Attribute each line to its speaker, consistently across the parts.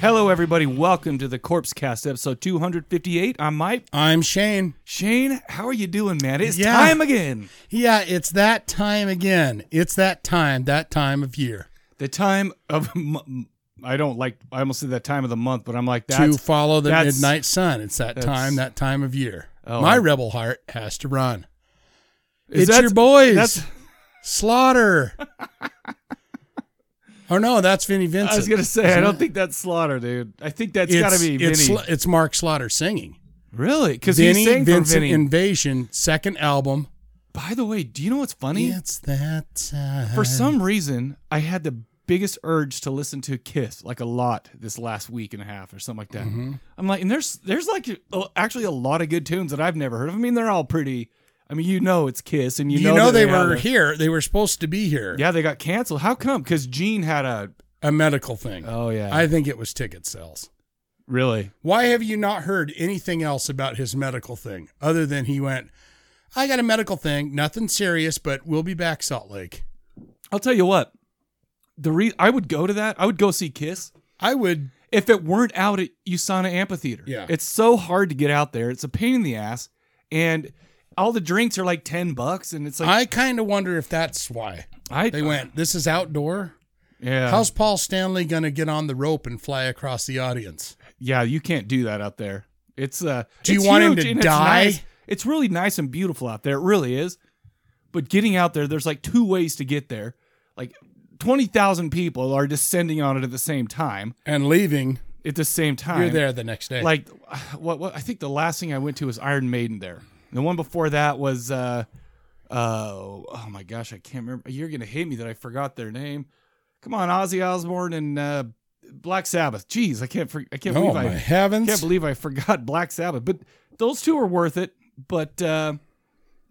Speaker 1: Hello, everybody. Welcome to the Corpse Cast, episode 258. I'm Mike.
Speaker 2: I'm Shane.
Speaker 1: Shane, how are you doing, man? It's
Speaker 2: Yeah.
Speaker 1: time again.
Speaker 2: Yeah, it's that time again. It's that time, that time of year
Speaker 1: The time of, m- I don't like, I almost said that time of the month, but I'm like,
Speaker 2: to
Speaker 1: that's,
Speaker 2: follow the
Speaker 1: that's-
Speaker 2: midnight sun. It's that
Speaker 1: that's-
Speaker 2: time, that time of year.
Speaker 1: Oh,
Speaker 2: My
Speaker 1: I-
Speaker 2: rebel heart has to run.
Speaker 1: Is
Speaker 2: it's
Speaker 1: that-
Speaker 2: your boys.
Speaker 1: that's-
Speaker 2: Slaughter. oh no, that's Vinnie Vincent.
Speaker 1: I was going to say, I
Speaker 2: Isn't
Speaker 1: don't
Speaker 2: it?
Speaker 1: think that's Slaughter, dude. I think that's
Speaker 2: it's
Speaker 1: got to be Vinny.
Speaker 2: it's, Sla- it's Mark Slaughter singing.
Speaker 1: really? Because he's
Speaker 2: Vinnie
Speaker 1: sang
Speaker 2: Vincent
Speaker 1: for Vinny.
Speaker 2: Invasion second album.
Speaker 1: By the way, do you know what's funny?
Speaker 2: It's that time.
Speaker 1: For some reason, I had the biggest urge to listen to Kiss like a lot this last week and a half or something like that.
Speaker 2: Mm-hmm.
Speaker 1: I'm like, and there's there's like a- actually a lot of good tunes that I've never heard of. I mean, they're all pretty. I mean, you know it's Kiss, and you,
Speaker 2: you, know,
Speaker 1: that
Speaker 2: they,
Speaker 1: had
Speaker 2: were
Speaker 1: a-
Speaker 2: here. They were supposed to be here.
Speaker 1: Yeah, they got canceled. How come? Because Gene had a.
Speaker 2: A medical thing.
Speaker 1: Oh yeah,
Speaker 2: I think it was ticket sales.
Speaker 1: really.
Speaker 2: Why have you not heard anything else about his medical thing other than he went, I got a medical thing, nothing serious, but we'll be back Salt Lake.
Speaker 1: I'll tell you what. The re- I would go to that. I would go see Kiss
Speaker 2: I would,
Speaker 1: if it weren't out at USANA Amphitheater.
Speaker 2: Yeah.
Speaker 1: It's so hard to get out there. It's a pain in the ass, and all the drinks are like ten bucks, and it's like
Speaker 2: I kind of wonder if that's why
Speaker 1: I
Speaker 2: they went, this is outdoor.
Speaker 1: Yeah.
Speaker 2: How's Paul Stanley going to get on the rope and fly across the audience?
Speaker 1: yeah, you can't do that out there. It's uh
Speaker 2: Do you
Speaker 1: it's
Speaker 2: want him
Speaker 1: huge
Speaker 2: to
Speaker 1: and it's
Speaker 2: die?
Speaker 1: nice. It's really nice and beautiful out there. It really is. But getting out there, there's like two ways to get there. Like 20,000 people are descending on it at the same time.
Speaker 2: And leaving,
Speaker 1: At the same time.
Speaker 2: you're there the next day.
Speaker 1: Like what what I think the last thing I went to was Iron Maiden there. The one before that was uh uh oh my gosh, I can't remember. You're going to hate me that I forgot their name. Come on, Ozzy Osbourne and uh Black Sabbath. Jeez, I can't. For, I can't
Speaker 2: oh
Speaker 1: believe
Speaker 2: my
Speaker 1: I
Speaker 2: heavens.
Speaker 1: can't believe I forgot Black Sabbath, but those two are worth it. But uh,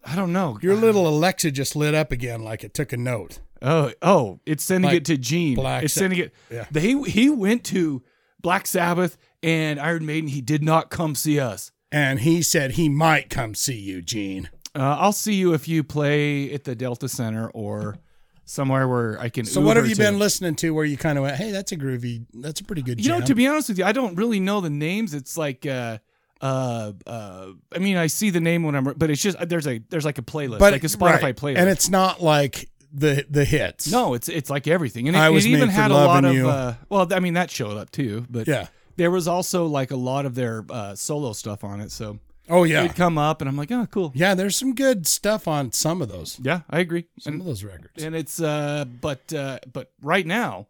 Speaker 1: I don't know.
Speaker 2: your little Alexa just lit up again like it took a note.
Speaker 1: oh, oh, it's sending
Speaker 2: Like
Speaker 1: it to Gene.
Speaker 2: Black
Speaker 1: it's
Speaker 2: Sa-
Speaker 1: sending it.
Speaker 2: Yeah.
Speaker 1: They he went to Black Sabbath and Iron Maiden. He did not come see us.
Speaker 2: And he said he might come see you, Gene.
Speaker 1: Uh, I'll see you if you play at the Delta Center or somewhere where I can.
Speaker 2: So what have
Speaker 1: Uber
Speaker 2: you
Speaker 1: to.
Speaker 2: been listening to where you kind of went, hey, that's a groovy, that's a pretty good
Speaker 1: You know,
Speaker 2: jam."
Speaker 1: to be honest with you, I don't really know the names. It's like. Uh, uh, uh, I mean, I see the name when I'm, but it's just there's a there's like a playlist, like a Spotify
Speaker 2: right.
Speaker 1: playlist,
Speaker 2: and it's not like the the hits.
Speaker 1: No, it's it's like everything, and it,
Speaker 2: I Was
Speaker 1: it even
Speaker 2: Made for
Speaker 1: had a lot
Speaker 2: Lovin'
Speaker 1: of.
Speaker 2: You.
Speaker 1: Uh, well, I mean that showed up too, but
Speaker 2: yeah.
Speaker 1: there was also like a lot of their uh, solo stuff on it. So
Speaker 2: Oh yeah,
Speaker 1: it'd come up, and I'm like, oh, cool.
Speaker 2: yeah. There's some good stuff on some of those,
Speaker 1: Yeah, I agree.
Speaker 2: some
Speaker 1: And
Speaker 2: of those records.
Speaker 1: and it's uh, but uh, but right now,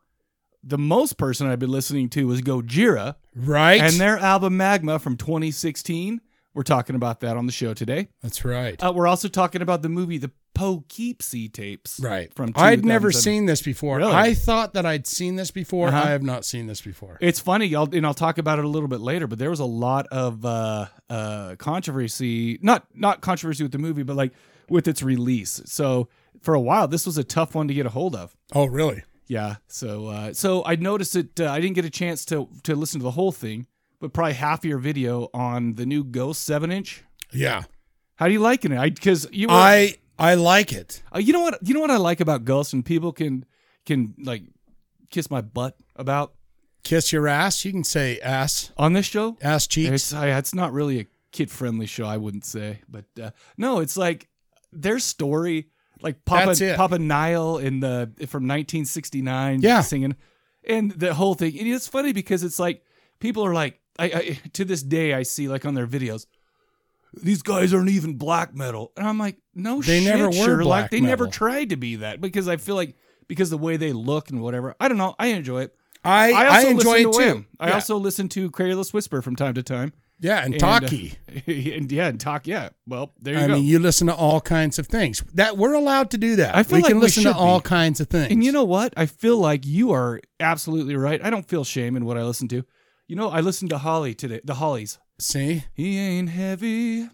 Speaker 1: the most person I've been listening to is Gojira
Speaker 2: Right.
Speaker 1: and their album Magma from 2016. We're talking about that on the show today.
Speaker 2: that's right.
Speaker 1: Uh, we're also talking about the movie The Poughkeepsie Tapes.
Speaker 2: right.
Speaker 1: From
Speaker 2: I'd never
Speaker 1: 2007.
Speaker 2: seen this before.
Speaker 1: Really?
Speaker 2: I thought that I'd seen this before.
Speaker 1: Uh-huh.
Speaker 2: I have not seen this before.
Speaker 1: It's funny, I'll, and I'll talk about it a little bit later. But there was a lot of uh, uh, controversy not not controversy with the movie, but like with its release. So for a while, this was a tough one to get a hold of.
Speaker 2: oh really?
Speaker 1: Yeah. So uh, so I noticed that uh, I didn't get a chance to to listen to the whole thing, but probably half of your video on the new Ghost seven inch.
Speaker 2: Yeah.
Speaker 1: How do you liking it? I because you were,
Speaker 2: I I like it.
Speaker 1: uh, you know what you know what I like about Ghost, and people can can like kiss my butt about
Speaker 2: Kiss your ass. You can say ass,
Speaker 1: on this show.
Speaker 2: ass cheeks.
Speaker 1: It's, I- it's not really a kid friendly show, I wouldn't say. But uh, no, it's like their story, like Papa
Speaker 2: That's it.
Speaker 1: Papa Nile in the from 1969,
Speaker 2: Yeah.
Speaker 1: singing, and the whole thing. And it's funny because it's like people are like, I, I to this day I see like on their videos. These guys aren't even black metal, and I'm like, no,
Speaker 2: They
Speaker 1: shit,
Speaker 2: never were
Speaker 1: Sherlock.
Speaker 2: black
Speaker 1: they never
Speaker 2: metal.
Speaker 1: tried to be that because I feel like because the way they look and whatever, I don't know, I enjoy it.
Speaker 2: I
Speaker 1: I
Speaker 2: I,
Speaker 1: also
Speaker 2: enjoy
Speaker 1: listen to
Speaker 2: it too.
Speaker 1: Wham. I
Speaker 2: yeah.
Speaker 1: also listen to Crayless Whisper from time to time.
Speaker 2: yeah, and
Speaker 1: And, uh,
Speaker 2: Taki.
Speaker 1: and yeah, and talk. Yeah. Well, there you
Speaker 2: I
Speaker 1: go.
Speaker 2: mean, you listen to all kinds of things that we're allowed to do that.
Speaker 1: I feel
Speaker 2: we
Speaker 1: like
Speaker 2: can
Speaker 1: we
Speaker 2: listen to
Speaker 1: should
Speaker 2: all
Speaker 1: be.
Speaker 2: kinds of things.
Speaker 1: And you know what? I feel like you are absolutely right. I don't feel shame in what I listen to. You know, I listened to Holly today, the Hollies.
Speaker 2: see
Speaker 1: He ain't heavy.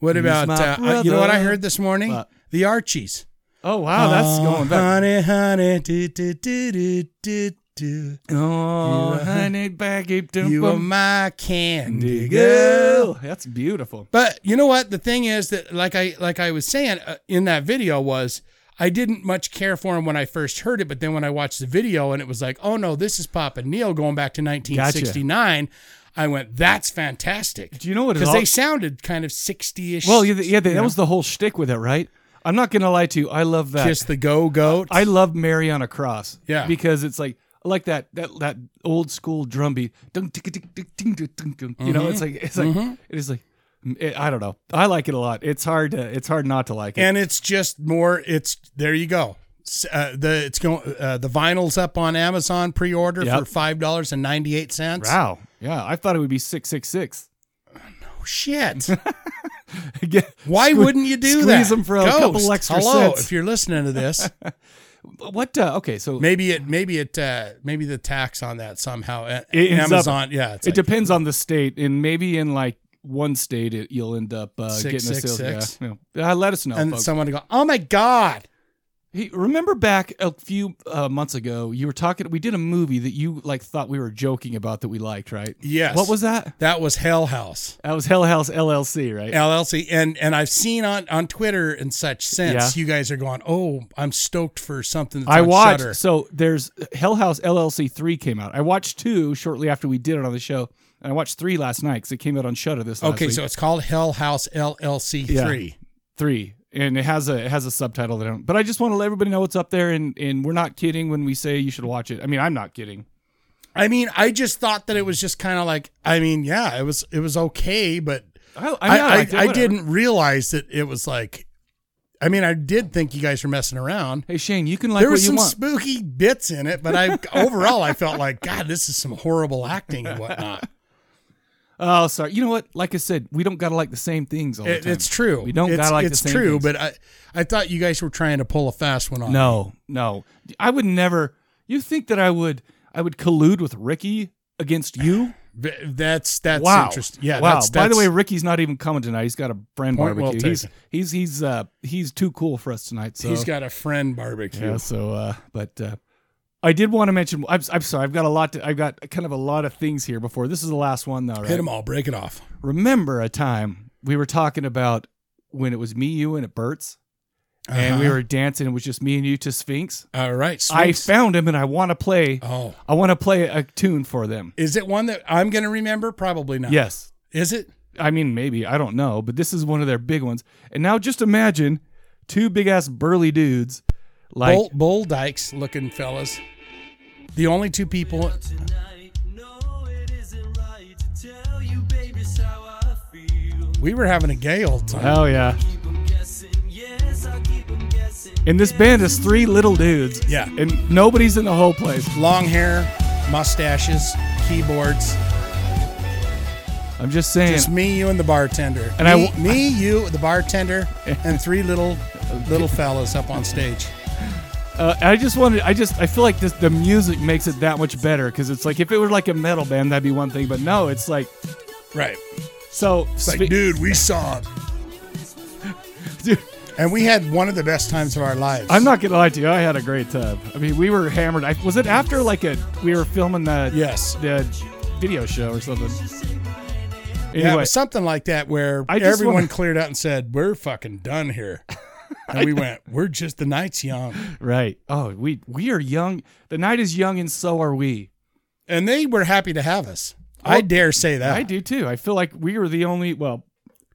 Speaker 2: what
Speaker 1: He's
Speaker 2: about
Speaker 1: my
Speaker 2: uh, uh, you know what I
Speaker 1: brother.
Speaker 2: heard this morning?
Speaker 1: What?
Speaker 2: The Archies.
Speaker 1: Oh, wow. That's
Speaker 2: Oh,
Speaker 1: going back.
Speaker 2: Honey, honey, do, do, do, do, do, do.
Speaker 1: Oh,
Speaker 2: You are-
Speaker 1: honey, baggy
Speaker 2: you are
Speaker 1: dumpum.
Speaker 2: my candy girl.
Speaker 1: girl. That's beautiful.
Speaker 2: But you know what? The thing is that, like I like I was saying uh, in that video, was I didn't much care for him when I first heard it, but then when I watched the video and it was like, oh no, this is Papa Neil going back to 1969. I went, that's fantastic.
Speaker 1: Do you know what it
Speaker 2: Because
Speaker 1: all-
Speaker 2: they sounded kind of 60ish.
Speaker 1: Well, yeah, th- yeah that that was the whole shtick with it, right? I'm not going to lie to you. I love that.
Speaker 2: kiss the go goat.
Speaker 1: I love Mary on a Cross.
Speaker 2: Yeah.
Speaker 1: Because it's like I like that that that old school drum beat. Dun, tick, tick, tick, ding, ding, ding, ding. You know, it's
Speaker 2: Mm-hmm.
Speaker 1: like it's like it is like it, I don't know. I like it a lot. It's hard to it's hard not to like it.
Speaker 2: and it's just more. It's there. You go. S- Uh, the it's going uh, the vinyls up on Amazon pre-order
Speaker 1: Yep.
Speaker 2: for five dollars and ninety eight cents.
Speaker 1: wow. Yeah, I thought it would be 666.
Speaker 2: Oh, shit.
Speaker 1: Yeah.
Speaker 2: Why wouldn't you do
Speaker 1: squeeze
Speaker 2: that?
Speaker 1: them for a
Speaker 2: Ghost,
Speaker 1: couple extra
Speaker 2: hello,
Speaker 1: cents.
Speaker 2: if you're listening to this,
Speaker 1: What uh, okay, so
Speaker 2: maybe it, maybe it, uh, maybe the tax on that somehow. A-
Speaker 1: It ends up-
Speaker 2: Amazon, yeah, it's
Speaker 1: it
Speaker 2: like
Speaker 1: depends on the state and maybe in like one state it, you'll end up uh,
Speaker 2: Six,
Speaker 1: getting a
Speaker 2: six,
Speaker 1: sales
Speaker 2: six.
Speaker 1: yeah. Yeah. Uh, let us know
Speaker 2: and
Speaker 1: folks.
Speaker 2: someone to go, oh my god,
Speaker 1: Hey, remember back a few uh, months ago, you were talking. We did a movie that you like thought we were joking about that we liked, right?
Speaker 2: yes,
Speaker 1: What was that?
Speaker 2: that? Was Hell House
Speaker 1: That was Hell House LLC, right?
Speaker 2: LLC, and and I've seen on on Twitter and such since
Speaker 1: Yeah.
Speaker 2: you guys are going, oh, I'm stoked for something. That's
Speaker 1: I
Speaker 2: on
Speaker 1: watched.
Speaker 2: Shudder."
Speaker 1: So there's Hell House LLC three came out. I watched two shortly after we did it on the show, and I watched three last night because it came out on Shutter this. Last
Speaker 2: Okay,
Speaker 1: week.
Speaker 2: so it's called Hell House LLC
Speaker 1: Yeah.
Speaker 2: three.
Speaker 1: three, and it has a it has a subtitle that I don't. But I just want to let everybody know it's up there, and and we're not kidding when we say you should watch it. I mean, I'm not kidding.
Speaker 2: I mean, I just thought that it was just kind of like, I mean, yeah, it was it was okay, but
Speaker 1: I I,
Speaker 2: I,
Speaker 1: mean, I,
Speaker 2: I,
Speaker 1: liked it,
Speaker 2: I
Speaker 1: whatever.
Speaker 2: didn't realize that it was like. I mean, I did think you guys were messing around.
Speaker 1: Hey Shane, you can like
Speaker 2: there were
Speaker 1: what you
Speaker 2: some
Speaker 1: want.
Speaker 2: spooky bits in it, but I overall I felt like God, this is some horrible acting and whatnot.
Speaker 1: Oh, sorry. You know what? Like I said, we don't gotta like the same things all the
Speaker 2: It,
Speaker 1: time.
Speaker 2: it's true.
Speaker 1: We don't
Speaker 2: it's,
Speaker 1: gotta like the
Speaker 2: it's
Speaker 1: same
Speaker 2: true,
Speaker 1: things.
Speaker 2: but I I thought you guys were trying to pull a fast one on. me.
Speaker 1: no, no. I would never. You think that I would? I would collude with Ricky against you?
Speaker 2: V- that's that's
Speaker 1: wow.
Speaker 2: interesting. Yeah,
Speaker 1: Wow.
Speaker 2: That's,
Speaker 1: By the
Speaker 2: that's-
Speaker 1: way, Ricky's not even coming tonight. He's got a brand
Speaker 2: Point well
Speaker 1: barbecue. he's
Speaker 2: taken.
Speaker 1: he's he's uh he's too cool for us tonight. So
Speaker 2: he's got a friend barbecue.
Speaker 1: yeah. So uh, but uh, I did want to mention. I'm, I'm sorry. I've got a lot. To, I've got kind of a lot of things here before. This is the last one though. Right?
Speaker 2: Hit them all, break it off.
Speaker 1: Remember a time we were talking about when it was me, you, and at Burt's, and we
Speaker 2: Uh-huh.
Speaker 1: were dancing. It was just me and you to Sphinx.
Speaker 2: all right.
Speaker 1: I
Speaker 2: Sphinx.
Speaker 1: found him and I want to play.
Speaker 2: oh,
Speaker 1: I want to play a tune for them.
Speaker 2: is it one that I'm going to remember? Probably not.
Speaker 1: Yes.
Speaker 2: Is it?
Speaker 1: I mean, maybe. I don't know. But this is one of their big ones. And now just imagine two big ass burly dudes like.
Speaker 2: Bull, Bull Dykes looking fellas. The only two people. We were having a gay old time.
Speaker 1: Hell yeah. And this band is three little dudes.
Speaker 2: Yeah.
Speaker 1: And nobody's in the whole place.
Speaker 2: Long hair, mustaches, keyboards.
Speaker 1: I'm just saying.
Speaker 2: It's me, you, and the bartender.
Speaker 1: And I
Speaker 2: me,
Speaker 1: w-
Speaker 2: me, you, the bartender, and three little little fellas up on stage.
Speaker 1: Uh, I just wanted. I just. I feel like this. The music makes it that much better because it's like if it were like a metal band, that'd be one thing. But no, it's like
Speaker 2: Right.
Speaker 1: so.
Speaker 2: It's
Speaker 1: spe-
Speaker 2: like, dude, we saw him.
Speaker 1: dude,
Speaker 2: And we had one of the best times of our lives.
Speaker 1: I'm not gonna lie to you. I had a great time. I mean, we were hammered. I, was it after like a we were filming the
Speaker 2: Yes.
Speaker 1: the video show or something?
Speaker 2: Yeah, it
Speaker 1: Anyway,
Speaker 2: was something like that where
Speaker 1: I just
Speaker 2: everyone
Speaker 1: wanna-
Speaker 2: cleared out and said, "We're fucking done here," and we went, "We're just the night's young,"
Speaker 1: right? Oh, we we are young. The night is young, and so are we.
Speaker 2: and they were happy to have us. I
Speaker 1: Well,
Speaker 2: dare say that.
Speaker 1: I do too. I feel like we were the only. Well,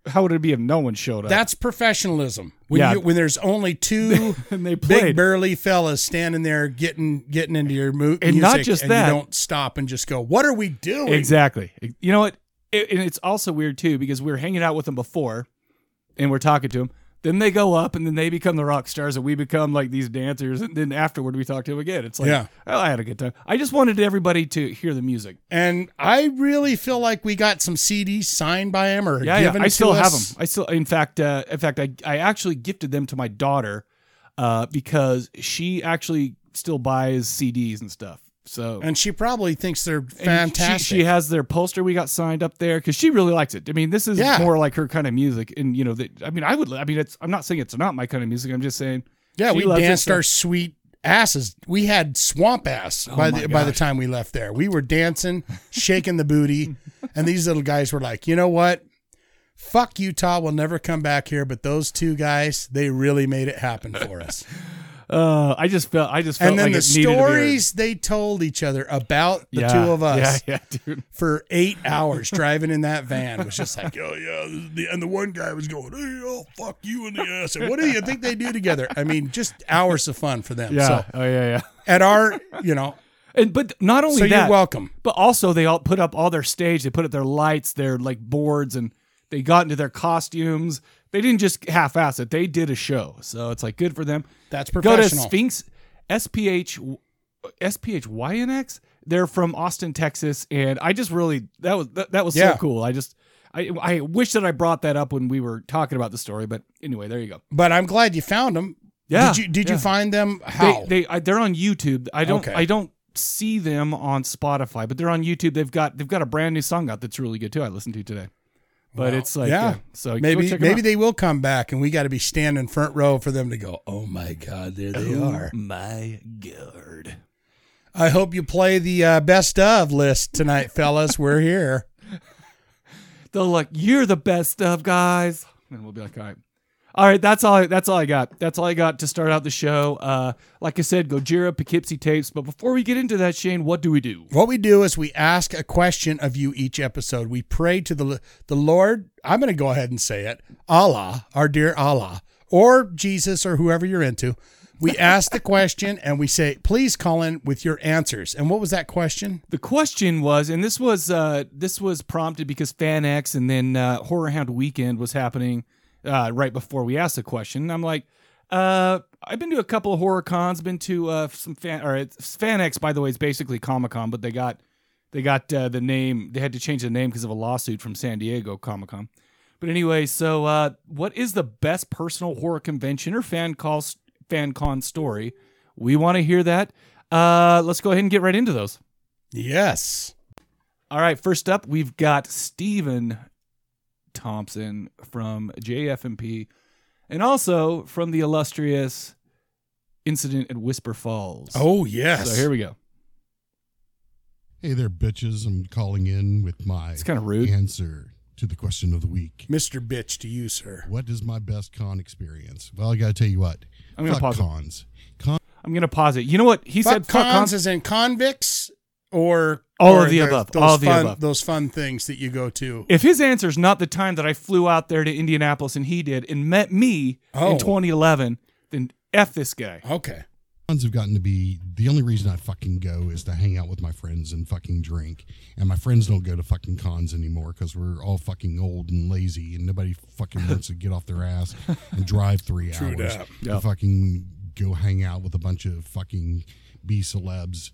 Speaker 1: how would it be if no one showed up?
Speaker 2: That's professionalism. When
Speaker 1: Yeah.
Speaker 2: you, when there's only two
Speaker 1: and they
Speaker 2: big
Speaker 1: played.
Speaker 2: burly fellas standing there getting getting into your mu-
Speaker 1: And
Speaker 2: music,
Speaker 1: not just
Speaker 2: and
Speaker 1: that.
Speaker 2: you don't stop and just go, "What are we doing?"
Speaker 1: Exactly. You know what? It, and it's also weird too because we were hanging out with them before, and we're talking to them. Then they go up and then they become the rock stars and we become like these dancers. And then afterward, we talk to them again. It's like,
Speaker 2: Yeah.
Speaker 1: oh, I had a good time. I just wanted everybody to hear the music.
Speaker 2: And I really feel like we got some CDs signed by him or
Speaker 1: Yeah, yeah.
Speaker 2: given
Speaker 1: I
Speaker 2: to
Speaker 1: still have
Speaker 2: us.
Speaker 1: them. I still, in fact, uh, in fact, I, I actually gifted them to my daughter uh, because she actually still buys CDs and stuff. So
Speaker 2: And she probably thinks they're
Speaker 1: And
Speaker 2: fantastic.
Speaker 1: She, she has their poster we got signed up there because she really likes it. I mean, this is
Speaker 2: Yeah.
Speaker 1: more like her kind of music, and you know, that I mean, I would. I mean, it's. I'm not saying it's not my kind of music. I'm just saying.
Speaker 2: yeah,
Speaker 1: she
Speaker 2: we
Speaker 1: loves this
Speaker 2: danced
Speaker 1: stuff.
Speaker 2: our sweet asses. We had swamp ass
Speaker 1: Oh
Speaker 2: by
Speaker 1: my
Speaker 2: the by the
Speaker 1: gosh.
Speaker 2: time we left there. We were dancing, shaking the booty, and these little guys were like, you know what? Fuck Utah, we'll never come back here. But those two guys, they really made it happen for us.
Speaker 1: Uh, I just felt. I just felt
Speaker 2: and then
Speaker 1: like
Speaker 2: the
Speaker 1: it needed to be heard.
Speaker 2: stories they told each other about the
Speaker 1: Yeah,
Speaker 2: two of us.
Speaker 1: Yeah, yeah, dude.
Speaker 2: for eight hours driving in that van was just like, oh yeah, this is the, and the one guy was going, hey, I'll fuck you in the ass. And what do you think they do together? I mean, just hours of fun for them.
Speaker 1: Yeah.
Speaker 2: So
Speaker 1: oh yeah, yeah.
Speaker 2: at our, you know,
Speaker 1: And but not only
Speaker 2: so
Speaker 1: that,
Speaker 2: you're welcome.
Speaker 1: but also they all put up all their stage. They put up their lights, their like boards, and they got into their costumes. They didn't just half-ass it. They did a show, so it's like good for them.
Speaker 2: That's
Speaker 1: go to
Speaker 2: professional.
Speaker 1: Sphinx SPH SPHYNX. They're from Austin, Texas, and I just really that was that, that was
Speaker 2: Yeah.
Speaker 1: so cool. I just I I wish that I brought that up when we were talking about the story, but anyway, there you go.
Speaker 2: but I'm glad you found them.
Speaker 1: Yeah,
Speaker 2: Did you did you
Speaker 1: yeah.
Speaker 2: find them? How?
Speaker 1: They they I, they're on YouTube. I don't
Speaker 2: Okay.
Speaker 1: I don't see them on Spotify, but they're on YouTube. They've got they've got a brand new song out that's really good too. I listened to today, but
Speaker 2: Wow.
Speaker 1: it's like
Speaker 2: Yeah.
Speaker 1: yeah. So
Speaker 2: maybe
Speaker 1: go check 'em
Speaker 2: maybe
Speaker 1: out.
Speaker 2: they will come back, and we got to be standing front row for them to go. Oh my God, there they
Speaker 1: Oh
Speaker 2: are.
Speaker 1: My God.
Speaker 2: I hope you play the uh, best of list tonight, fellas. We're here.
Speaker 1: they'll like you're the best of guys and we'll be like all right all right that's all that's all i got that's all i got to start out the show uh like i said gojira poughkeepsie tapes but before we get into that shane what do we do
Speaker 2: What we do is we ask a question of you each episode. We pray to the the Lord. I'm going to go ahead and say it. Allah, our dear Allah, or Jesus, or whoever you're into. We ask the question and we say, please call in with your answers. And what was that question?
Speaker 1: the question was and this was uh this was prompted because fan x and then uh horror hound weekend was happening uh right before we asked the question and i'm like uh i've been to a couple of horror cons been to uh some fan or it's fan x by the way is basically comic-con but they got they got uh, the name they had to change the name because of a lawsuit from san diego comic-con but anyway so uh, what is the best personal horror convention or fan call fan con story we want to hear that uh, let's go ahead and get right into those
Speaker 2: Yes.
Speaker 1: all right first up we've got steven thompson from jfmp and also from the illustrious incident at whisper falls
Speaker 2: Oh, yes.
Speaker 1: so here we go
Speaker 3: Hey there, bitches. I'm calling in with my
Speaker 1: it's kind of rude
Speaker 3: answer to the question of the week.
Speaker 2: Mr. Bitch to you, sir.
Speaker 3: What is my best con experience? Well, I got to tell you what.
Speaker 1: I'm gonna
Speaker 3: Fuck
Speaker 1: pause it.
Speaker 3: cons.
Speaker 1: i'm gonna pause it you know what he
Speaker 2: Fuck
Speaker 1: said fuck
Speaker 2: cons,
Speaker 1: cons
Speaker 2: as in convicts or
Speaker 1: All
Speaker 2: or
Speaker 1: of the
Speaker 2: there's
Speaker 1: above.
Speaker 2: Those
Speaker 1: All of the
Speaker 2: fun,
Speaker 1: above.
Speaker 2: Those fun things that you go to.
Speaker 1: if his answer is not the time that I flew out there to Indianapolis and he did and met me
Speaker 2: Oh.
Speaker 1: in 2011, then F this guy.
Speaker 2: Okay.
Speaker 3: Cons have gotten to be the only reason I fucking go is to hang out with my friends and fucking drink. And my friends don't go to fucking cons anymore because we're all fucking old and lazy and nobody fucking wants to get off their ass and drive three
Speaker 2: True
Speaker 3: hours
Speaker 2: dat.
Speaker 3: to
Speaker 1: Yeah.
Speaker 3: fucking go hang out with a bunch of fucking B celebs.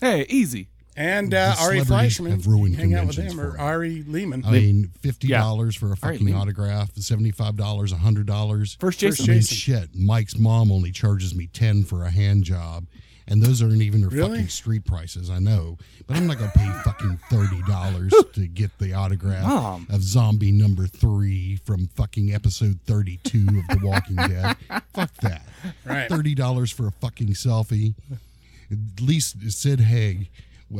Speaker 1: Hey, easy.
Speaker 2: And uh,
Speaker 3: The
Speaker 2: Ari
Speaker 3: celebrities
Speaker 2: Fleischman,
Speaker 3: have ruined
Speaker 2: hang out with
Speaker 3: conventions
Speaker 2: him,
Speaker 3: for
Speaker 2: or
Speaker 3: me.
Speaker 2: Ari Lehman.
Speaker 3: I mean, fifty dollars for a
Speaker 1: All right,
Speaker 3: fucking
Speaker 1: Liam.
Speaker 3: autograph, seventy-five dollars, hundred dollars.
Speaker 1: First Jason.
Speaker 3: I mean,
Speaker 2: Jason.
Speaker 3: shit. Mike's mom only charges me ten for a hand job, and those aren't even her
Speaker 2: Really?
Speaker 3: fucking street prices. I know, but I'm not gonna pay fucking thirty dollars to get the autograph
Speaker 1: Mom.
Speaker 3: of zombie number three from fucking episode thirty-two of The Walking Dead. Fuck that.
Speaker 2: Right.
Speaker 3: Thirty dollars for a fucking selfie. At least Sid Haig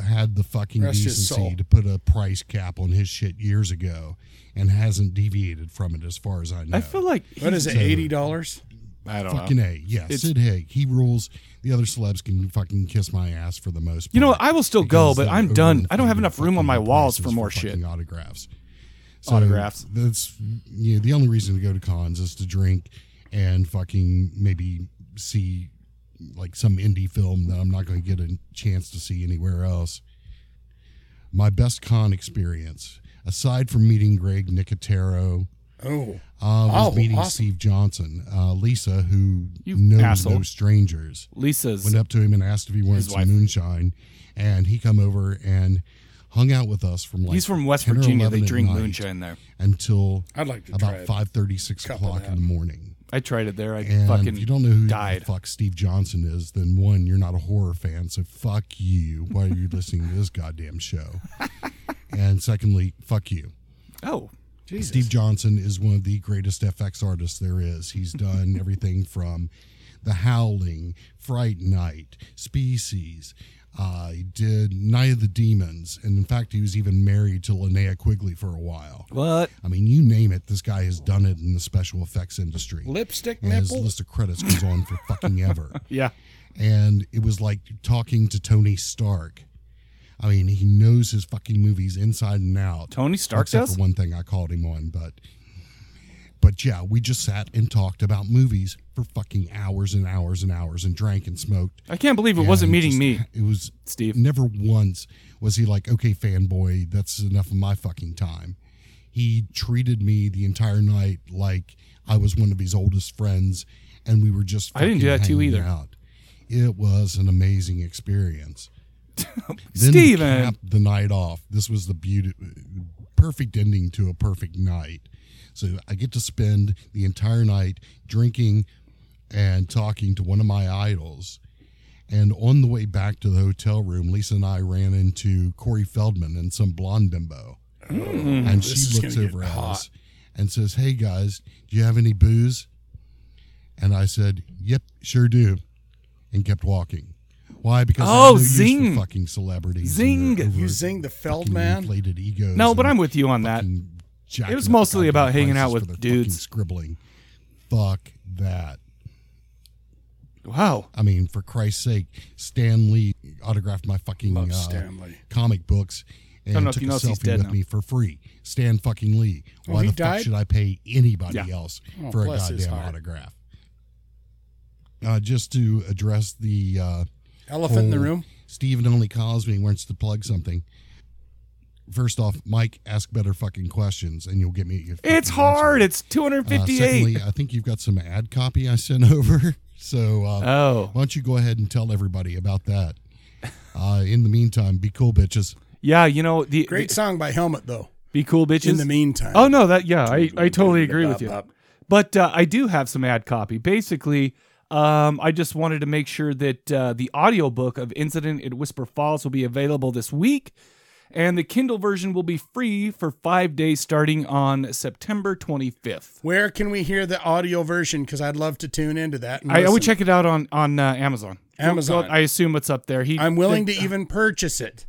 Speaker 3: had the fucking
Speaker 2: Rest his soul.
Speaker 3: decency to put a price cap on his shit years ago, and hasn't deviated from it as far as I know.
Speaker 1: I feel like he-
Speaker 2: What is it?
Speaker 3: So-
Speaker 2: Eighty dollars?
Speaker 1: I don't
Speaker 3: Fucking A. Yeah,
Speaker 1: It's-
Speaker 3: Sid Haig. He rules. The other celebs can fucking kiss my ass for the most part.
Speaker 1: You know what? I will still go,
Speaker 3: because
Speaker 1: but
Speaker 3: they're
Speaker 1: I'm done.
Speaker 3: over
Speaker 1: I don't have
Speaker 3: fucking
Speaker 1: enough room on my
Speaker 3: prices
Speaker 1: walls for more
Speaker 3: fucking
Speaker 1: shit.
Speaker 3: Autographs. So
Speaker 1: Autographs.
Speaker 3: That's you know, the only reason to go to cons is to drink and fucking maybe see like some indie film that I'm not going to get a chance to see anywhere else. My best con experience, aside from meeting Greg Nicotero,
Speaker 2: Oh,
Speaker 3: uh, was
Speaker 2: Oh,
Speaker 3: meeting
Speaker 2: awesome.
Speaker 3: Steve Johnson. Uh, Lisa, who
Speaker 1: You
Speaker 3: knows
Speaker 1: asshole.
Speaker 3: no strangers,
Speaker 1: Lisa's
Speaker 3: went up to him and asked if he wanted
Speaker 1: His
Speaker 3: some
Speaker 1: wife.
Speaker 3: moonshine, and he come over and hung out with us from like
Speaker 1: he's from West
Speaker 3: 10 or
Speaker 1: Virginia. They
Speaker 3: 11 at
Speaker 1: drink
Speaker 3: night
Speaker 1: moonshine there.
Speaker 3: until
Speaker 2: I'd like to try
Speaker 3: about
Speaker 2: it.
Speaker 3: five thirty six
Speaker 2: Cup of
Speaker 3: o'clock
Speaker 2: that.
Speaker 3: in the morning.
Speaker 1: I tried it there. I
Speaker 3: And
Speaker 1: fucking
Speaker 3: if you don't know who
Speaker 1: died.
Speaker 3: the fuck Steve Johnson is, then one, you're not a horror fan, so fuck you. Why are you listening to this goddamn show? and secondly, fuck you.
Speaker 1: oh Jesus.
Speaker 3: Steve Johnson is one of the greatest FX artists there is. He's done everything from The Howling, Fright Night, Species. Uh, he did Night of the Demons, and in fact, he was even married to Linnea Quigley for a while.
Speaker 1: What?
Speaker 3: I mean, you name it, this guy has done it in the special effects industry.
Speaker 2: lipstick
Speaker 3: and his
Speaker 2: nipple.
Speaker 3: list of credits goes on for fucking ever.
Speaker 1: Yeah.
Speaker 3: And it was like talking to Tony Stark. I mean, he knows his fucking movies inside and out.
Speaker 1: Tony Stark
Speaker 3: Except
Speaker 1: does.
Speaker 3: for one thing I called him on, but but yeah, we just sat and talked about movies for fucking hours and hours and hours and drank and smoked.
Speaker 1: I can't believe it
Speaker 3: And
Speaker 1: wasn't meeting
Speaker 3: just-
Speaker 1: me,
Speaker 3: It was
Speaker 1: Steve.
Speaker 3: never once was he like, okay, fanboy, that's enough of my fucking time. He treated me the entire night like I was one of his oldest friends, and we were just.
Speaker 1: I didn't do
Speaker 3: fucking
Speaker 1: that to you
Speaker 3: hanging
Speaker 1: either.
Speaker 3: Out. It was an amazing experience. Then to
Speaker 1: Steven.
Speaker 3: cap the night off. This was the beauty, perfect ending to a perfect night. So I get to spend the entire night drinking and talking to one of my idols. And on the way back to the hotel room, Lisa and I ran into Corey Feldman and some blonde bimbo.
Speaker 1: Mm.
Speaker 3: and
Speaker 2: this is
Speaker 3: she
Speaker 2: gonna
Speaker 3: looks
Speaker 2: get
Speaker 3: over at
Speaker 2: hot.
Speaker 3: us and says, Hey guys, do you have any booze? And I said, Yep, sure do. And kept walking. Why? Because I
Speaker 1: Oh,
Speaker 3: have no use for
Speaker 1: zing.
Speaker 3: fucking celebrities.
Speaker 1: Zing.
Speaker 3: and their
Speaker 2: You
Speaker 3: over-
Speaker 2: zing the
Speaker 3: fucking
Speaker 2: Feldman.
Speaker 3: Inflated egos.
Speaker 1: No, but
Speaker 3: and
Speaker 1: I'm with you on that.
Speaker 3: fucking jacking
Speaker 1: It was
Speaker 3: up the
Speaker 1: mostly
Speaker 3: goddamn
Speaker 1: about hanging out
Speaker 3: prices
Speaker 1: with
Speaker 3: for their fucking
Speaker 1: dudes.
Speaker 3: Scribbling. Fuck that.
Speaker 1: Wow.
Speaker 3: I mean, for Christ's sake, Stan Lee autographed my fucking
Speaker 2: Love
Speaker 3: uh,
Speaker 2: Stanley.
Speaker 3: comic books
Speaker 1: Don't know
Speaker 3: and
Speaker 1: if
Speaker 3: took
Speaker 1: you
Speaker 3: a
Speaker 1: notice he's
Speaker 3: selfie
Speaker 1: dead
Speaker 3: with
Speaker 1: now.
Speaker 3: me for free. Stan fucking Lee.
Speaker 2: Oh,
Speaker 3: Why
Speaker 2: he
Speaker 3: the
Speaker 2: died?
Speaker 3: fuck should I pay anybody
Speaker 1: Yeah.
Speaker 3: else
Speaker 2: Oh,
Speaker 3: for a
Speaker 2: bless his
Speaker 3: goddamn
Speaker 2: heart.
Speaker 3: autograph? Uh, just to address the uh,
Speaker 2: Elephant in the
Speaker 3: whole
Speaker 2: room.
Speaker 3: Steven only calls me and wants to plug something. First off, Mike, ask better fucking questions, and you'll get me. a fucking
Speaker 1: It's hard.
Speaker 3: answer.
Speaker 1: It's
Speaker 3: Uh,
Speaker 1: 258.
Speaker 3: secondly, I think you've got some ad copy I sent over, so uh,
Speaker 1: oh.
Speaker 3: why don't you go ahead and tell everybody about that? Uh, in the meantime, be cool, bitches.
Speaker 1: Yeah, you know, the,
Speaker 2: Great
Speaker 1: the-
Speaker 2: song by Helmet though.
Speaker 1: be cool bitches.
Speaker 2: In the meantime.
Speaker 1: Oh no, that yeah, I, I totally agree with you. But uh, I do have some ad copy. Basically, um, I just wanted to make sure that uh, the audiobook of Incident at Whisper Falls will be available this week, and the Kindle version will be free for five days starting on September 25th.
Speaker 2: Where can we hear the audio version? Because I'd love to tune into that. and
Speaker 1: I, I would
Speaker 2: listen.
Speaker 1: check it out on on uh, Amazon.
Speaker 2: Amazon.
Speaker 1: I uh, assume it's up there. He,
Speaker 2: I'm willing to even purchase it.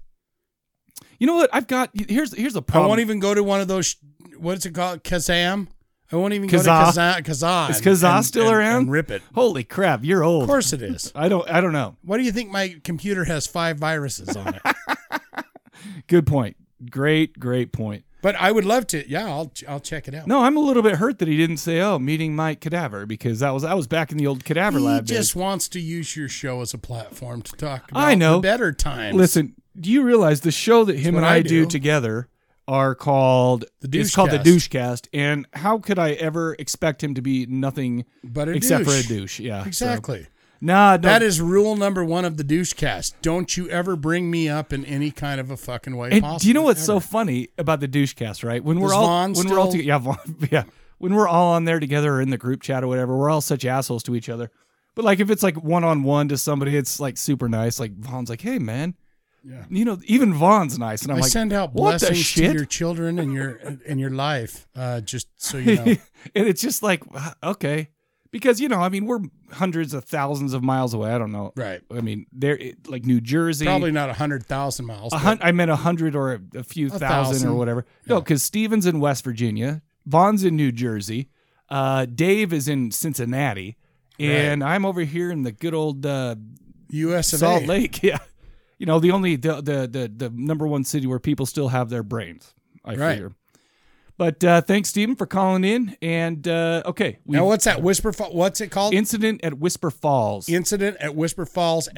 Speaker 1: You know what? I've got here's here's a
Speaker 2: I
Speaker 1: problem.
Speaker 2: won't even go to one of those. What's it called? Kazam. I won't even
Speaker 1: Kazaa.
Speaker 2: go to Kazaa. Kazaa
Speaker 1: Is
Speaker 2: and-
Speaker 1: Kazaa
Speaker 2: and-
Speaker 1: still
Speaker 2: and-
Speaker 1: around?
Speaker 2: And rip it.
Speaker 1: Holy crap! You're
Speaker 2: Of
Speaker 1: old.
Speaker 2: course it is.
Speaker 1: I don't. I don't know.
Speaker 2: What do you think? My computer has five viruses on it.
Speaker 1: Good point. Great, great point.
Speaker 2: but I would love to. Yeah, I'll I'll check it out.
Speaker 1: No, I'm a little bit hurt that he didn't say, "Oh, meeting Mike Cadaver," because that was that was back in the old Cadaver
Speaker 2: he
Speaker 1: Lab
Speaker 2: just
Speaker 1: days.
Speaker 2: wants to use your show as a platform to talk. About
Speaker 1: I know.
Speaker 2: the better times.
Speaker 1: Listen, do you realize the show that him
Speaker 2: what
Speaker 1: and
Speaker 2: I
Speaker 1: I do.
Speaker 2: do.
Speaker 1: together are called
Speaker 2: The
Speaker 1: It's called
Speaker 2: Douchecast.
Speaker 1: the Douchecast, and how could I ever expect him to be nothing
Speaker 2: but a
Speaker 1: except
Speaker 2: douche.
Speaker 1: for a douche? Yeah, so-
Speaker 2: Exactly.
Speaker 1: Nah, no,
Speaker 2: That is rule number one of the douche cast. Don't you ever bring me up in any kind of a fucking way
Speaker 1: And
Speaker 2: possible.
Speaker 1: do you know what's so
Speaker 2: ever.
Speaker 1: funny about the douchecast? Right when we're
Speaker 2: Does
Speaker 1: all
Speaker 2: Vaughn
Speaker 1: when we're all
Speaker 2: still-
Speaker 1: together, yeah, Vaughn, yeah, when we're all on there together or in the group chat or whatever, we're all such assholes to each other. But like if it's like one on one to somebody, it's like super nice. Like Vaughn's like, hey man,
Speaker 2: Yeah.
Speaker 1: you know, even Vaughn's nice, and I'm
Speaker 2: I
Speaker 1: like,
Speaker 2: send out
Speaker 1: what the
Speaker 2: blessings to
Speaker 1: shit?
Speaker 2: your children and your and your life. Uh, just so you know,
Speaker 1: and it's just like okay, because you know, I mean, we're hundreds of thousands of miles away. I don't know,
Speaker 2: right?
Speaker 1: I mean, there it- like New Jersey,
Speaker 2: Probably not a hundred thousand miles.
Speaker 1: A
Speaker 2: but
Speaker 1: hun- I meant a hundred or a, a few
Speaker 2: A
Speaker 1: thousand,
Speaker 2: thousand.
Speaker 1: or whatever. No, because Steven's in West Virginia, Vaughn's in New Jersey, uh, Dave is in Cincinnati, and I'm over here in the good old uh,
Speaker 2: U.S. of
Speaker 1: Salt
Speaker 2: A.
Speaker 1: Lake. Yeah, you know the only the, the the the number one city where people still have their brains. I
Speaker 2: Right.
Speaker 1: figure. But uh, thanks, Steven, for calling in. And uh, okay, we
Speaker 2: Now what's that? Whisper. Fa- What's it called?
Speaker 1: incident at Whisper Falls.
Speaker 2: Incident at Whisper Falls,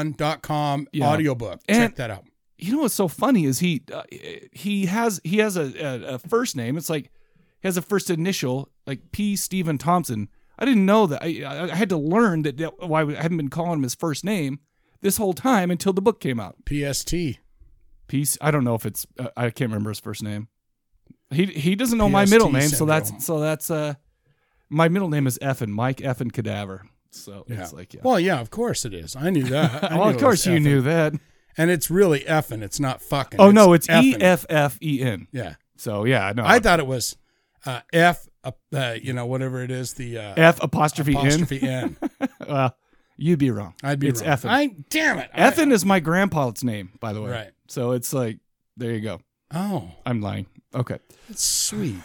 Speaker 2: Amazon.com
Speaker 1: Yeah.
Speaker 2: audiobook.
Speaker 1: And-
Speaker 2: Check that out.
Speaker 1: you know what's so funny is he uh, he has he has a, a, a first name. It's like, has a first initial like P. Stephen Thompson. I didn't know that. I, I- I had to learn that, that why I hadn't been calling him his first name this whole time until the book came out.
Speaker 2: PST.
Speaker 1: Peace. I don't know if it's. Uh, I can't remember his first name. He he doesn't know my
Speaker 2: PST
Speaker 1: middle name, so
Speaker 2: syndrome.
Speaker 1: that's so that's uh, my middle name is Effin Mike Effin Cadaver. So it's like yeah.
Speaker 2: Well, yeah, of course it is. I knew that. I
Speaker 1: well
Speaker 2: knew
Speaker 1: of
Speaker 2: it
Speaker 1: course
Speaker 2: was
Speaker 1: you
Speaker 2: effing.
Speaker 1: knew that.
Speaker 2: And it's really effing. It's not fucking.
Speaker 1: Oh no, it's E
Speaker 2: effing.
Speaker 1: F F E N.
Speaker 2: Yeah.
Speaker 1: So yeah, no.
Speaker 2: I thought it was uh, F, uh, uh, you know, whatever it is, the uh,
Speaker 1: F E apostrophe,
Speaker 2: apostrophe N.
Speaker 1: N. Well, you'd be wrong.
Speaker 2: I'd be
Speaker 1: it's
Speaker 2: wrong.
Speaker 1: Effin.
Speaker 2: I damn it. I-
Speaker 1: Effin is my grandpa's name, by the way.
Speaker 2: Right.
Speaker 1: So it's like there you go.
Speaker 2: Oh,
Speaker 1: I'm lying. Okay.
Speaker 2: that's sweet.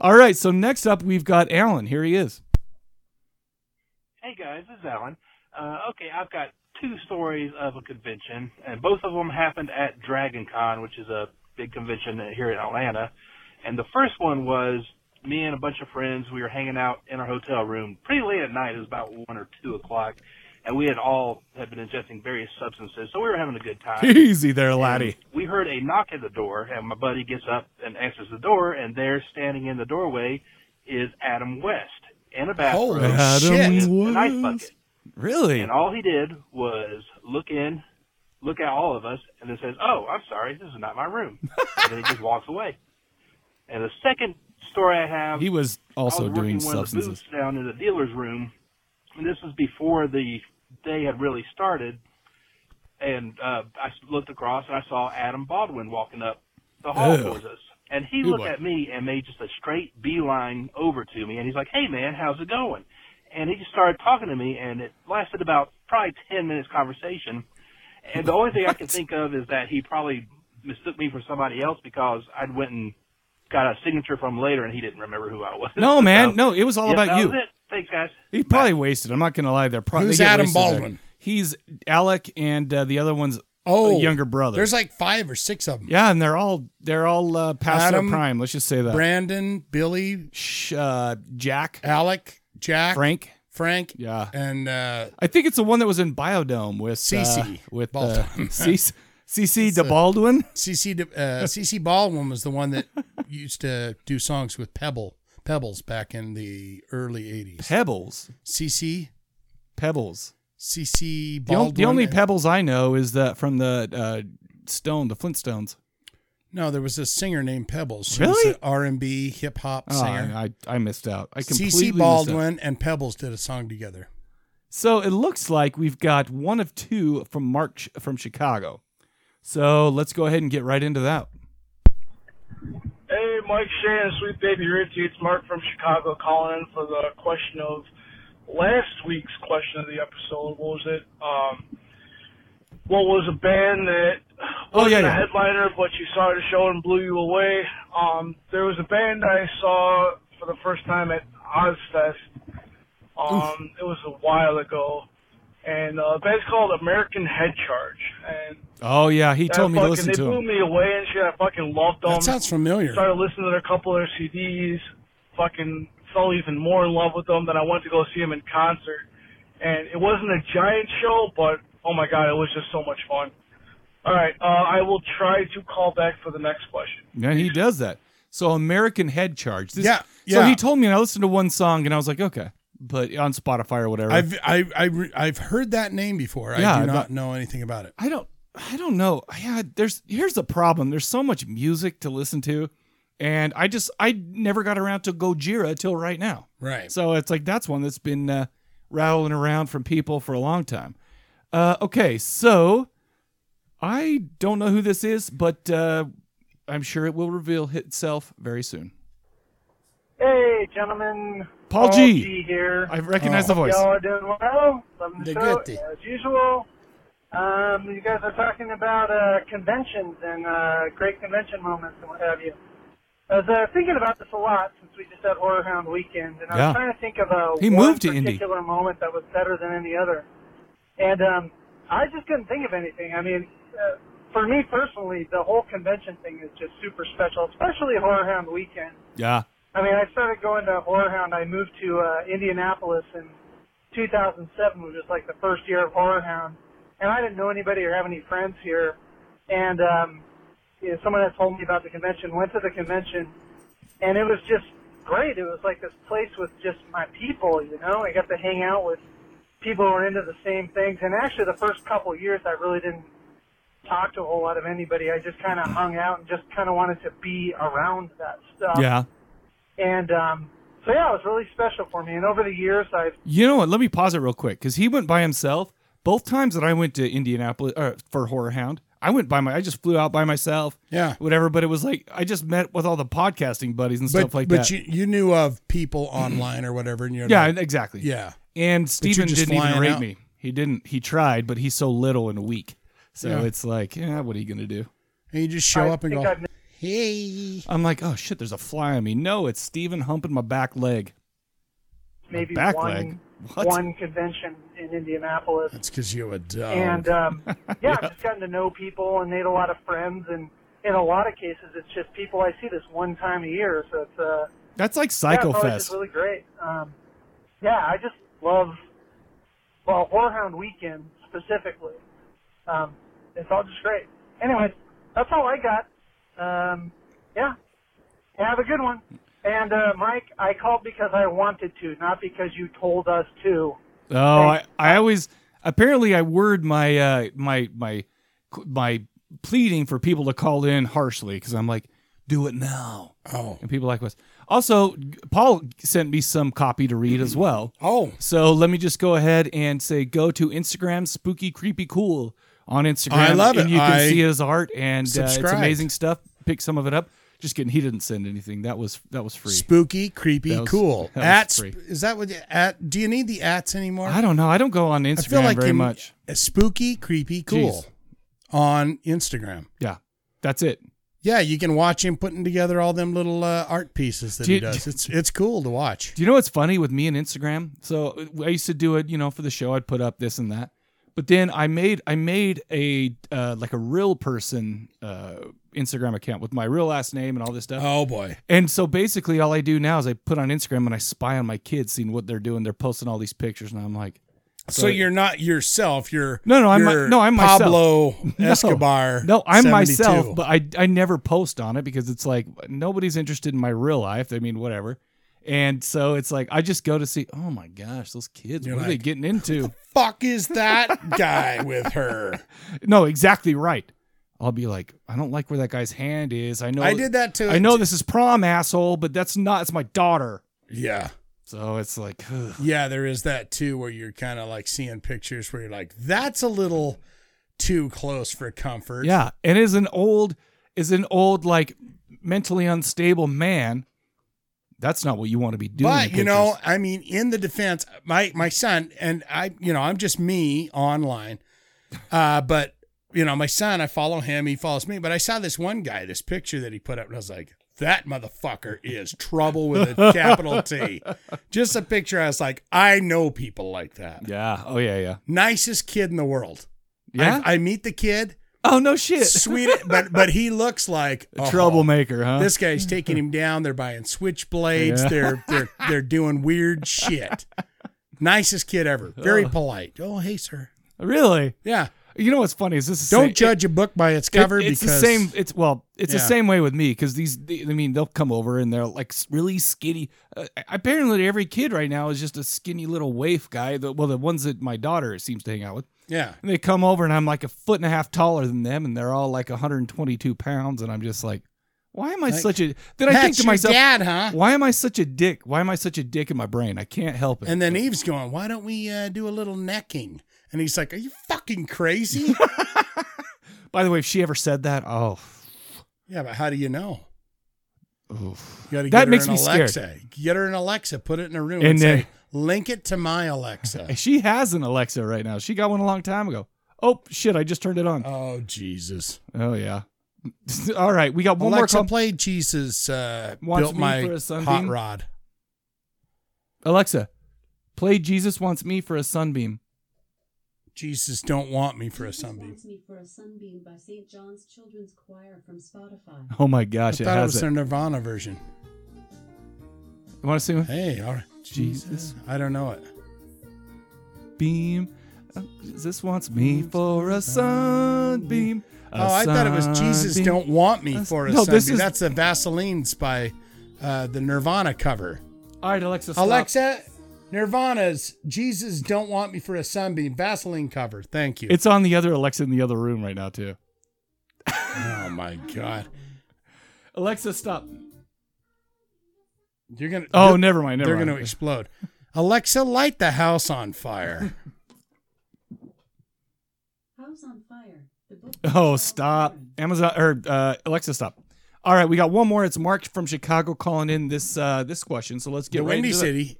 Speaker 1: All right. So next up, we've got Alan. Here he is.
Speaker 4: Hey guys, this is Alan. Uh, okay, I've got two stories of a convention, and both of them happened at Dragon Con, which is a big convention here in Atlanta. And the first one was me and a bunch of friends. We were hanging out in our hotel room pretty late at night. It was about one or two o'clock, and we had all had been ingesting various substances, so we were having a good time.
Speaker 1: Easy there, laddie.
Speaker 4: And We heard a knock at the door, and my buddy gets up and answers the door, and there, standing in the doorway, is Adam West in a bathrobe,
Speaker 2: Holy
Speaker 1: Adam
Speaker 2: shit.
Speaker 4: with a knife
Speaker 1: West.
Speaker 4: bucket,
Speaker 1: Really?
Speaker 4: and all he did was look in, look at all of us, and then says, "Oh, I'm sorry, this is not my room," and then he just walks away. And the second story I have,
Speaker 1: He was
Speaker 4: I
Speaker 1: also
Speaker 4: was working
Speaker 1: doing
Speaker 4: one of the
Speaker 1: substances.
Speaker 4: booths down in the dealer's room, and this was before the day had really started. And uh, I looked across and I saw Adam Baldwin walking up the hall
Speaker 1: Ew.
Speaker 4: towards us, and he
Speaker 1: Good
Speaker 4: looked
Speaker 1: boy.
Speaker 4: at me and made just a straight beeline over to me, and he's like, "Hey man, how's it going?" And he just started talking to me, and it lasted about probably ten minutes conversation. And the only thing I can think of is that he probably mistook me for somebody else because I'd went and got a signature from him later, and he didn't remember who I was.
Speaker 1: No,
Speaker 4: So-
Speaker 1: man. No, it was all
Speaker 4: yeah,
Speaker 1: about
Speaker 4: that
Speaker 1: you.
Speaker 4: was it. Thanks, guys.
Speaker 1: He probably wasted. I'm not going to lie. They're probably
Speaker 2: Who's
Speaker 1: they get
Speaker 2: Adam
Speaker 1: wasted there.
Speaker 2: Baldwin?
Speaker 1: He's Alec, and uh, the other one's
Speaker 2: Oh,
Speaker 1: a younger brother.
Speaker 2: There's like five or six of them.
Speaker 1: yeah, and they're all they're all uh, past
Speaker 2: Adam,
Speaker 1: their prime. Let's just say that.
Speaker 2: Brandon, Billy,
Speaker 1: Sh- uh, Jack,
Speaker 2: Alec, Jack,
Speaker 1: Frank.
Speaker 2: Frank,
Speaker 1: Yeah,
Speaker 2: and uh,
Speaker 1: I think it's the one that was in Biodome with
Speaker 2: CC
Speaker 1: uh, with uh,
Speaker 2: Baldwin.
Speaker 1: CC CC de Baldwin.
Speaker 2: CC de- uh, CC Baldwin was the one that used to do songs with Pebble Pebbles back in the early '80s.
Speaker 1: Pebbles,
Speaker 2: CC
Speaker 1: Pebbles.
Speaker 2: CC
Speaker 1: The, on-
Speaker 2: Baldwin.
Speaker 1: the only
Speaker 2: and-
Speaker 1: Pebbles I know is that from the uh, Stone, the Flintstones.
Speaker 2: No, there was a singer named Pebbles. She
Speaker 1: Really?
Speaker 2: was R and B hip hop
Speaker 1: Oh,
Speaker 2: singer.
Speaker 1: I, I I missed out. I completely
Speaker 2: CC
Speaker 1: missed out.
Speaker 2: Baldwin and Pebbles did a song together.
Speaker 1: So it looks like we've got one of two from Mark Ch- from Chicago. So let's go ahead and get right into that.
Speaker 5: Hey, Mike Shea and Sweet Baby Richie, it's Mark from Chicago calling in for the question of last week's question of the episode. What was it? Um, what was a band that
Speaker 1: Oh,
Speaker 5: wasn't
Speaker 1: yeah,
Speaker 5: a
Speaker 1: yeah.
Speaker 5: headliner, but you saw at a show and blew you away? Um, there was a band I saw for the first time at Ozfest. Um, it was a while ago. And uh, the band's called American Head Charge. And
Speaker 1: Oh yeah, he
Speaker 5: that
Speaker 1: told me to
Speaker 5: fucking,
Speaker 1: listen
Speaker 5: they
Speaker 1: to
Speaker 5: blew
Speaker 1: him.
Speaker 5: me away and shit. I fucking loved them
Speaker 2: That sounds familiar.
Speaker 5: started listening to their couple of their CDs, fucking fell even more in love with them. Then I went to go see them in concert, and it wasn't a giant show, but oh my god, it was just so much fun. All right, uh, I will try to call back for the next question.
Speaker 1: Yeah, he does that. So American Head Charge. This-
Speaker 2: Yeah,
Speaker 1: So
Speaker 2: yeah.
Speaker 1: he told me, and I listened to one song, and I was like, okay, but on Spotify or whatever.
Speaker 2: I've I, I re- I've heard that name before.
Speaker 1: Yeah,
Speaker 2: I do
Speaker 1: I've
Speaker 2: not
Speaker 1: not-
Speaker 2: know anything about it.
Speaker 1: I don't I don't know. Yeah, there's here's the problem. There's so much music to listen to, and I just I never got around to Gojira till right now.
Speaker 2: Right.
Speaker 1: So it's like that's one that's been uh, rattling around from people for a long time. Uh, okay, so I don't know who this is, but uh, I'm sure it will reveal itself very soon.
Speaker 5: Hey, gentlemen.
Speaker 1: Paul G. G
Speaker 5: here.
Speaker 1: I recognize the voice.
Speaker 5: Y'all are doing well. Loving the
Speaker 2: They're
Speaker 5: show
Speaker 2: good.
Speaker 5: as usual. Um, you guys are talking about uh, conventions and uh, great convention moments and what have you. I was uh, thinking about this a lot since we just had Horror Hound weekend, and I
Speaker 1: Yeah.
Speaker 5: was trying to think of a
Speaker 1: He
Speaker 5: one
Speaker 1: moved to Indy.
Speaker 5: particular moment that was better than any other. And um, I just couldn't think of anything. I mean, uh, for me personally, the whole convention thing is just super special, especially Horror Hound weekend.
Speaker 1: Yeah.
Speaker 5: I mean, I started going to Horror Hound. I moved to uh, Indianapolis in 2007, which was like the first year of Horror Hound, and I didn't know anybody or have any friends here. And um, you know, someone had told me about the convention. Went to the convention, and it was just great. It was like this place with just my people, you know. I got to hang out with people who were into the same things. And actually, the first couple of years, I really didn't talk to a whole lot of anybody. I just kind of hung out and just kind of wanted to be around that stuff.
Speaker 1: Yeah.
Speaker 5: And um, so yeah, it was really special for me. And over the years, I've
Speaker 1: You know what? Let me pause it real quick because he went by himself. Both times that I went to Indianapolis uh, for Horror Hound, I went by my. I just flew out by myself.
Speaker 2: Yeah.
Speaker 1: Whatever. But it was like I just met with all the podcasting buddies and
Speaker 2: But,
Speaker 1: stuff like
Speaker 2: but
Speaker 1: that.
Speaker 2: you you knew of people online or whatever, and you're
Speaker 1: yeah.
Speaker 2: like,
Speaker 1: Exactly.
Speaker 2: yeah,
Speaker 1: And Steven
Speaker 2: just
Speaker 1: didn't even
Speaker 2: flying
Speaker 1: rate
Speaker 2: out.
Speaker 1: me. He didn't. He tried, but he's so little and weak. So
Speaker 2: Yeah.
Speaker 1: it's like, yeah, what are you gonna do?
Speaker 2: and you just show
Speaker 5: I
Speaker 2: up and
Speaker 5: think
Speaker 2: go,
Speaker 5: I've
Speaker 2: hey,
Speaker 1: I'm like, oh shit, there's a fly on me. No, it's Steven humping my back leg.
Speaker 5: maybe
Speaker 1: back
Speaker 5: one
Speaker 1: leg? What?
Speaker 5: one convention in Indianapolis.
Speaker 2: that's because you a
Speaker 1: Oh.
Speaker 2: dog.
Speaker 5: And um, yeah, I've just gotten to know people and made a lot of friends. And in a lot of cases, it's just people I see this one time a year. So it's uh,
Speaker 1: That's like
Speaker 5: yeah,
Speaker 1: Psycho
Speaker 5: it's always
Speaker 1: Fest.
Speaker 5: just really great. Um, yeah, I just love well Horrorhound Weekend specifically. Um, it's all just great. Anyways, that's all I got. Um, yeah, have a good one. And uh, Mike, I called because I wanted to, not because you told us to.
Speaker 1: Oh, I, I always apparently I word my uh my my my pleading for people to call in harshly because I'm like, do it now,
Speaker 2: oh,
Speaker 1: and people like us. Also, Paul sent me some copy to read as well.
Speaker 2: oh,
Speaker 1: So let me just go ahead and say, go to Instagram, spooky creepy cool on Instagram.
Speaker 2: I love it.
Speaker 1: And you can
Speaker 2: I
Speaker 1: see his art, and uh, it's
Speaker 2: subscribed.
Speaker 1: amazing stuff. Pick some of it up. Just kidding, he didn't send anything. That was that was free.
Speaker 2: spooky, creepy,
Speaker 1: That was-
Speaker 2: cool.
Speaker 1: that was
Speaker 2: at sp-
Speaker 1: free.
Speaker 2: is that what you, at? Do you need the ats anymore?
Speaker 1: I don't know. I don't go on Instagram
Speaker 2: I feel like
Speaker 1: very
Speaker 2: you-
Speaker 1: much.
Speaker 2: Spooky, creepy, cool
Speaker 1: Jeez.
Speaker 2: on Instagram.
Speaker 1: Yeah, that's it.
Speaker 2: Yeah, you can watch him putting together all them little uh, art pieces that
Speaker 1: Do
Speaker 2: he
Speaker 1: you-
Speaker 2: does. It's it's cool to watch.
Speaker 1: Do you know what's funny with me and Instagram? So I used to do it, you know, for the show. I'd put up this and that, but then I made I made a uh, like a real person uh, Instagram account with my real last name and all this stuff.
Speaker 2: Oh boy,
Speaker 1: And so basically, all I do now is I put on Instagram and I spy on my kids, seeing what they're doing. They're posting all these pictures, and I'm like,
Speaker 2: so,
Speaker 1: So-
Speaker 2: you're not yourself. You're
Speaker 1: No, no, I'm my-
Speaker 2: you're
Speaker 1: no, I'm myself.
Speaker 2: Pablo Escobar.
Speaker 1: No, I'm
Speaker 2: 72.
Speaker 1: myself, but I I never post on it because it's like nobody's interested in my real life. I mean, whatever. And so it's like I just go to see. Oh my gosh, those kids!
Speaker 2: You're
Speaker 1: what are they
Speaker 2: like,
Speaker 1: getting into?
Speaker 2: fuck is that guy with her?
Speaker 1: no, exactly right. I'll be like, I don't like where that guy's hand is. I know
Speaker 2: I did that too.
Speaker 1: I know this is prom, asshole, but that's not. It's my daughter.
Speaker 2: Yeah,
Speaker 1: So it's like, ugh.
Speaker 2: yeah. There is that too, where you're kind of like seeing pictures where you're like, that's a little too close for comfort.
Speaker 1: Yeah, and is an old is an old like mentally unstable man. That's not what you want to be doing. in
Speaker 2: But you know,
Speaker 1: pictures.
Speaker 2: I mean, in the defense, my my son and I, you know, I'm just me online. Uh, but you know, my son, I follow him, he follows me. But I saw this one guy, this picture that he put up, and I was like, that motherfucker is trouble with a capital T. Just a picture. I was like, I know people like that.
Speaker 1: yeah, oh yeah, yeah,
Speaker 2: Nicest kid in the world.
Speaker 1: yeah.
Speaker 2: I, I meet the kid,
Speaker 1: oh no shit,
Speaker 2: sweet, but but he looks like
Speaker 1: A
Speaker 2: oh,
Speaker 1: troublemaker, huh?
Speaker 2: This guy's taking him down. They're buying switchblades.
Speaker 1: Yeah.
Speaker 2: They're they're they're doing weird shit. Nicest kid ever. Very
Speaker 1: Oh.
Speaker 2: polite. Oh, hey, sir.
Speaker 1: really?
Speaker 2: Yeah.
Speaker 1: You know what's funny is this is
Speaker 2: Don't judge a book by its cover
Speaker 1: it's
Speaker 2: because
Speaker 1: the same. It's well, it's the
Speaker 2: Yeah.
Speaker 1: same way with me because these. the- I mean, they'll come over and they're like s- really skinny. Uh, apparently, every kid right now is just a skinny little waif guy. The, well, the ones that my daughter seems to hang out with.
Speaker 2: Yeah.
Speaker 1: And they come over, and I'm like a foot and a half taller than them, and they're all like 122 pounds, and I'm just like, why am I
Speaker 2: Like,
Speaker 1: such a? Then I think
Speaker 2: That's
Speaker 1: to
Speaker 2: your
Speaker 1: myself,
Speaker 2: dad, huh?
Speaker 1: why am I such a dick? Why am I such a dick in my brain? I can't help it.
Speaker 2: And then Eve's going, why don't we uh, do a little necking? And he's like, are you fucking crazy?
Speaker 1: by the way, if she ever said that, oh,
Speaker 2: yeah, but how do you know?
Speaker 1: oof.
Speaker 2: You
Speaker 1: That
Speaker 2: gotta get her
Speaker 1: makes
Speaker 2: an
Speaker 1: me scared.
Speaker 2: Alexa. Get her an Alexa. Put it in a room and,
Speaker 1: And then-
Speaker 2: say, link it to my Alexa.
Speaker 1: she has an Alexa right now. She got one a long time ago. Oh shit! I just turned it on.
Speaker 2: oh, Jesus.
Speaker 1: Oh yeah. all right, we got one
Speaker 2: Alexa
Speaker 1: more call.
Speaker 2: played Jesus uh,
Speaker 1: Wants
Speaker 2: built
Speaker 1: me
Speaker 2: my
Speaker 1: for a
Speaker 2: hot
Speaker 1: sunbeam?
Speaker 2: rod.
Speaker 1: Alexa, play "Jesus Wants Me" for a sunbeam.
Speaker 2: Jesus don't want me for a
Speaker 6: Jesus
Speaker 2: sunbeam.
Speaker 6: Wants Me for a Sunbeam by St. John's Children's Choir from Spotify.
Speaker 1: Oh my
Speaker 2: I
Speaker 1: gosh, it
Speaker 2: thought it
Speaker 1: has
Speaker 2: was
Speaker 1: it.
Speaker 2: their Nirvana version.
Speaker 1: You want to see one?
Speaker 2: Hey, all right.
Speaker 1: Jesus.
Speaker 2: I don't know it.
Speaker 1: beam. Jesus wants me for a sunbeam.
Speaker 2: oh, I thought it was Jesus
Speaker 1: sunbeam.
Speaker 2: don't want me
Speaker 1: That's-
Speaker 2: for a
Speaker 1: No,
Speaker 2: sunbeam.
Speaker 1: this is-
Speaker 2: That's the Vaseline's by uh, the Nirvana cover.
Speaker 1: All right, Alexa. Stop.
Speaker 2: Alexa, Nirvana's Jesus Don't Want Me for a Sunbeam Vaseline cover. Thank you.
Speaker 1: It's on the other Alexa in the other room right now too.
Speaker 2: oh my God.
Speaker 1: Alexa, stop.
Speaker 2: You're going to.
Speaker 1: Oh, never mind. Never
Speaker 2: They're going to
Speaker 1: mind.
Speaker 2: explode. Alexa, light the house on fire.
Speaker 7: House on Fire. The book.
Speaker 1: Oh, stop. Amazon or uh, Alexa, stop. All right, we got one more. It's Mark from Chicago calling in this uh, this question. So let's get
Speaker 2: the
Speaker 1: right
Speaker 2: Windy
Speaker 1: into it.
Speaker 2: City.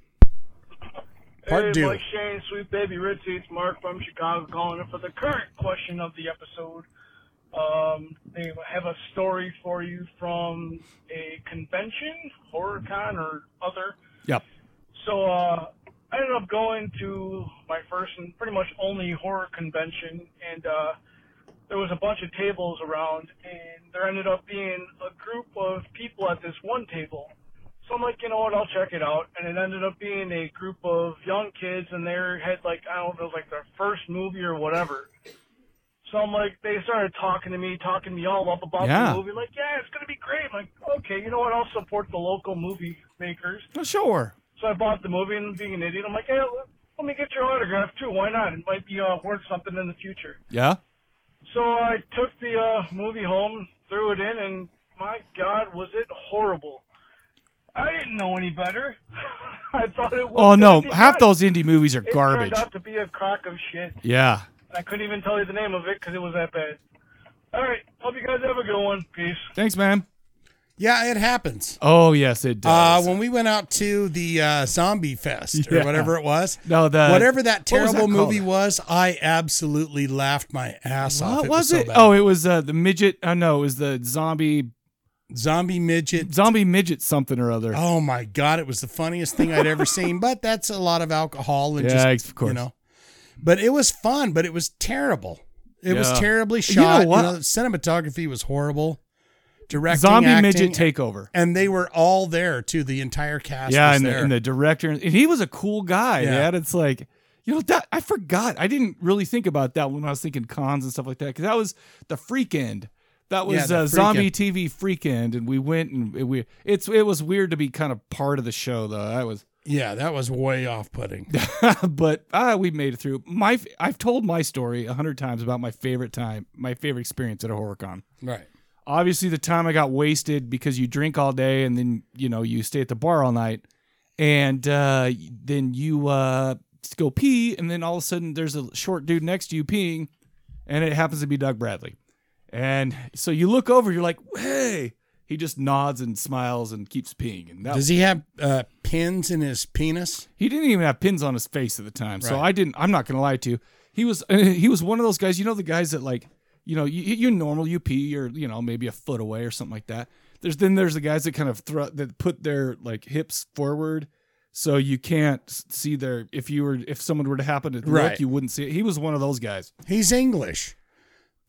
Speaker 2: Part
Speaker 5: hey,
Speaker 2: due.
Speaker 5: Mike Shane, Sweet Baby Ritzy, it's Mark from Chicago calling in for the current question of the episode. Um, they have a story for you from a convention, HorrorCon, or other.
Speaker 1: Yep.
Speaker 5: So uh, I ended up going to my first and pretty much only horror convention, and uh, there was a bunch of tables around, and there ended up being a group of people at this one table. So I'm like, you know what, I'll check it out. And it ended up being a group of young kids, and they had like, I don't know, it was like their first movie or whatever. So I'm like, they started talking to me, talking me all up about
Speaker 1: Yeah.
Speaker 5: the movie. Like, yeah, it's gonna be great. I'm like, okay, you know what? I'll support the local movie makers.
Speaker 1: Oh, sure.
Speaker 5: So I bought the movie, and being an idiot, I'm like, hey, let- let me get your autograph too. Why not? It might be uh, worth something in the future.
Speaker 1: Yeah.
Speaker 5: So I took the uh, movie home, threw it in, and my God, was it horrible! I didn't know any better. I thought it was.
Speaker 1: Oh no,
Speaker 5: gonna be
Speaker 1: half
Speaker 5: good.
Speaker 1: those indie movies are
Speaker 5: It
Speaker 1: garbage.
Speaker 5: turned out to be a crock of shit.
Speaker 1: Yeah.
Speaker 5: I couldn't even tell you the name of it because it was that bad. All right, hope you guys have a good one. Peace.
Speaker 1: Thanks, man.
Speaker 2: Yeah, it happens.
Speaker 1: Oh yes, it
Speaker 2: Uh,
Speaker 1: does.
Speaker 2: when we went out to the uh, zombie fest or
Speaker 1: Yeah.
Speaker 2: whatever it was,
Speaker 1: no, the
Speaker 2: whatever that
Speaker 1: what was
Speaker 2: terrible
Speaker 1: called?
Speaker 2: movie was, I absolutely laughed my ass off.
Speaker 1: What
Speaker 2: it
Speaker 1: was
Speaker 2: so
Speaker 1: it?
Speaker 2: bad.
Speaker 1: oh, it was uh, the midget. Oh no, it was the zombie
Speaker 2: zombie midget.
Speaker 1: zombie midget something or other.
Speaker 2: Oh my god, it was the funniest thing I'd ever seen. But that's a lot of alcohol and
Speaker 1: Yeah,
Speaker 2: just
Speaker 1: of course.
Speaker 2: you know. But it was fun, but it was terrible. It was
Speaker 1: Yeah.
Speaker 2: terribly
Speaker 1: You know
Speaker 2: shot.
Speaker 1: what?
Speaker 2: the cinematography was horrible. Directing,
Speaker 1: zombie midget
Speaker 2: acting,
Speaker 1: takeover.
Speaker 2: and they were all there too. The entire cast.
Speaker 1: Yeah,
Speaker 2: was
Speaker 1: and the,
Speaker 2: there.
Speaker 1: and the director, and he was a cool guy.
Speaker 2: Yeah.
Speaker 1: Yeah, it's like you know that I forgot. I didn't really think about that when I was thinking cons and stuff like that because that was the freak end. That was
Speaker 2: Yeah, the
Speaker 1: uh,
Speaker 2: freak
Speaker 1: zombie
Speaker 2: end.
Speaker 1: TV freak end, and we went and it- we. It's it was weird to be kind of part of the show though. That was,
Speaker 2: yeah, that was way off-putting.
Speaker 1: but uh, we made it through. My f- I've told my story a hundred times about my favorite time, my favorite experience at a HorrorCon.
Speaker 2: right.
Speaker 1: Obviously, the time I got wasted because you drink all day and then you know you stay at the bar all night and uh, then you uh, go pee, and then all of a sudden there's a short dude next to you peeing, and it happens to be Doug Bradley. And so you look over, you're like, hey. He just nods and smiles and keeps peeing. And that,
Speaker 2: Does he have uh, pins in his penis?
Speaker 1: he didn't even have pins on his face at the time. So
Speaker 2: Right.
Speaker 1: I didn't. I'm not going to lie to you. He was he was one of those guys. You know the guys that like you know you you normal you pee or you know maybe a foot away or something like that. There's then there's the guys that kind of throw that put their like hips forward so you can't s- see their if you were if someone were to happen to
Speaker 2: Right.
Speaker 1: look you wouldn't see it. He was one of those guys.
Speaker 2: He's English.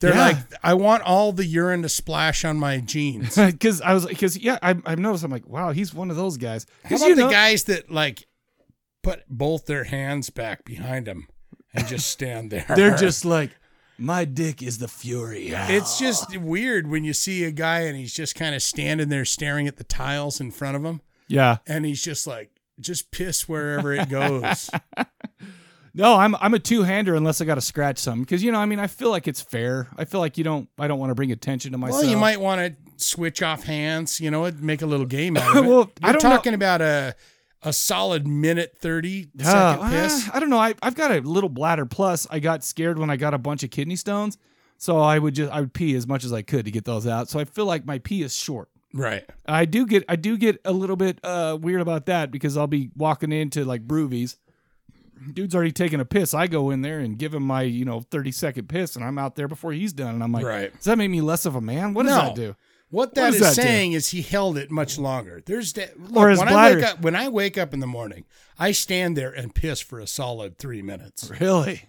Speaker 2: They're
Speaker 1: Yeah.
Speaker 2: like, I want all the urine to splash on my jeans. How
Speaker 1: Because I was because yeah I I've noticed I'm like wow he's one of those guys. 'Cause
Speaker 2: about
Speaker 1: you
Speaker 2: the
Speaker 1: know-
Speaker 2: guys that like put both their hands back behind them and just stand there?
Speaker 1: They're just like my dick is the fury.
Speaker 2: It's just weird when you see a guy and he's just kind of standing there staring at the tiles in front of him,
Speaker 1: yeah.
Speaker 2: and he's just like, just piss wherever it goes.
Speaker 1: No, I'm I'm a two hander unless I got to scratch some because you know I mean I feel like it's fair. I feel like you don't I don't want to bring attention to myself.
Speaker 2: Well, you might want to switch off hands, you know, and make a little game out of it.
Speaker 1: Well, I
Speaker 2: We're
Speaker 1: don't know-
Speaker 2: talking about a a solid minute thirty second
Speaker 1: Uh,
Speaker 2: piss.
Speaker 1: ah, I don't know. I I've got a little bladder. Plus, I got scared when I got a bunch of kidney stones, so I would just I would pee as much as I could to get those out. So I feel like my pee is short.
Speaker 2: Right.
Speaker 1: I do get I do get a little bit uh, weird about that because I'll be walking into like Broovies. Dude's already taking a piss. I go in there and give him my you know thirty second piss, and I'm out there before he's done. And I'm like,
Speaker 2: Right.
Speaker 1: does that make me less of a man? What does
Speaker 2: No.
Speaker 1: that do?
Speaker 2: What that
Speaker 1: does
Speaker 2: is
Speaker 1: that do?
Speaker 2: saying is he held it much longer. There's that. Look,
Speaker 1: Or his
Speaker 2: when I wake
Speaker 1: bladder-
Speaker 2: up when I wake up in the morning, I stand there and piss for a solid three minutes.
Speaker 1: Really?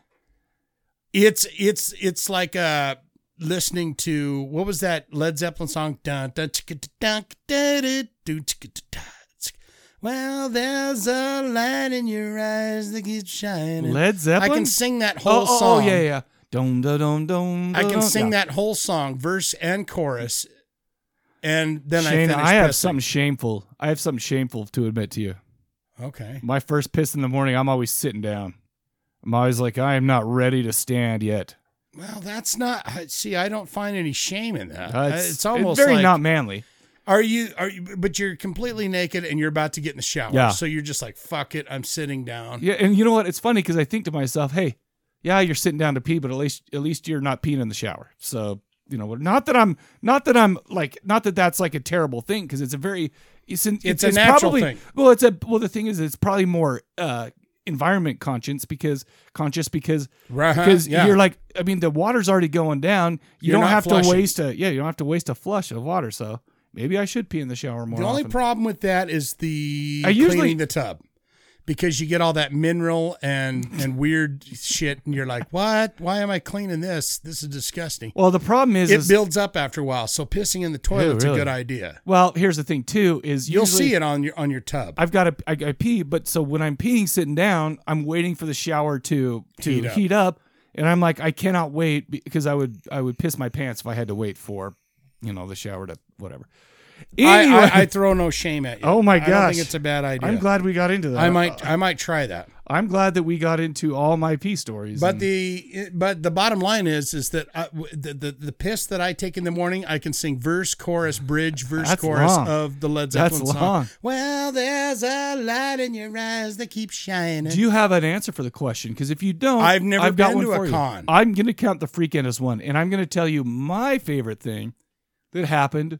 Speaker 2: It's it's it's like uh listening to what was that Led Zeppelin song? Dun, dun, chicka, dun, dun, dun, dun, chicka, dun, dun, chick. Well, there's a light in your eyes that keeps shining.
Speaker 1: Led Zeppelin.
Speaker 2: I can sing that whole
Speaker 1: oh,
Speaker 2: song.
Speaker 1: Oh yeah, yeah. Dum dum dum dum.
Speaker 2: I can
Speaker 1: dum.
Speaker 2: sing
Speaker 1: Yeah.
Speaker 2: that whole song, verse and chorus, and then I
Speaker 1: Shane,
Speaker 2: finished.
Speaker 1: I, have
Speaker 2: pissing.
Speaker 1: something shameful. I have something shameful to admit to you.
Speaker 2: Okay.
Speaker 1: My first piss in the morning, I'm always sitting down. I'm always like, I am not ready to stand yet.
Speaker 2: Well, that's not. See, I don't find any shame in that.
Speaker 1: Uh,
Speaker 2: it's, almost
Speaker 1: very
Speaker 2: like,
Speaker 1: not manly.
Speaker 2: Are you? Are you? But you're completely naked and you're about to get in the shower.
Speaker 1: Yeah.
Speaker 2: So you're just like, fuck it. I'm sitting down.
Speaker 1: Yeah, and you know what? It's funny because I think to myself, hey, yeah, you're sitting down to pee, but at least at least you're not peeing in the shower. So you know, not that I'm not that I'm like not that that's like a terrible thing because it's a very it's an,
Speaker 2: It's a natural
Speaker 1: probably,
Speaker 2: thing.
Speaker 1: Well, it's a well the thing is it's probably more uh environment conscious because conscious because
Speaker 2: Right.
Speaker 1: because
Speaker 2: yeah.
Speaker 1: you're like I mean the water's already going down. You
Speaker 2: You're
Speaker 1: don't
Speaker 2: not
Speaker 1: have
Speaker 2: flushing.
Speaker 1: to waste a yeah you don't have to waste a flush of water. So maybe I should pee in the shower more.
Speaker 2: The only
Speaker 1: often.
Speaker 2: problem with that is the
Speaker 1: I usually-
Speaker 2: cleaning the tub because you get all that mineral and and weird shit, and you're like, what? Why am I cleaning this? This is disgusting.
Speaker 1: well, the problem is,
Speaker 2: it
Speaker 1: is-
Speaker 2: builds up after a while, so pissing in the toilet's
Speaker 1: really?
Speaker 2: a good idea.
Speaker 1: well here's the thing too is
Speaker 2: You'll
Speaker 1: usually-
Speaker 2: see it on your on your tub.
Speaker 1: I've got to I, I pee, but so when I'm peeing sitting down, I'm waiting for the shower to to heat
Speaker 2: Heat
Speaker 1: up.
Speaker 2: up.
Speaker 1: and I'm like I cannot wait because I would I would piss my pants if I had to wait for, you know, the shower to whatever.
Speaker 2: I,
Speaker 1: Anyway,
Speaker 2: I, I throw no shame at you.
Speaker 1: Oh my
Speaker 2: I don't
Speaker 1: gosh.
Speaker 2: think it's a bad idea.
Speaker 1: am glad we got into that. uh,
Speaker 2: I might I might try that.
Speaker 1: I'm glad that we got into all my pee stories.
Speaker 2: But
Speaker 1: and-
Speaker 2: the but the bottom line is is that I, the, the the piss that I take in the morning, I can sing verse, chorus, bridge, verse,
Speaker 1: That's
Speaker 2: chorus
Speaker 1: long.
Speaker 2: of the Led
Speaker 1: That's
Speaker 2: Zeppelin song.
Speaker 1: long.
Speaker 2: Well, there's a light in your eyes that keeps shining.
Speaker 1: do you have an answer for the question? Because if you don't,
Speaker 2: I've never
Speaker 1: got
Speaker 2: been
Speaker 1: one
Speaker 2: to a
Speaker 1: for you.
Speaker 2: con.
Speaker 1: I'm going to count the freakend as one, and I'm going to tell you my favorite thing that happened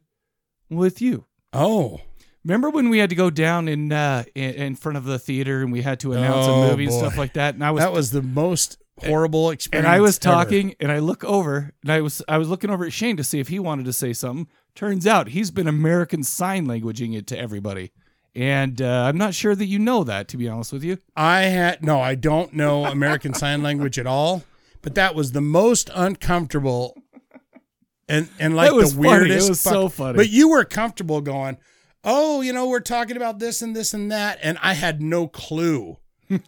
Speaker 1: with you.
Speaker 2: oh,
Speaker 1: Remember when we had to go down in uh, in, in front of the theater and we had to announce
Speaker 2: Oh,
Speaker 1: a movie and
Speaker 2: boy.
Speaker 1: stuff like that? And I was,
Speaker 2: that was the most horrible experience.
Speaker 1: and I was
Speaker 2: ever.
Speaker 1: talking, and I look over, and I was I was looking over at Shane to see if he wanted to say something. Turns out he's been American sign languaging it to everybody, and uh, I'm not sure that you know that. To be honest with you,
Speaker 2: I had no, I don't know American Sign Language at all, but that was the most uncomfortable and and like
Speaker 1: It was
Speaker 2: the
Speaker 1: funny. It
Speaker 2: weirdest.
Speaker 1: was so funny.
Speaker 2: But you were comfortable going, oh, you know, we're talking about this and this and that, and I had no clue.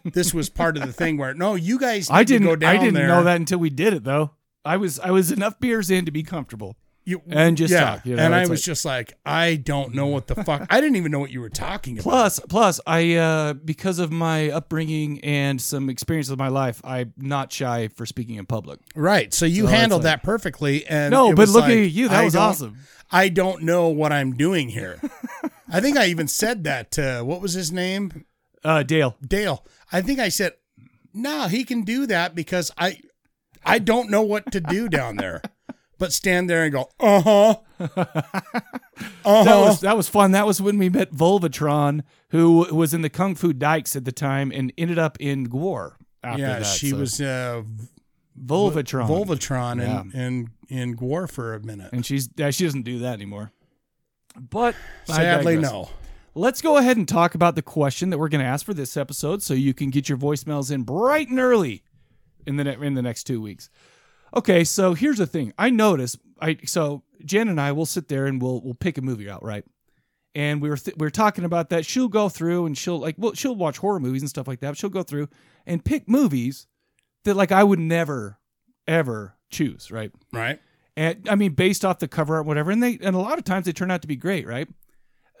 Speaker 2: this was part of the thing where no, you guys need
Speaker 1: I
Speaker 2: to
Speaker 1: didn't
Speaker 2: go down
Speaker 1: I didn't
Speaker 2: there.
Speaker 1: know that until we did it though. I was I was enough beers in to be comfortable.
Speaker 2: You,
Speaker 1: And just
Speaker 2: yeah,
Speaker 1: talk, you know,
Speaker 2: and I
Speaker 1: it's
Speaker 2: was
Speaker 1: like-
Speaker 2: just like, I don't know what the fuck. I didn't even know what you were talking about.
Speaker 1: Plus, plus, I uh, because of my upbringing and some experience of my life, I'm not shy for speaking in public.
Speaker 2: Right. So
Speaker 1: So
Speaker 2: you
Speaker 1: it's
Speaker 2: handled
Speaker 1: like-
Speaker 2: that perfectly. And
Speaker 1: No,
Speaker 2: it
Speaker 1: but
Speaker 2: was
Speaker 1: looking
Speaker 2: like,
Speaker 1: at you, that
Speaker 2: I
Speaker 1: was
Speaker 2: don't-
Speaker 1: awesome.
Speaker 2: I don't know what I'm doing here. I think I even said that to what was his name?
Speaker 1: Uh, Dale,
Speaker 2: Dale. I think I said, no, he can do that because I I don't know what to do down there. But stand there and go, uh huh. Uh
Speaker 1: That
Speaker 2: huh.
Speaker 1: was that was fun. That was when we met Volvatron, who was in the Kung Fu Dykes at the time and ended up in Gwar after
Speaker 2: Yeah,
Speaker 1: that.
Speaker 2: she
Speaker 1: so.
Speaker 2: was uh,
Speaker 1: Volvatron.
Speaker 2: Volvatron in, in, in Gwar for a minute.
Speaker 1: and she's uh, she doesn't do that anymore. But I
Speaker 2: Sadly,
Speaker 1: digress.
Speaker 2: no.
Speaker 1: Let's go ahead and talk about the question that we're going to ask for this episode, so you can get your voicemails in bright and early in the ne- in the next two weeks. Okay, so here's the thing. I noticed. I so Jen and I will sit there and we'll we'll pick a movie out, right? And we were th- we were talking about that. She'll go through and she'll like well she'll watch horror movies and stuff like that. She'll go through and pick movies that like I would never ever choose, right?
Speaker 2: Right?
Speaker 1: and I mean, based off the cover art, whatever. And they and a lot of times they turn out to be great, right?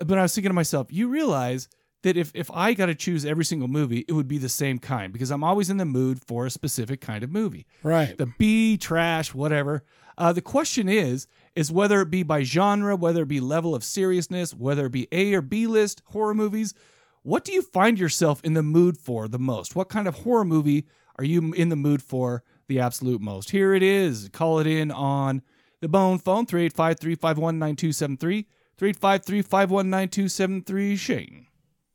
Speaker 1: But I was thinking to myself, you realize that if if I got to choose every single movie, it would be the same kind because I'm always in the mood for a specific kind of movie,
Speaker 2: Right.
Speaker 1: the B trash, whatever. Uh, the question is is whether it be by genre, whether it be level of seriousness, whether it be A or B list horror movies. What do you find yourself in the mood for the most? What kind of horror movie are you in the mood for the absolute most? Here it is. Call it in on the bone phone 385 351 9273. 385 351 9273. Shane.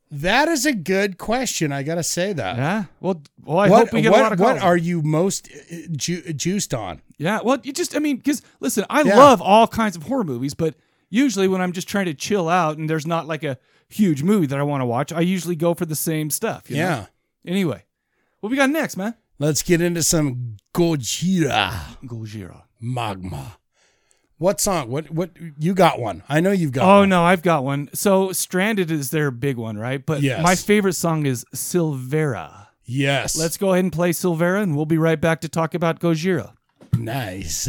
Speaker 2: That is a good question. I gotta say that.
Speaker 1: Yeah. Well, well I hope we get
Speaker 2: what,
Speaker 1: a lot of
Speaker 2: what
Speaker 1: calls.
Speaker 2: are you most uh, ju- juiced on?
Speaker 1: Yeah, well, you just, I mean, because listen, I
Speaker 2: Yeah.
Speaker 1: love all kinds of horror movies, but usually when I'm just trying to chill out and there's not like a huge movie that I want to watch, I usually go for the same stuff. you know?
Speaker 2: yeah.
Speaker 1: Anyway, what we got next, man?
Speaker 2: Let's get into some Gojira
Speaker 1: Gojira.
Speaker 2: magma. What song? What what you got one? I know you've got
Speaker 1: Oh
Speaker 2: one.
Speaker 1: no, I've got one. So Stranded is their big one, right? But
Speaker 2: Yes.
Speaker 1: my favorite song is Silvera.
Speaker 2: Yes.
Speaker 1: Let's go ahead and play Silvera, and we'll be right back to talk about Gojira.
Speaker 2: nice.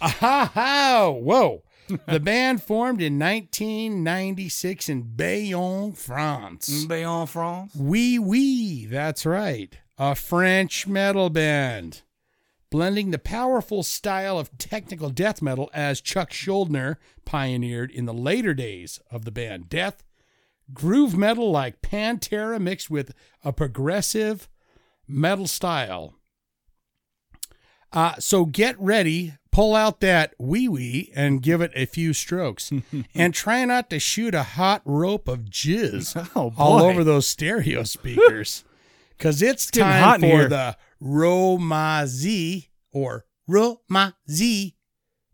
Speaker 2: ha ha! Whoa. the band formed in 1996 in Bayonne, France.
Speaker 1: Bayon France.
Speaker 2: Wee wee, that's right. A French metal band. Blending the powerful style of technical death metal as Chuck Schuldner pioneered in the later days of the band. Death, groove metal like Pantera mixed with a progressive metal style. Uh, so get ready, pull out that wee wee and give it a few strokes. and try not to shoot a hot rope of jizz
Speaker 1: Oh, boy.
Speaker 2: all over those stereo speakers. Because it's,
Speaker 1: getting
Speaker 2: time
Speaker 1: hot in
Speaker 2: for
Speaker 1: here.
Speaker 2: the Romazi or Romazi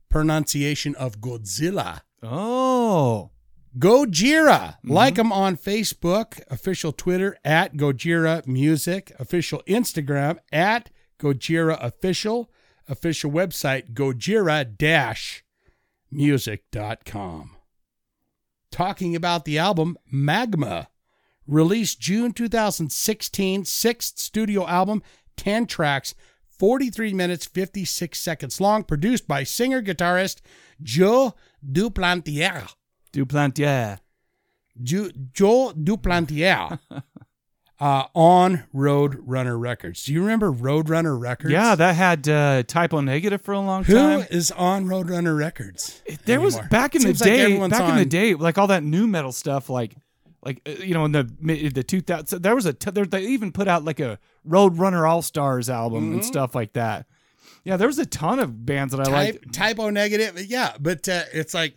Speaker 2: pronunciation of Godzilla.
Speaker 1: Oh.
Speaker 2: Gojira. Like 'em Like them on Facebook, official Twitter at Gojira Music, official Instagram at Gojira Official, official website Gojira music.com. Talking about the album Magma, released June 2016, sixth studio album, 10 tracks, 43 minutes, 56 seconds long, produced by singer guitarist Joe Duplantier.
Speaker 1: Duplantier.
Speaker 2: Ju- Joe Duplantier uh, on Roadrunner Records. Do you remember Roadrunner Records?
Speaker 1: Yeah, that had uh, typo negative for a long
Speaker 2: Who
Speaker 1: time.
Speaker 2: is on Roadrunner Records?
Speaker 1: there was
Speaker 2: anymore?
Speaker 1: back in
Speaker 2: Seems
Speaker 1: the
Speaker 2: like
Speaker 1: day
Speaker 2: everyone's
Speaker 1: back in the
Speaker 2: on-
Speaker 1: day like all that new metal stuff like like uh, you know in the mid the 2000s so there was a t- there, they even put out like a road runner all stars album and stuff like that yeah there was a ton of bands that i
Speaker 2: Mm-hmm. Type,
Speaker 1: liked
Speaker 2: typo negative, yeah, but uh, it's like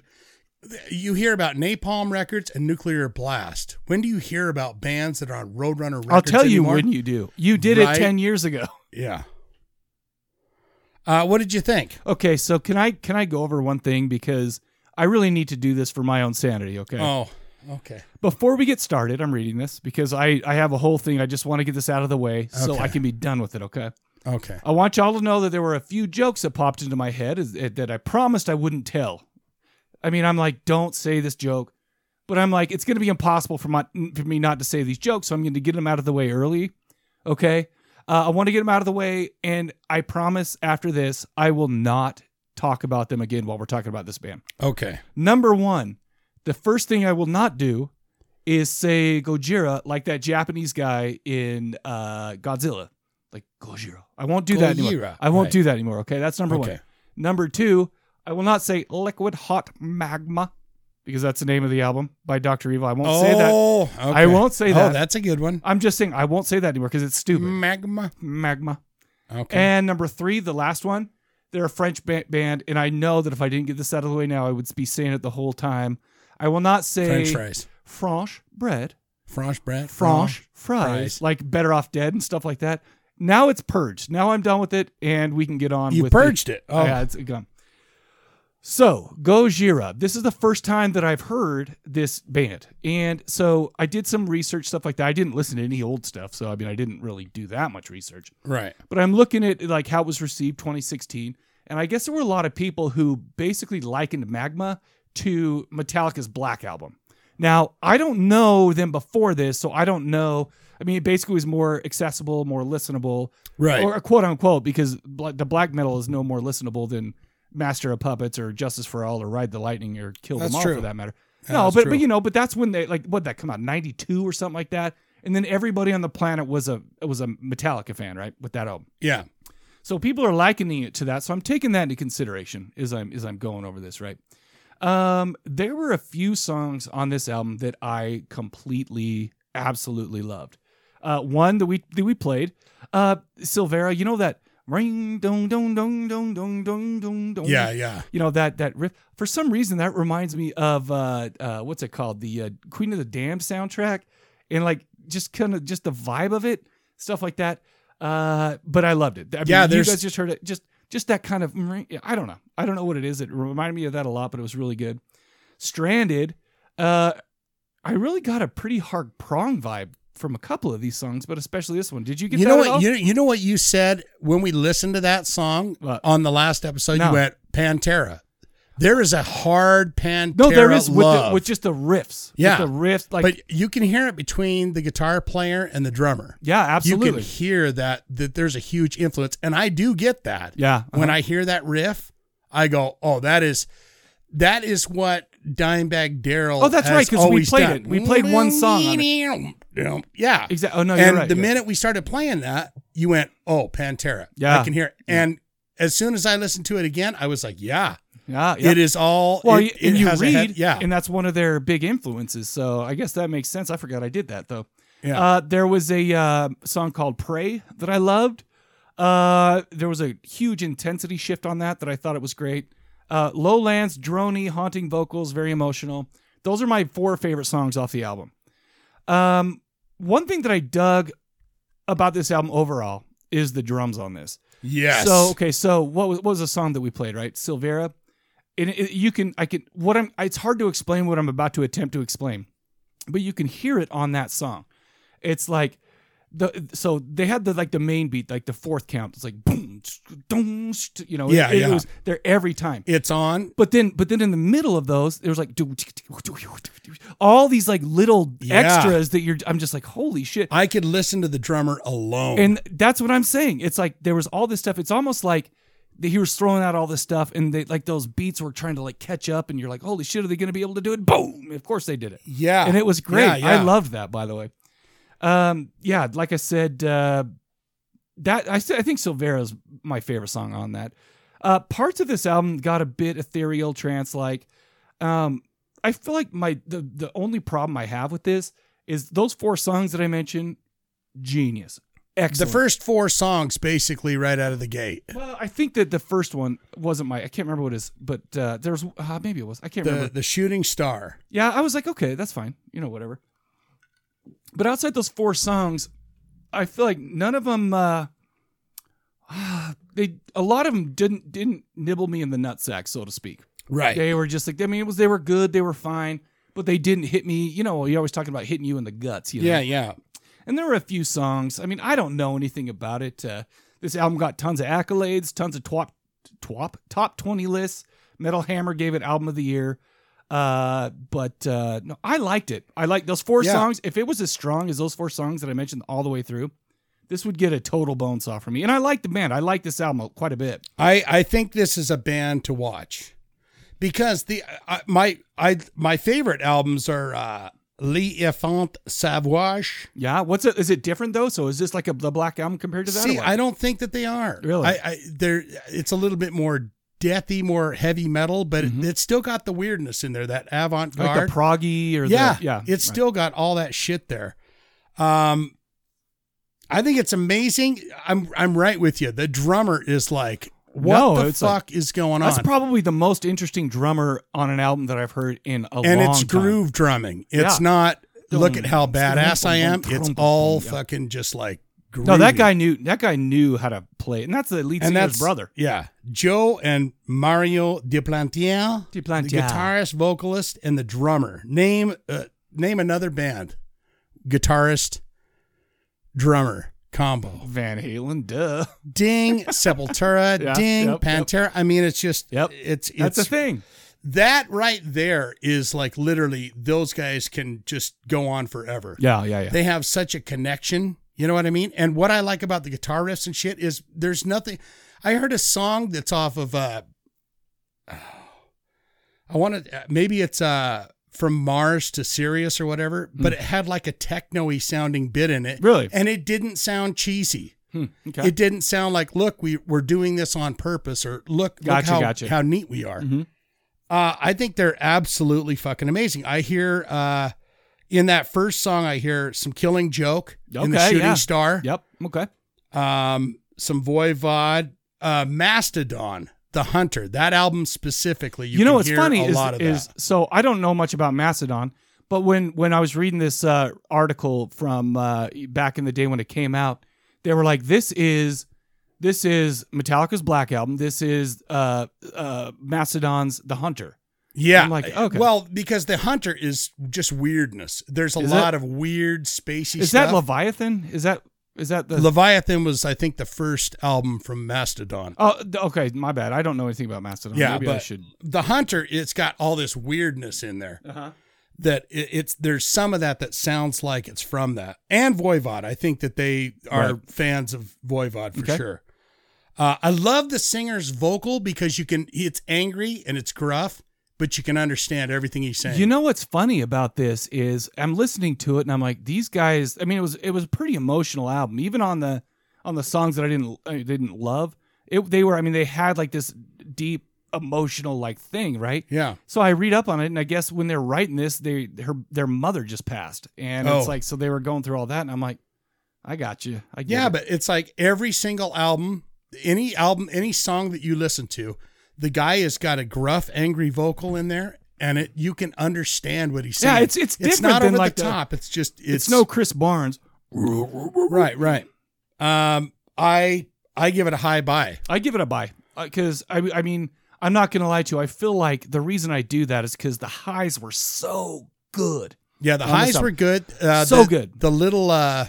Speaker 2: you hear about Napalm Records and Nuclear Blast. When do you hear about bands that are on Roadrunner Records?
Speaker 1: i'll tell you
Speaker 2: anymore?
Speaker 1: when you do you did
Speaker 2: Right.
Speaker 1: it 10 years ago
Speaker 2: Yeah. Uh, what did you think?
Speaker 1: okay so can i can i go over one thing because i really need to do this for my own sanity okay
Speaker 2: Oh, okay.
Speaker 1: before we get started i'm reading this because i i have a whole thing i just want to get this out of the way so
Speaker 2: Okay.
Speaker 1: i can be done with it okay
Speaker 2: Okay.
Speaker 1: I want y'all to know that there were a few jokes that popped into my head is- that I promised I wouldn't tell. I mean, I'm like, don't say this joke, but I'm like, it's going to be impossible for, my, for me not to say these jokes, so I'm going to get them out of the way early. Okay. Uh, I want to get them out of the way, and I promise after this, I will not talk about them again while we're talking about this band.
Speaker 2: Okay.
Speaker 1: Number one, the first thing I will not do is say Gojira like that Japanese guy in uh, Godzilla, like Gojira. I won't do that anymore.
Speaker 2: Gojira,
Speaker 1: I won't
Speaker 2: right.
Speaker 1: do that anymore. Okay, that's number
Speaker 2: Okay.
Speaker 1: one. Number two, I will not say Liquid Hot Magma because that's the name of the album by Dr. Evil. I won't say that.
Speaker 2: oh, okay.
Speaker 1: I won't say
Speaker 2: Oh,
Speaker 1: that.
Speaker 2: that's a good one.
Speaker 1: I'm just saying I won't say that anymore because it's stupid.
Speaker 2: Magma.
Speaker 1: Magma.
Speaker 2: Mm. Okay.
Speaker 1: And number three, the last one, they're a French ba- band, and I know that if I didn't get this out of the way now, I would be saying it the whole time. I will not say
Speaker 2: French fries.
Speaker 1: Franche bread,
Speaker 2: French bread. Oh.
Speaker 1: Franche fries,
Speaker 2: fries.
Speaker 1: like Better Off Dead and stuff like that. Now it's purged. Now I'm done with it, and we can get on.
Speaker 2: You
Speaker 1: with the-
Speaker 2: purged it. Oh,
Speaker 1: yeah, it's gone. So, Gojira. This is the first time that I've heard this band. And so I did some research, stuff like that. I didn't listen to any old stuff. So, I mean, I didn't really do that much research
Speaker 2: right.
Speaker 1: but I'm looking at like how it was received 2016, and I guess there were a lot of people who basically likened Magma to Metallica's Black album. Now I don't know them before this, so I don't know. I mean, it basically was more accessible, more listenable,
Speaker 2: Right.
Speaker 1: or quote unquote, because bla- the black metal is no more listenable than Master of Puppets or Justice for All or Ride the Lightning or Kill
Speaker 2: That's
Speaker 1: Them All
Speaker 2: true.
Speaker 1: for that matter.
Speaker 2: Yeah,
Speaker 1: no,
Speaker 2: that's
Speaker 1: but
Speaker 2: true.
Speaker 1: but you know, but that's when they like what that come out ninety two or something like that, and then everybody on the planet was a was a Metallica fan, right? With that album.
Speaker 2: yeah.
Speaker 1: So people are likening it to that. So I'm taking that into consideration as I'm as I'm going over this, right? Um, there were a few songs on this album that I completely, absolutely loved. Uh, one that we that we played, uh, Silvera. You know that ring dong dong dong dong dong dong dong dong.
Speaker 2: Yeah. Yeah.
Speaker 1: You know that that riff. For some reason, that reminds me of uh, uh, what's it called? The uh, Queen of the Damned soundtrack, and like just kind of just the vibe of it, stuff like that. Uh, but I loved it. I mean,
Speaker 2: Yeah,
Speaker 1: you
Speaker 2: there's-
Speaker 1: guys just heard it. Just just that kind of. mm, I don't know. I don't know what it is. It reminded me of that a lot, but it was really good. Stranded. Uh, I really got a pretty hard prong vibe from a couple of these songs, but especially this one. Did you get
Speaker 2: You
Speaker 1: that
Speaker 2: know
Speaker 1: at
Speaker 2: what?
Speaker 1: all?
Speaker 2: You, you know what you said when we listened to that song
Speaker 1: What?
Speaker 2: on the last episode.
Speaker 1: No.
Speaker 2: You went Pantera. There is a hard Pantera.
Speaker 1: no, there is with, the,
Speaker 2: love.
Speaker 1: with just the riffs. With
Speaker 2: Yeah.
Speaker 1: the riffs like
Speaker 2: but you can hear it between the guitar player and the drummer.
Speaker 1: yeah, absolutely.
Speaker 2: You can hear that that there's a huge influence, and I do get that.
Speaker 1: Yeah,
Speaker 2: When
Speaker 1: uh-huh.
Speaker 2: I hear that riff, I go, oh, that is that is what Dimebag Daryl.
Speaker 1: Oh, that's
Speaker 2: has
Speaker 1: right, 'cause we
Speaker 2: always
Speaker 1: played
Speaker 2: done.
Speaker 1: it. We played one song on
Speaker 2: Yeah,
Speaker 1: Exactly. Oh no, you're
Speaker 2: and
Speaker 1: right.
Speaker 2: the
Speaker 1: yeah.
Speaker 2: minute we started playing that, you went, "Oh, Pantera."
Speaker 1: Yeah.
Speaker 2: I can hear it. And as soon as I listened to it again, I was like, "Yeah,
Speaker 1: yeah, yeah.
Speaker 2: it is all."
Speaker 1: Well,
Speaker 2: it,
Speaker 1: and
Speaker 2: it
Speaker 1: you
Speaker 2: has a
Speaker 1: read,
Speaker 2: head- yeah,
Speaker 1: and that's one of their big influences. So I guess that makes sense. I forgot I did that though.
Speaker 2: yeah.
Speaker 1: Uh, there was a uh, song called "Pray" that I loved. Uh, there was a huge intensity shift on that that I thought it was great. Uh, Lowlands, drony, haunting vocals, very emotional. Those are my four favorite songs off the album. Um, one thing that I dug about this album overall is the drums on this.
Speaker 2: yes.
Speaker 1: So okay, so what was, what was the song that we played? Right, Silvera. And it, you can, I can, what I'm. It's hard to explain what I'm about to attempt to explain, but you can hear it on that song. It's like the so they had the like the main beat, like the fourth count. It's like boom, dong, you know. it-
Speaker 2: Yeah,
Speaker 1: it,
Speaker 2: yeah.
Speaker 1: was there every time.
Speaker 2: it's on.
Speaker 1: But then, but then in the middle of those, there was like all these like little
Speaker 2: Yeah.
Speaker 1: extras that you're. I'm just like, holy shit!
Speaker 2: I could listen to the drummer alone.
Speaker 1: And that's what I'm saying. It's like there was all this stuff. It's almost like that he was throwing out all this stuff, and they like those beats were trying to like catch up, and you're like, holy shit, are they going to be able to do it? Boom! Of course they did it,
Speaker 2: yeah,
Speaker 1: and it was great.
Speaker 2: Yeah, yeah.
Speaker 1: I loved that, by the way. Um, yeah, like I said, uh, that I, th- I think Silvera's my favorite song on that. Uh, parts of this album got a bit ethereal, trance like. Um, I feel like my the the only problem I have with this is those four songs that I mentioned. Genius,
Speaker 2: the
Speaker 1: excellent.
Speaker 2: first four songs basically right out of the gate.
Speaker 1: Well, I think that the first one wasn't my. I can't remember what it is, but uh, there was uh, maybe it was. I can't
Speaker 2: The
Speaker 1: remember.
Speaker 2: the shooting star.
Speaker 1: Yeah, I was like, okay, that's fine. You know, whatever. But outside those four songs, I feel like none of them. Uh, they a lot of them didn't didn't nibble me in the nutsack, so to speak.
Speaker 2: Right.
Speaker 1: They were just like I mean, it was they were good, they were fine, but they didn't hit me. You know, you're always talking about hitting you in the guts. You know?
Speaker 2: yeah, yeah.
Speaker 1: And there were a few songs. I mean, I don't know anything about it. Uh, this album got tons of accolades, tons of twop, twop, top 20 lists. Metal Hammer gave it album of the year. Uh, but uh, no, I liked it. I liked those four
Speaker 2: Yeah.
Speaker 1: songs. If it was as strong as those four songs that I mentioned all the way through, this would get a total bone saw for me. And I like the band. I like this album quite a bit.
Speaker 2: I I think this is a band to watch because the I, my I my favorite albums are uh, Les Enfants Savages.
Speaker 1: Yeah. What's it? Is it different though? So is this like a, the Black Album compared to that? or
Speaker 2: See,
Speaker 1: what?
Speaker 2: I don't think that they are
Speaker 1: Really?
Speaker 2: I, I they're it's a little bit more deathy, more heavy metal, but it, it's still got the weirdness in there. That avant
Speaker 1: Mm-hmm. like
Speaker 2: garde,
Speaker 1: the proggy or
Speaker 2: yeah,
Speaker 1: the, yeah.
Speaker 2: it's still got all that shit there. Um, I think it's amazing. I'm I'm right with you. The drummer is like, what
Speaker 1: No,
Speaker 2: the
Speaker 1: it's like-
Speaker 2: fuck is going on?
Speaker 1: That's probably the most interesting drummer on an album that I've heard in a long
Speaker 2: and it's
Speaker 1: time.
Speaker 2: groove drumming. It's
Speaker 1: Yeah.
Speaker 2: not look at how
Speaker 1: Dum,
Speaker 2: badass I am.
Speaker 1: dum,
Speaker 2: It's
Speaker 1: dum,
Speaker 2: all
Speaker 1: dum, yeah.
Speaker 2: fucking just like groovy.
Speaker 1: No, that guy knew. That guy knew how to play, and that's the lead
Speaker 2: and
Speaker 1: singer's
Speaker 2: that's
Speaker 1: brother.
Speaker 2: Yeah, Joe and Mario Duplantier,
Speaker 1: Duplantier.
Speaker 2: the guitarist, vocalist, and the drummer. Name uh, name another band, guitarist, drummer combo.
Speaker 1: Van Halen, duh.
Speaker 2: Ding Sepultura,
Speaker 1: Yeah,
Speaker 2: ding
Speaker 1: yep, yep.
Speaker 2: Pantera. I mean, it's just
Speaker 1: Yep,
Speaker 2: It's it's
Speaker 1: That's the thing.
Speaker 2: that right there is like literally those guys can just go on forever.
Speaker 1: Yeah, yeah, yeah.
Speaker 2: they have such a connection. You know what I mean? And what I like about the guitar riffs and shit is there's nothing. I heard a song that's off of uh, I want to maybe it's uh from Mars to Sirius or whatever, but it had like a techno-y sounding bit in it.
Speaker 1: Hmm. Really?
Speaker 2: and it didn't sound cheesy.
Speaker 1: Hmm, okay.
Speaker 2: It didn't sound like look we we're doing this on purpose or look
Speaker 1: Gotcha,
Speaker 2: look how
Speaker 1: gotcha.
Speaker 2: how neat we are.
Speaker 1: Mhm.
Speaker 2: Uh, I think they're absolutely fucking amazing. I hear uh, in that first song, I hear some Killing Joke in the
Speaker 1: Okay,
Speaker 2: Shooting
Speaker 1: yeah.
Speaker 2: Star,
Speaker 1: yep. Okay.
Speaker 2: um, some Voivod, uh, Mastodon, The Hunter. That album specifically, you,
Speaker 1: You, know
Speaker 2: can
Speaker 1: what's
Speaker 2: hear
Speaker 1: funny
Speaker 2: a
Speaker 1: is,
Speaker 2: lot of
Speaker 1: is
Speaker 2: that.
Speaker 1: so I don't know much about Macedon, but when when I was reading this uh, article from uh, back in the day when it came out, they were like, "This is this is Metallica's Black Album. This is uh, uh, Macedon's The Hunter."
Speaker 2: Yeah,
Speaker 1: I'm like, okay.
Speaker 2: Well, because The Hunter is just weirdness. There's a
Speaker 1: Is
Speaker 2: lot
Speaker 1: that-
Speaker 2: of weird, spacey.
Speaker 1: Is
Speaker 2: stuff.
Speaker 1: that Leviathan? Is that is that the
Speaker 2: Leviathan was, I think, the first album from Mastodon.
Speaker 1: Oh, th- okay. My bad. I don't know anything about Mastodon.
Speaker 2: yeah,
Speaker 1: Maybe
Speaker 2: but
Speaker 1: I should.
Speaker 2: the Hunter, it's got all this weirdness in there. That it, it's there's some of that that sounds like it's from that and Voivod. I think that they are
Speaker 1: Right.
Speaker 2: fans of Voivod for
Speaker 1: Okay.
Speaker 2: sure. Uh, I love the singer's vocal because you can, it's angry and it's gruff, but you can understand everything he's saying.
Speaker 1: You know what's funny about this is I'm listening to it and I'm like, these guys. I mean, it was it was a pretty emotional album, even on the on the songs that I didn't I didn't love. It they were. I mean, they had like this deep emotional like thing, right?
Speaker 2: yeah.
Speaker 1: So I read up on it, and I guess when they're writing this, they her their mother just passed, and
Speaker 2: Oh.
Speaker 1: it's like so they were going through all that, and I'm like, I got you, I get
Speaker 2: Yeah,
Speaker 1: it.
Speaker 2: but it's like every single album, any album, any song that you listen to, the guy has got a gruff, angry vocal in there, and it you can understand what he's saying.
Speaker 1: Yeah, it's- it's
Speaker 2: it's
Speaker 1: different
Speaker 2: not
Speaker 1: than
Speaker 2: over
Speaker 1: like
Speaker 2: the
Speaker 1: the-
Speaker 2: top. It's just it's,
Speaker 1: it's, no Chris Barnes.
Speaker 2: right, right. Um, I I give it a high buy.
Speaker 1: I give it a buy because I I mean I'm not gonna lie to you. I feel like the reason I do that is because the highs were so good.
Speaker 2: Yeah, the
Speaker 1: On this
Speaker 2: highs
Speaker 1: album.
Speaker 2: were good. Uh,
Speaker 1: So
Speaker 2: the-
Speaker 1: good.
Speaker 2: The little uh,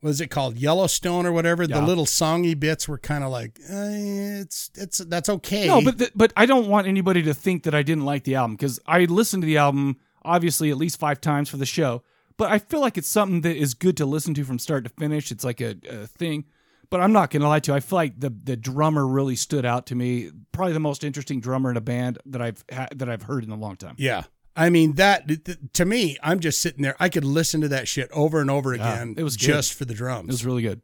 Speaker 2: what is it called? Yellowstone or whatever.
Speaker 1: Yeah.
Speaker 2: The little songy bits were kind of like eh, it's it's that's okay.
Speaker 1: No, but th- but I don't want anybody to think that I didn't like the album because I listened to the album obviously at least five times for the show. But I feel like it's something that is good to listen to from start to finish. It's like a, a thing. But I'm not gonna lie to you. I feel like the the drummer really stood out to me. Probably the most interesting drummer in a band that I've ha- that I've heard in a long time.
Speaker 2: Yeah. I mean that th- th- to me, I'm just sitting there. I could listen to that shit over and over
Speaker 1: Yeah,
Speaker 2: again.
Speaker 1: it was good.
Speaker 2: just for the
Speaker 1: It
Speaker 2: drums.
Speaker 1: was really good.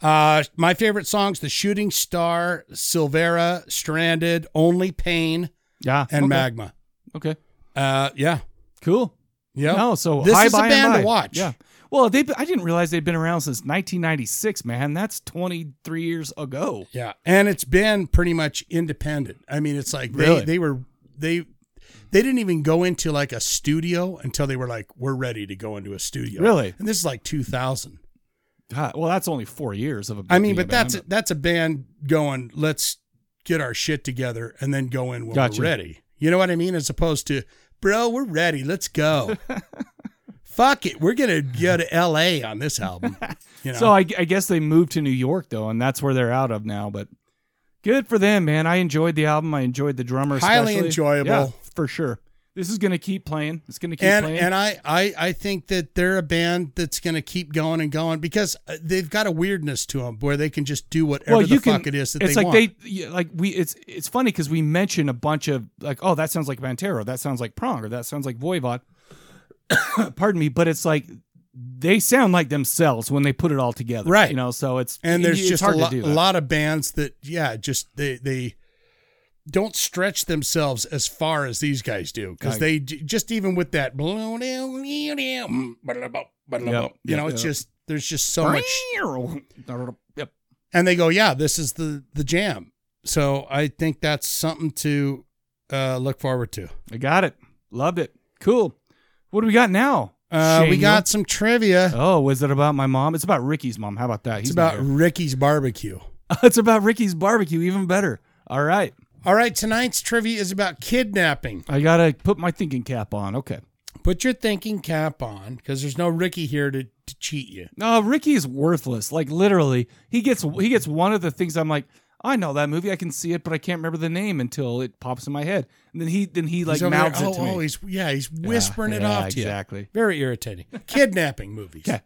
Speaker 2: uh, my favorite songs: "The Shooting Star," "Silvera," "Stranded," "Only Pain,"
Speaker 1: Yeah,
Speaker 2: and
Speaker 1: okay.
Speaker 2: "Magma."
Speaker 1: Okay,
Speaker 2: Uh, yeah,
Speaker 1: cool.
Speaker 2: yeah.
Speaker 1: No, so
Speaker 2: this
Speaker 1: high
Speaker 2: is
Speaker 1: buy
Speaker 2: a
Speaker 1: and
Speaker 2: band
Speaker 1: buy.
Speaker 2: to watch.
Speaker 1: Yeah. Well, they I didn't realize they'd been around since 1996, man. That's 23 years ago.
Speaker 2: yeah, and it's been pretty much independent. I mean, it's like they
Speaker 1: Really?
Speaker 2: they were they they didn't even go into like a studio until they were like, we're ready to go into a studio.
Speaker 1: Really?
Speaker 2: And this is like 2000.
Speaker 1: God, well, that's only four years of a.
Speaker 2: I
Speaker 1: being
Speaker 2: mean,
Speaker 1: a
Speaker 2: but that's
Speaker 1: band.
Speaker 2: that's a band going. Let's get our shit together and then go in when
Speaker 1: Gotcha.
Speaker 2: we're ready. You know what I mean? As opposed to, bro, we're ready. Let's go. Fuck it, we're gonna go to L.A. on this album. You know,
Speaker 1: So I, I guess they moved to New York though, and that's where they're out of now. But good for them, man. I enjoyed the album. I enjoyed the drummer.
Speaker 2: Highly
Speaker 1: especially.
Speaker 2: enjoyable.
Speaker 1: Yeah, for sure. This is gonna keep playing. It's gonna keep
Speaker 2: and
Speaker 1: playing.
Speaker 2: and I, I I think that they're a band that's gonna keep going and going because uh, they've got a weirdness to them where they can just do whatever
Speaker 1: well,
Speaker 2: the
Speaker 1: you can.
Speaker 2: fuck it is that
Speaker 1: it's
Speaker 2: they
Speaker 1: like
Speaker 2: want.
Speaker 1: they yeah, like we. It's it's funny because we mention a bunch of like, oh, that sounds like Pantera. That sounds like Prong, or that sounds like Voivod. Pardon me, but it's like they sound like themselves when they put it all together,
Speaker 2: Right.
Speaker 1: You know, so it's
Speaker 2: and there's
Speaker 1: it's
Speaker 2: just a,
Speaker 1: hard to
Speaker 2: lo-
Speaker 1: do that.
Speaker 2: a lot of bands that yeah just they they don't stretch themselves as far as these guys do because
Speaker 1: Right.
Speaker 2: they j- just even with that you know it's
Speaker 1: Yep.
Speaker 2: just there's just so much
Speaker 1: Yep.
Speaker 2: and they go yeah this is the the jam so i think that's something to uh look forward to
Speaker 1: I got it. Loved it. Cool. What do we got now?
Speaker 2: uh we
Speaker 1: Shaniel?
Speaker 2: got some trivia
Speaker 1: Oh, was it about my mom? It's about Ricky's mom. How about that?
Speaker 2: it's
Speaker 1: He's not
Speaker 2: about
Speaker 1: here.
Speaker 2: ricky's barbecue
Speaker 1: it's about Ricky's barbecue. Even better. All right.
Speaker 2: all right tonight's trivia is about kidnapping
Speaker 1: I gotta put my thinking cap on. Okay.
Speaker 2: Put your thinking cap on because there's no Ricky here to, to cheat you.
Speaker 1: No, Ricky is worthless. Like literally, he gets he gets one of the things. I'm like, I know that movie. I can see it, but I can't remember the name until it pops in my head. And then he then he like
Speaker 2: He's over
Speaker 1: mouths
Speaker 2: there,
Speaker 1: it to
Speaker 2: oh,
Speaker 1: me.
Speaker 2: oh, he's yeah, he's whispering it
Speaker 1: yeah,
Speaker 2: off to you.
Speaker 1: exactly.
Speaker 2: Very irritating. Kidnapping movies.
Speaker 1: Okay.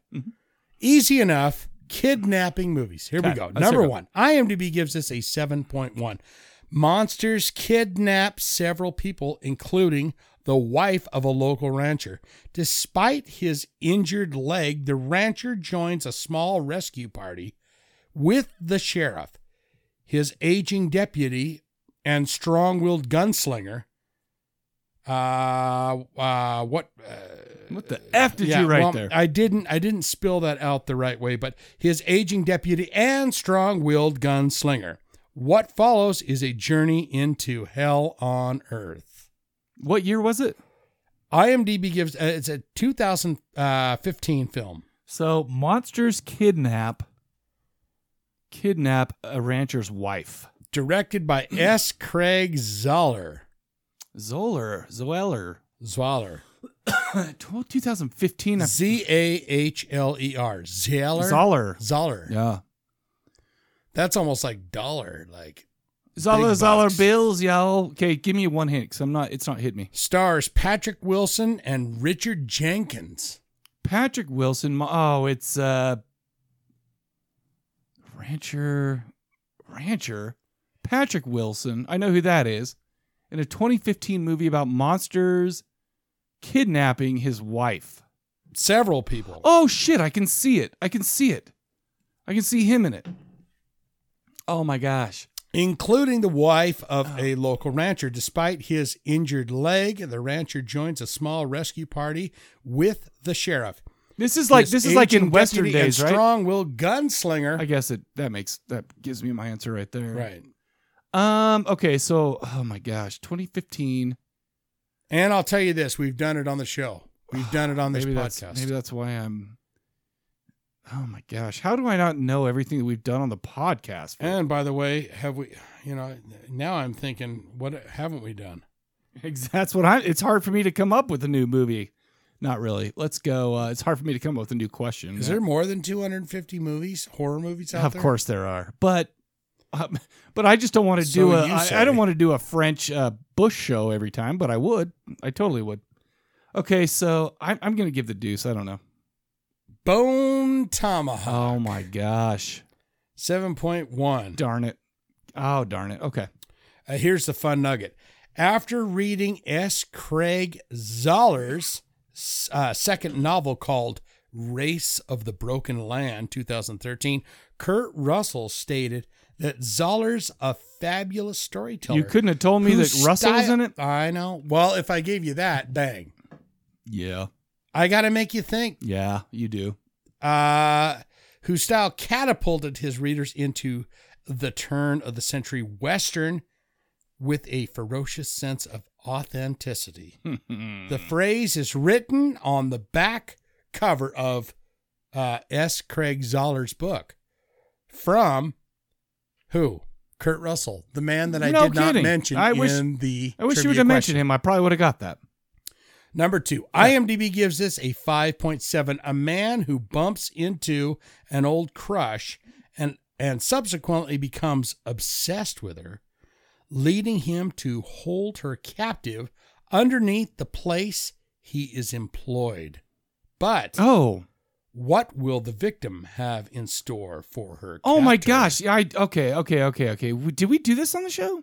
Speaker 2: Easy enough. Kidnapping movies. Here we
Speaker 1: Okay,
Speaker 2: go.
Speaker 1: let's
Speaker 2: Number
Speaker 1: hear it.
Speaker 2: one. IMDb gives this a 7.1. Monsters kidnap several people, including the wife of a local rancher. Despite his injured leg, the rancher joins a small rescue party with the sheriff, his aging deputy, and strong willed gunslinger. Uh, uh, what? Uh,
Speaker 1: What the f did you write there?
Speaker 2: I didn't. I didn't spill that out the right way. But his aging deputy and strong-willed gunslinger. What follows is a journey into hell on earth.
Speaker 1: what year was it?
Speaker 2: IMDb gives uh, it's a 2015 film.
Speaker 1: So monsters kidnap kidnap a rancher's wife.
Speaker 2: Directed by S. Craig Zoller.
Speaker 1: Zoller, Zoeller.
Speaker 2: Zoller.
Speaker 1: 2015. I-
Speaker 2: Z A H L E R. Zoller.
Speaker 1: Zoller.
Speaker 2: Zoller.
Speaker 1: Yeah.
Speaker 2: That's almost like dollar. Like
Speaker 1: Zoller,
Speaker 2: bucks.
Speaker 1: Zoller bills, y'all. Okay, give me one hint, cause I'm not. It's not hit me.
Speaker 2: stars Patrick Wilson and Richard Jenkins.
Speaker 1: Patrick Wilson. mo- Oh, it's uh, rancher. rancher Patrick Wilson. I know who that is. In a 2015 movie about monsters kidnapping his wife.
Speaker 2: Several people.
Speaker 1: Oh shit, I can see it. I can see it. I can see him in it. Oh my gosh.
Speaker 2: including the wife
Speaker 1: Oh.
Speaker 2: of a local rancher. Despite his injured leg, the rancher joins a small rescue party with the sheriff.
Speaker 1: This is like
Speaker 2: His
Speaker 1: this is like in
Speaker 2: aging
Speaker 1: western
Speaker 2: deputy and
Speaker 1: days, right?
Speaker 2: Strong-willed gunslinger.
Speaker 1: I guess it that makes that gives me my answer right there.
Speaker 2: right.
Speaker 1: Um okay, so oh my gosh, 2015
Speaker 2: And I'll tell you this: we've done it on the show. We've done it on this
Speaker 1: maybe
Speaker 2: podcast.
Speaker 1: That's, maybe that's why I'm Oh my gosh, how do I not know everything that we've done on the podcast?
Speaker 2: and by the way, have we? You know, now I'm thinking, what haven't we done?
Speaker 1: Ex- That's what I. It's hard for me to come up with a new movie. Not really. Let's go. Uh, it's hard for me to come up with a new question.
Speaker 2: Is there more than 250 movies, horror movies out
Speaker 1: Of
Speaker 2: there?
Speaker 1: course there are, but um, but I just don't want to
Speaker 2: So
Speaker 1: do a.
Speaker 2: you
Speaker 1: I,
Speaker 2: say.
Speaker 1: I don't want to do a French uh, Bush show every time, but I would. I totally would. Okay, so I'm I'm gonna give the deuce. I don't know.
Speaker 2: Bone Tomahawk.
Speaker 1: Oh my gosh!
Speaker 2: Seven point one.
Speaker 1: Darn it! Oh darn it! Okay.
Speaker 2: Uh, here's the fun nugget. After reading S. Craig Zoller's uh, second novel called Race of the Broken Land, 2013, Kurt Russell stated that Zoller's a fabulous storyteller.
Speaker 1: You couldn't have told me
Speaker 2: whose
Speaker 1: that Russell was
Speaker 2: style-
Speaker 1: in it.
Speaker 2: I know. Well, if I gave you that, dang.
Speaker 1: Yeah,
Speaker 2: I got to make you think.
Speaker 1: yeah, you do.
Speaker 2: uh, whose style catapulted his readers into the turn of the century Western with a ferocious sense of authenticity. the phrase is written on the back cover of uh, S. Craig Zoller's book from who? Kurt Russell, the man that I
Speaker 1: No
Speaker 2: did not
Speaker 1: kidding.
Speaker 2: mention
Speaker 1: I wish-
Speaker 2: in the
Speaker 1: I wish you
Speaker 2: trivia
Speaker 1: would have
Speaker 2: question.
Speaker 1: mentioned him. I probably would have got that.
Speaker 2: Number two, IMDb gives this a 5.7. A man who bumps into an old crush and, and subsequently becomes obsessed with her, leading him to hold her captive underneath the place he is employed. But
Speaker 1: Oh,
Speaker 2: what will the victim have in store for her?
Speaker 1: Oh my
Speaker 2: captor?
Speaker 1: gosh! Yeah, I okay, okay, okay, okay. W- Did we do this on the show?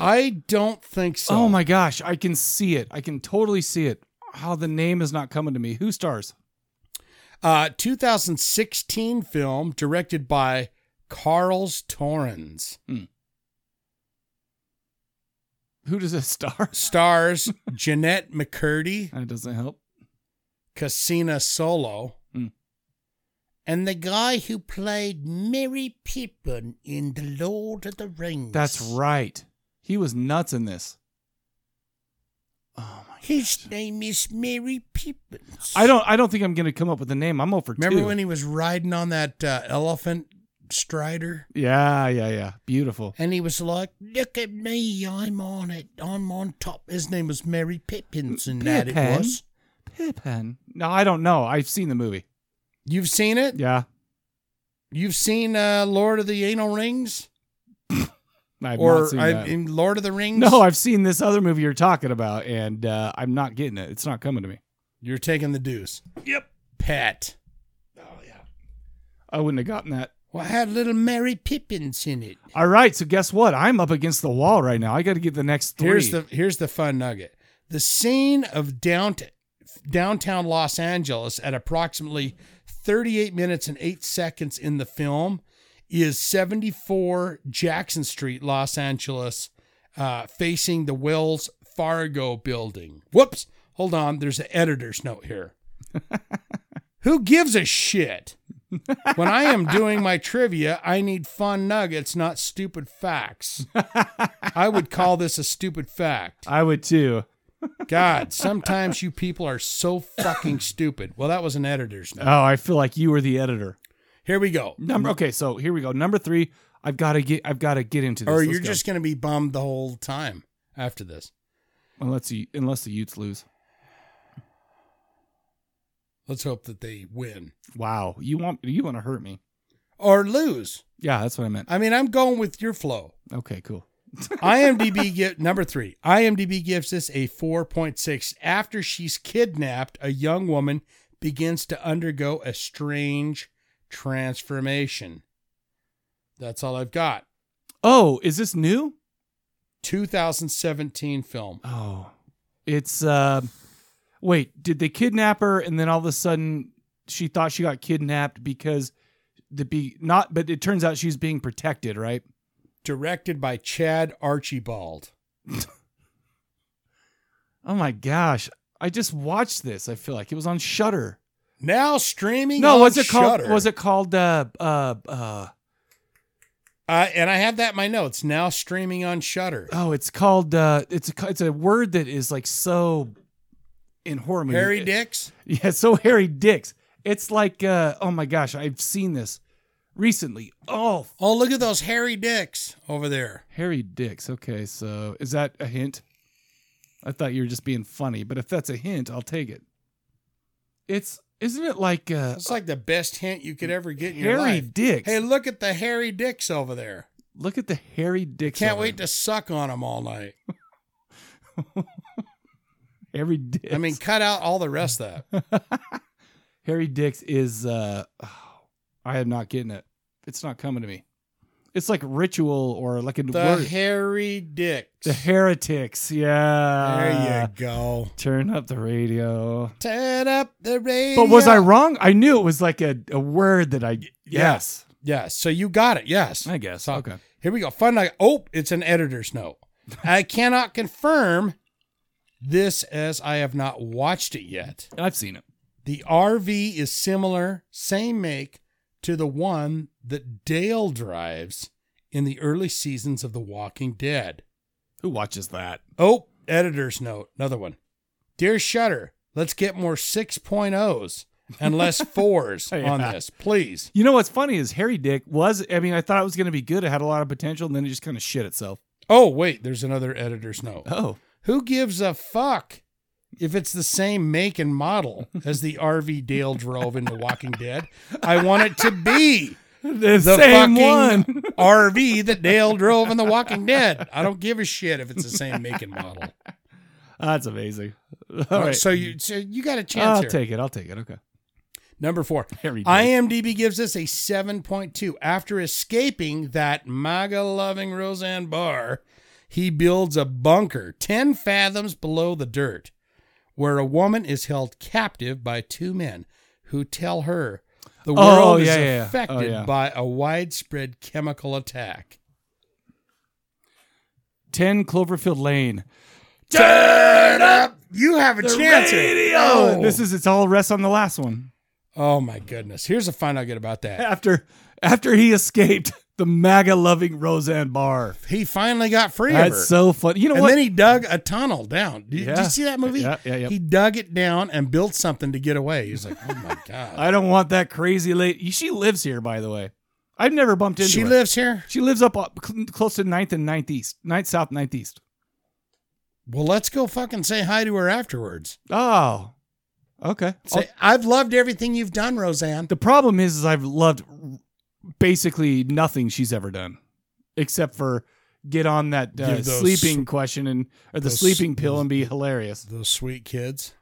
Speaker 2: I don't think so.
Speaker 1: oh my gosh! I can see it. I can totally see it. How the name is not coming to me. Who stars?
Speaker 2: Uh, 2016 film directed by Carl's Torrens.
Speaker 1: Who does it star?
Speaker 2: stars Jeanette McCurdy,
Speaker 1: That doesn't help.
Speaker 2: Casina Solo,
Speaker 1: Hmm.
Speaker 2: and the guy who played Merry Pippin in The Lord of the Rings.
Speaker 1: That's right. He was nuts in this. Oh my!
Speaker 2: His name is Merry Pippins.
Speaker 1: I don't. I don't think I'm gonna come up with a name. I'm over
Speaker 2: remember
Speaker 1: two.
Speaker 2: when he was riding on that uh, elephant strider,
Speaker 1: yeah, yeah, yeah. Beautiful.
Speaker 2: and he was like, "Look at me, I'm on it, I'm on top." His name was Merry Pippins, and that it
Speaker 1: Pippin?
Speaker 2: was.
Speaker 1: Pippin. No, I don't know. I've seen the movie.
Speaker 2: You've seen it.
Speaker 1: Yeah,
Speaker 2: You've seen uh, Lord of the Anal Rings,
Speaker 1: I've
Speaker 2: or
Speaker 1: not seen
Speaker 2: I've-
Speaker 1: that.
Speaker 2: in Lord of the Rings.
Speaker 1: no, I've seen this other movie you're talking about, and uh, I'm not getting it. It's not coming to me.
Speaker 2: You're taking the deuce. Yep. Pat.
Speaker 1: I wouldn't have gotten that.
Speaker 2: Well, I had little Mary Pippins in it.
Speaker 1: All right, so guess what? I'm up against the wall right now. I got to get the next three.
Speaker 2: Here's the here's the fun nugget. The scene of downt, downtown Los Angeles at approximately 38 minutes and 8 seconds in the film is 74 Jackson Street, Los Angeles, uh, facing the Wells Fargo building. Whoops. Hold on. There's an editor's note here. Who gives a shit? when I am doing my trivia, I need fun nuggets, not stupid facts. I would call this a stupid fact.
Speaker 1: I would too.
Speaker 2: God, sometimes you people are so fucking stupid. Well, that was an editor's note.
Speaker 1: Oh, I feel like you were the editor.
Speaker 2: Here we go.
Speaker 1: Number okay, so here we go. Number three. I've got to get. I've got to get into this.
Speaker 2: Or
Speaker 1: Let's
Speaker 2: you're
Speaker 1: go.
Speaker 2: just going to be bummed the whole time after this.
Speaker 1: unless you unless the Utes lose.
Speaker 2: Let's hope that they win
Speaker 1: Wow, you want you want to hurt me?
Speaker 2: or lose.
Speaker 1: Yeah, that's what I meant.
Speaker 2: I mean, I'm going with your flow.
Speaker 1: Okay, cool.
Speaker 2: IMDb give, number three. IMDb gives this a 4.6. After she's kidnapped, a young woman begins to undergo a strange transformation. That's all I've got.
Speaker 1: Oh, is this new?
Speaker 2: 2017 film.
Speaker 1: Oh, it's uh, wait. Did they kidnap her, and then all of a sudden she thought she got kidnapped because the be not, but it turns out she's being protected, right?
Speaker 2: Directed by Chad Archibald.
Speaker 1: Oh my gosh, I just watched this. I feel like it was on Shutter.
Speaker 2: Now streaming.
Speaker 1: No,
Speaker 2: on
Speaker 1: was it called?
Speaker 2: Shudder.
Speaker 1: Was it called? Uh, uh, uh.
Speaker 2: Uh, and I have that in my notes. Now streaming on Shutter.
Speaker 1: Oh, it's called. Uh, it's a it's a word that is like so in horror movies.
Speaker 2: Harry Dicks.
Speaker 1: Yeah, so Harry Dicks. It's like uh, oh my gosh, I've seen this recently. Oh, f-
Speaker 2: Oh, look at those Harry Dicks over there.
Speaker 1: Harry Dicks. Okay, so is that a hint? I thought you were just being funny, but if that's a hint, I'll take it. It's isn't it like uh,
Speaker 2: That's like the best hint you could ever get in your
Speaker 1: Harry
Speaker 2: life.
Speaker 1: Dicks?
Speaker 2: Hey, look at the Harry Dicks over there.
Speaker 1: look at the Harry Dicks.
Speaker 2: Can't wait to suck on them all night.
Speaker 1: Harry Dicks.
Speaker 2: I mean, cut out all the rest of that.
Speaker 1: Harry Dix is uh I am not getting it. It's not coming to me. It's like ritual or like a
Speaker 2: The
Speaker 1: word.
Speaker 2: Harry Dicks.
Speaker 1: the uh, heretics.
Speaker 2: there
Speaker 1: Yeah.
Speaker 2: you go.
Speaker 1: Turn up the radio.
Speaker 2: Turn up the radio.
Speaker 1: But was I wrong? I knew it was like a, a word that I yes.
Speaker 2: Yes. So you got it. Yes.
Speaker 1: I guess.
Speaker 2: So-
Speaker 1: Okay.
Speaker 2: Here we go. Fun. Like, oh, it's an editor's note. I cannot confirm this as I have not watched it yet.
Speaker 1: I've seen it.
Speaker 2: The RV is similar, same make to the one that Dale drives in the early seasons of The Walking Dead.
Speaker 1: Who watches that?
Speaker 2: Oh, editor's note. Another one. Dear Shutter, let's get more 6.0s and less 4s on
Speaker 1: Yeah.
Speaker 2: this, please.
Speaker 1: You know what's funny is Harry Dick was I mean, I thought it was gonna be good, it had a lot of potential, and then it just kinda shit itself.
Speaker 2: Oh, wait, there's another editor's note.
Speaker 1: Oh.
Speaker 2: Who gives a fuck if it's the same make and model as the RV Dale drove in The Walking Dead? I want it to be
Speaker 1: The,
Speaker 2: the
Speaker 1: same
Speaker 2: fucking
Speaker 1: one.
Speaker 2: RV that Dale drove in The Walking Dead. I don't give a shit if it's the same make and model.
Speaker 1: That's amazing. All
Speaker 2: All
Speaker 1: right.
Speaker 2: right. So you so you got a chance
Speaker 1: I'll
Speaker 2: here.
Speaker 1: take it. I'll take it. Okay.
Speaker 2: Number four.
Speaker 1: Harry Dick.
Speaker 2: IMDb gives us a 7.2. After escaping that MAGA loving Roseanne Barr, he builds a bunker 10 fathoms below the dirt where a woman is held captive by two men who tell her the
Speaker 1: Oh,
Speaker 2: world
Speaker 1: yeah, yeah,
Speaker 2: is
Speaker 1: yeah. Oh,
Speaker 2: affected
Speaker 1: yeah.
Speaker 2: by a widespread chemical attack.
Speaker 1: 10 Cloverfield Lane.
Speaker 2: Turn up! You have a chance. here.
Speaker 1: Oh, this is it's all rests on the last one.
Speaker 2: Oh my goodness. Here's a find out good about that.
Speaker 1: After after he escaped the MAGA loving Roseanne Barr.
Speaker 2: He finally got free of her.
Speaker 1: That's so funny. You know
Speaker 2: and
Speaker 1: what?
Speaker 2: then he dug a tunnel down. Did, did
Speaker 1: Yeah.
Speaker 2: you see that movie?
Speaker 1: Yeah, yeah, yeah.
Speaker 2: He dug it down and built something to get away. He's like, oh my god.
Speaker 1: I don't want that crazy lady. She lives here, by the way. I've never bumped into
Speaker 2: she
Speaker 1: her.
Speaker 2: lives here.
Speaker 1: she lives up up cl- close to 9th and 9th East. 9th South, 9th East.
Speaker 2: Well, let's go fucking say hi to her afterwards.
Speaker 1: Oh. Okay.
Speaker 2: Say, I've loved everything you've done, Roseanne.
Speaker 1: Oh. The problem is, is I've loved basically nothing she's ever done, except for get on that uh,
Speaker 2: Give those-
Speaker 1: sleeping question and or the
Speaker 2: those-
Speaker 1: sleeping pill and be hilarious.
Speaker 2: Those sweet kids.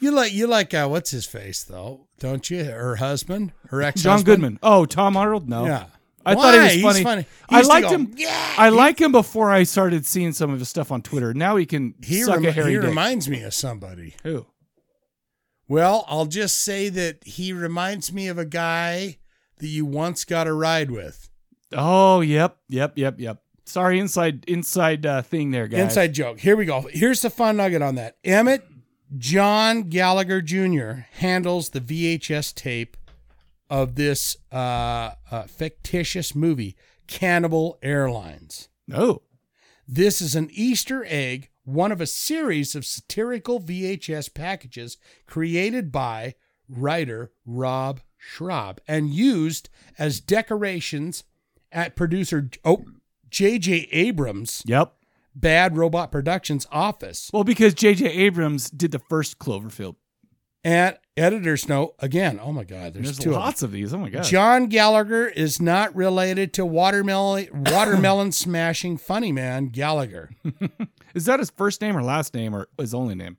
Speaker 2: You like you like uh, what's his face though, don't you? Her husband, her ex.
Speaker 1: John Goodman. Oh, Tom Arnold. No,
Speaker 2: Yeah.
Speaker 1: I thought
Speaker 2: Why?
Speaker 1: he
Speaker 2: He's
Speaker 1: was funny.
Speaker 2: funny. He
Speaker 1: I
Speaker 2: used to
Speaker 1: liked
Speaker 2: go,
Speaker 1: him.
Speaker 2: "Yeah."
Speaker 1: I like him before I started seeing some of his stuff on Twitter. Now he can
Speaker 2: He,
Speaker 1: suck
Speaker 2: rem-
Speaker 1: a hairy
Speaker 2: he
Speaker 1: dick.
Speaker 2: reminds me of somebody.
Speaker 1: Who?
Speaker 2: Well, I'll just say that he reminds me of a guy that you once got a ride with.
Speaker 1: Oh, yep, yep, yep, yep. Sorry, inside inside uh, thing there, guys.
Speaker 2: Inside joke. Here we go. Here's the fun nugget on that. Emmett John Gallagher Jr. handles the VHS tape of this uh, uh, fictitious movie, Cannibal Airlines.
Speaker 1: No.
Speaker 2: This is an Easter egg, one of a series of satirical VHS packages created by writer Rob Schraub and used as decorations at producer oh, J.J. Abrams'
Speaker 1: Yep.
Speaker 2: Bad Robot Productions office.
Speaker 1: Well, because J.J. Abrams did the first Cloverfield.
Speaker 2: And editor's note again. Oh my God, there's,
Speaker 1: There's,
Speaker 2: two of
Speaker 1: lots of these. Oh my
Speaker 2: them.
Speaker 1: god.
Speaker 2: John Gallagher is not related to watermelon watermelon smashing funny man Gallagher.
Speaker 1: Is that his first name or last name or his only name?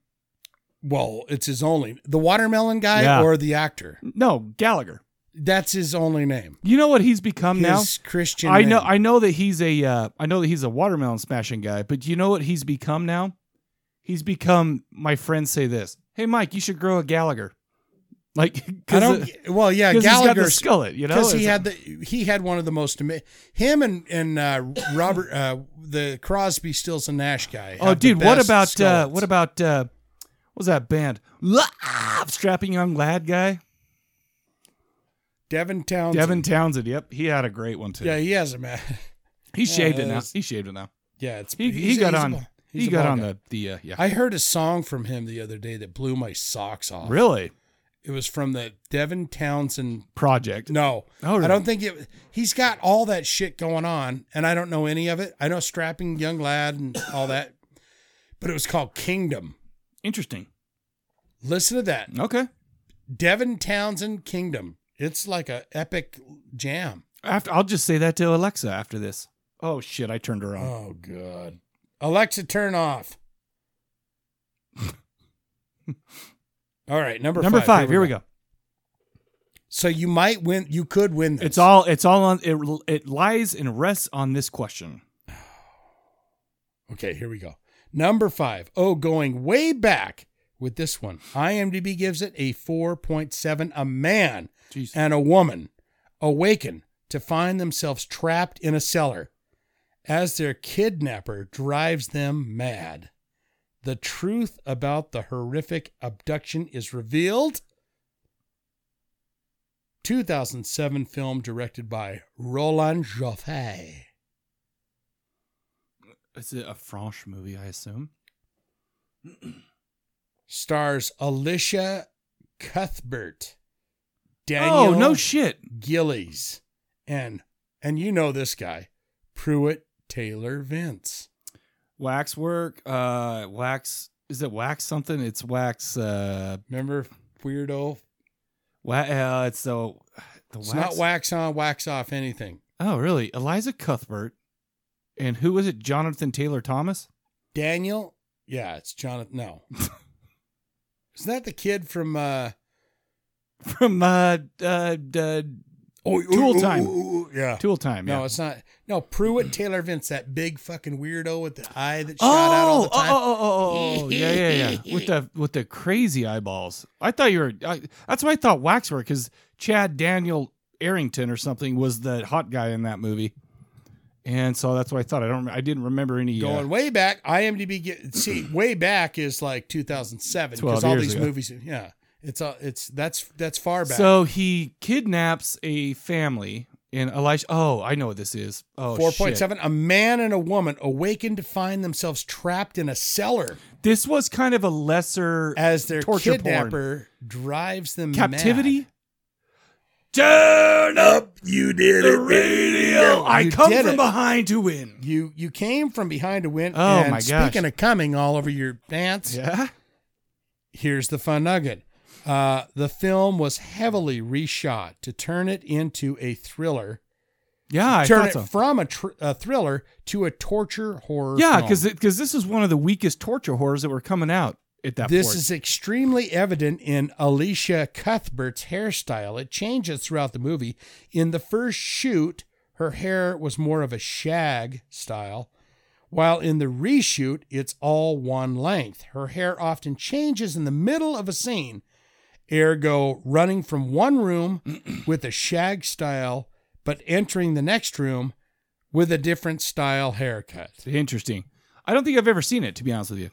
Speaker 2: Well, it's his only the watermelon guy
Speaker 1: Yeah.
Speaker 2: or the actor.
Speaker 1: No, Gallagher.
Speaker 2: That's his only name.
Speaker 1: You know what he's become Um, now?
Speaker 2: his Christian.
Speaker 1: I know
Speaker 2: name.
Speaker 1: I know that he's a uh, I know that he's a watermelon smashing guy, but you know what he's become now? He's become my friends say this. Hey Mike, you should grow a Gallagher. Like
Speaker 2: I don't. well, yeah,
Speaker 1: because he's got the
Speaker 2: Gallagher.
Speaker 1: skillet, you know.
Speaker 2: Because he
Speaker 1: It's-
Speaker 2: had the he had one of the most ama- him and and uh, Robert uh, the Crosby, Stills and Nash guy.
Speaker 1: Oh,
Speaker 2: have the
Speaker 1: dude, what
Speaker 2: best
Speaker 1: about uh,
Speaker 2: skeletons.
Speaker 1: what about uh, what was that band? Love, strapping young lad guy,
Speaker 2: Devin Townsend?
Speaker 1: Devin Townsend. Yep, he had a great one too.
Speaker 2: yeah, he has a man.
Speaker 1: he shaved it now.
Speaker 2: that's-
Speaker 1: He shaved it now.
Speaker 2: Yeah, it's
Speaker 1: He
Speaker 2: he's
Speaker 1: he
Speaker 2: a-
Speaker 1: got
Speaker 2: he's a
Speaker 1: on
Speaker 2: ball- he's
Speaker 1: he
Speaker 2: a
Speaker 1: got
Speaker 2: ball
Speaker 1: on
Speaker 2: guy.
Speaker 1: the the uh, yeah.
Speaker 2: I heard a song from him the other day that blew my socks off.
Speaker 1: Really
Speaker 2: It was from the Devin Townsend.
Speaker 1: project.
Speaker 2: No,
Speaker 1: Oh, really?
Speaker 2: I don't think it. He's got all that shit going on, and I don't know any of it. I know strapping young lad and all that, but it was called Kingdom.
Speaker 1: Interesting.
Speaker 2: Listen to that.
Speaker 1: Okay.
Speaker 2: Devin Townsend Kingdom. It's like a epic jam.
Speaker 1: After I'll just say that to Alexa after this. Oh shit! I turned her on.
Speaker 2: Oh god. Alexa turn off. All right, number
Speaker 1: Number five. here we go.
Speaker 2: So you might win you could win this.
Speaker 1: It's all it's all on it. It lies and rests on this question.
Speaker 2: Okay, here we go. Number 5. Oh, going way back with this one. IMDb gives it a 4.7 a man
Speaker 1: Jeez.
Speaker 2: and a woman awaken to find themselves trapped in a cellar as their kidnapper drives them mad. The truth about the horrific abduction is revealed. 2007 film directed by Roland Joffé.
Speaker 1: Is it a French movie? I assume.
Speaker 2: Stars Alicia Cuthbert,
Speaker 1: oh
Speaker 2: Daniel
Speaker 1: no shit!
Speaker 2: Gillies, and and you know this guy, Pruitt Taylor Vince.
Speaker 1: Waxwork. Uh, wax. Is it wax something? It's wax. Uh,
Speaker 2: Remember weirdo?
Speaker 1: wa- uh it's the the wax.
Speaker 2: It's not wax on, wax off, anything.
Speaker 1: Oh really? Eliza Cuthbert. And who was it? Jonathan Taylor Thomas.
Speaker 2: Daniel? Yeah, it's Jonathan. No. Isn't that the kid from uh
Speaker 1: From uh, uh, uh
Speaker 2: oh,
Speaker 1: Tool Time.
Speaker 2: yeah.
Speaker 1: Tool Time.
Speaker 2: No,
Speaker 1: yeah.
Speaker 2: it's not. No, Pruitt Taylor Vince, that big fucking weirdo with the eye that shot out all
Speaker 1: Oh,
Speaker 2: the
Speaker 1: oh,
Speaker 2: time.
Speaker 1: oh, oh, oh, oh, yeah, yeah, yeah. With the with the crazy eyeballs. I thought you were. I, that's why I thought Waxwork because Chad Daniel Arrington or something was the hot guy in that movie, and so that's why I thought I don't. I didn't remember any. uh,
Speaker 2: Going way back, IMDb. Get, see, way back is like 2007 because
Speaker 1: 12
Speaker 2: all
Speaker 1: years
Speaker 2: these
Speaker 1: ago.
Speaker 2: movies. Yeah, it's all it's that's that's far back.
Speaker 1: so he kidnaps a family in Elisha. Oh, I know what this is. Oh,
Speaker 2: Four
Speaker 1: shit.
Speaker 2: point seven. A man and a woman awaken to find themselves trapped in a cellar
Speaker 1: This was kind of a lesser
Speaker 2: as their
Speaker 1: torture porn.
Speaker 2: kidnapper drives them mad.
Speaker 1: captivity. Turn up, you did the radio. I
Speaker 2: You
Speaker 1: come
Speaker 2: did
Speaker 1: from
Speaker 2: it.
Speaker 1: behind to win.
Speaker 2: You you came from behind to win.
Speaker 1: Oh,
Speaker 2: and
Speaker 1: my gosh.
Speaker 2: Speaking of coming all over your pants,
Speaker 1: Yeah.
Speaker 2: here's the fun nugget. Uh, the film was heavily reshot to turn it into a thriller
Speaker 1: Yeah, I
Speaker 2: turn
Speaker 1: thought
Speaker 2: it
Speaker 1: so.
Speaker 2: from a, tr- a thriller to a torture horror.
Speaker 1: yeah,
Speaker 2: film.
Speaker 1: because because this is one of the weakest torture horrors that were coming out at that.
Speaker 2: this
Speaker 1: point.
Speaker 2: is extremely evident in Alicia Cuthbert's hairstyle. It changes throughout the movie. In the first shoot, her hair was more of a shag style, while in the reshoot, it's all one length. Her hair often changes in the middle of a scene, ergo running from one room with a shag style, but entering the next room with a different style haircut.
Speaker 1: interesting. I don't think I've ever seen it to be honest with you.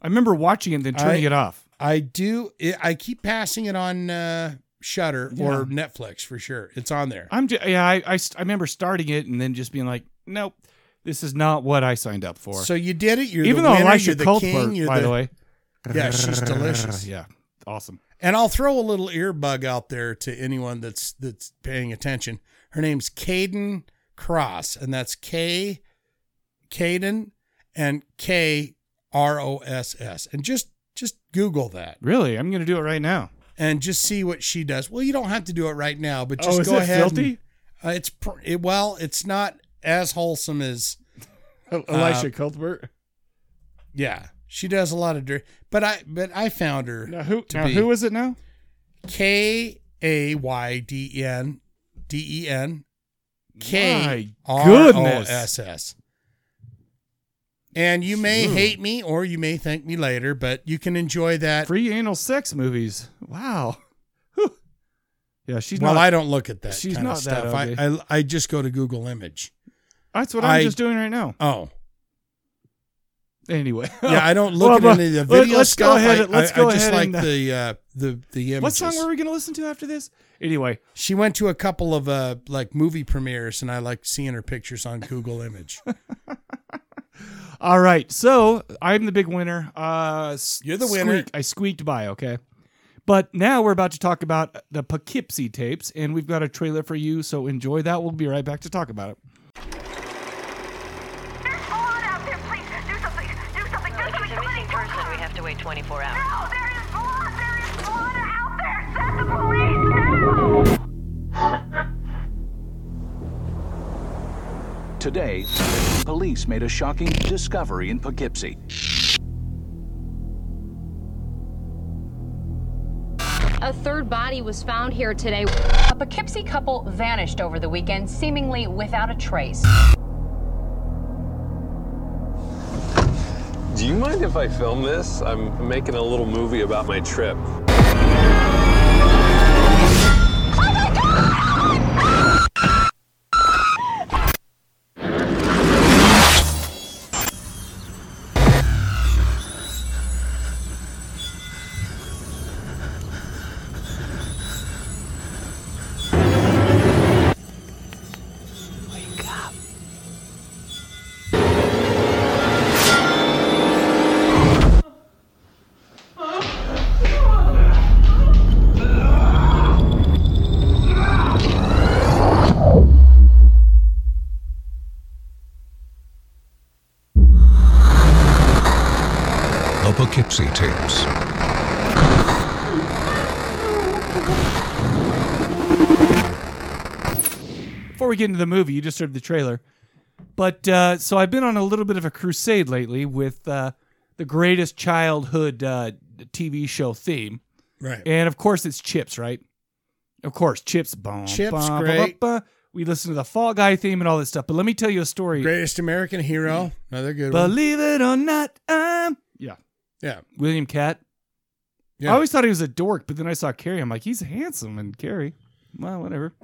Speaker 1: I remember watching it and then turning
Speaker 2: I-
Speaker 1: it off.
Speaker 2: I do. I I keep passing it on uh, Shutter or Netflix for sure. It's on there.
Speaker 1: I'm just, yeah, I, I st- I remember starting it and then just being like, nope, this is not what I signed up for.
Speaker 2: So you did it. You're
Speaker 1: Even
Speaker 2: the
Speaker 1: though
Speaker 2: winner,
Speaker 1: Elisha
Speaker 2: you're the
Speaker 1: Cuthbert,
Speaker 2: king. You're
Speaker 1: by the, way, Uh,
Speaker 2: yeah, she's delicious.
Speaker 1: yeah, awesome.
Speaker 2: And I'll throw a little earbug out there to anyone that's that's paying attention. Her name's Caden Cross, and that's K, Caden, and K R O S S. And just just Google that
Speaker 1: Really, I'm gonna do it right now.
Speaker 2: and just see what she does. Well, you don't have to do it right now,
Speaker 1: Oh,
Speaker 2: but just go ahead. and- Uh, it's pr- it, well, it's not as wholesome as
Speaker 1: Elisha Cuthbert.
Speaker 2: yeah. She does a lot of dirt, but I but I found her
Speaker 1: Now who?
Speaker 2: to
Speaker 1: Now
Speaker 2: be
Speaker 1: who is it now?
Speaker 2: K A Y D E N D E N K
Speaker 1: My
Speaker 2: R O
Speaker 1: goodness.
Speaker 2: S S. And you may
Speaker 1: Ooh.
Speaker 2: hate me or you may thank me later, but you can enjoy that.
Speaker 1: Free anal sex movies. Wow. Whew. Yeah, she's
Speaker 2: well,
Speaker 1: not.
Speaker 2: I don't look at that
Speaker 1: she's
Speaker 2: kind
Speaker 1: not
Speaker 2: of
Speaker 1: that
Speaker 2: stuff.
Speaker 1: ugly.
Speaker 2: I, I I just go to Google Image.
Speaker 1: that's what I'm
Speaker 2: I-
Speaker 1: just doing right now.
Speaker 2: Oh,
Speaker 1: Anyway.
Speaker 2: yeah, I don't look
Speaker 1: Oh. Well,
Speaker 2: at
Speaker 1: but-
Speaker 2: any of the
Speaker 1: let-
Speaker 2: video
Speaker 1: let's go
Speaker 2: stuff.
Speaker 1: ahead
Speaker 2: I-
Speaker 1: and- let's
Speaker 2: I,
Speaker 1: go
Speaker 2: I just
Speaker 1: ahead
Speaker 2: like
Speaker 1: and, uh,
Speaker 2: the uh, the the images.
Speaker 1: what song were we going to listen to after this? Anyway,
Speaker 2: She went to a couple of uh like movie premieres, and I like seeing her pictures on Google Image.
Speaker 1: all right. So I'm the big winner. Uh, s-
Speaker 2: You're the winner.
Speaker 1: squeak- I squeaked by. Okay. But now we're about to talk about the Poughkeepsie tapes, and we've got a trailer for you. So enjoy that. We'll be right back to talk about it.
Speaker 6: There's blood out there, please. Do something. Do something. Do something.
Speaker 8: She's a
Speaker 6: Somebody
Speaker 8: missing
Speaker 6: come
Speaker 8: person. We have to wait 24 hours.
Speaker 6: No, there is blood. There is blood out there. Send the police now.
Speaker 9: Today, police made a shocking discovery in Poughkeepsie.
Speaker 10: A third body was found here today. A Poughkeepsie couple vanished over the weekend, seemingly without a trace.
Speaker 11: Do you mind if I film this? I'm making a little movie about my trip.
Speaker 9: The Poughkeepsie tapes.
Speaker 1: before we get into the movie, you just heard the trailer. But uh, so I've been on a little bit of a crusade lately with uh, the greatest childhood uh, TV show theme,
Speaker 2: right.
Speaker 1: and of course it's Chips, right? Of course, Chips. Bum,
Speaker 2: Chips,
Speaker 1: bum, bum,
Speaker 2: great.
Speaker 1: bum, bum. We listen to the Fall Guy theme and all this stuff. But let me tell you a story.
Speaker 2: Greatest American Hero. Another good one.
Speaker 1: Believe it or not, I'm yeah.
Speaker 2: Yeah.
Speaker 1: William Cat.
Speaker 2: yeah.
Speaker 1: I always thought he was a dork, but then I saw Carrie. I'm like, he's handsome, and Carrie. Well, whatever.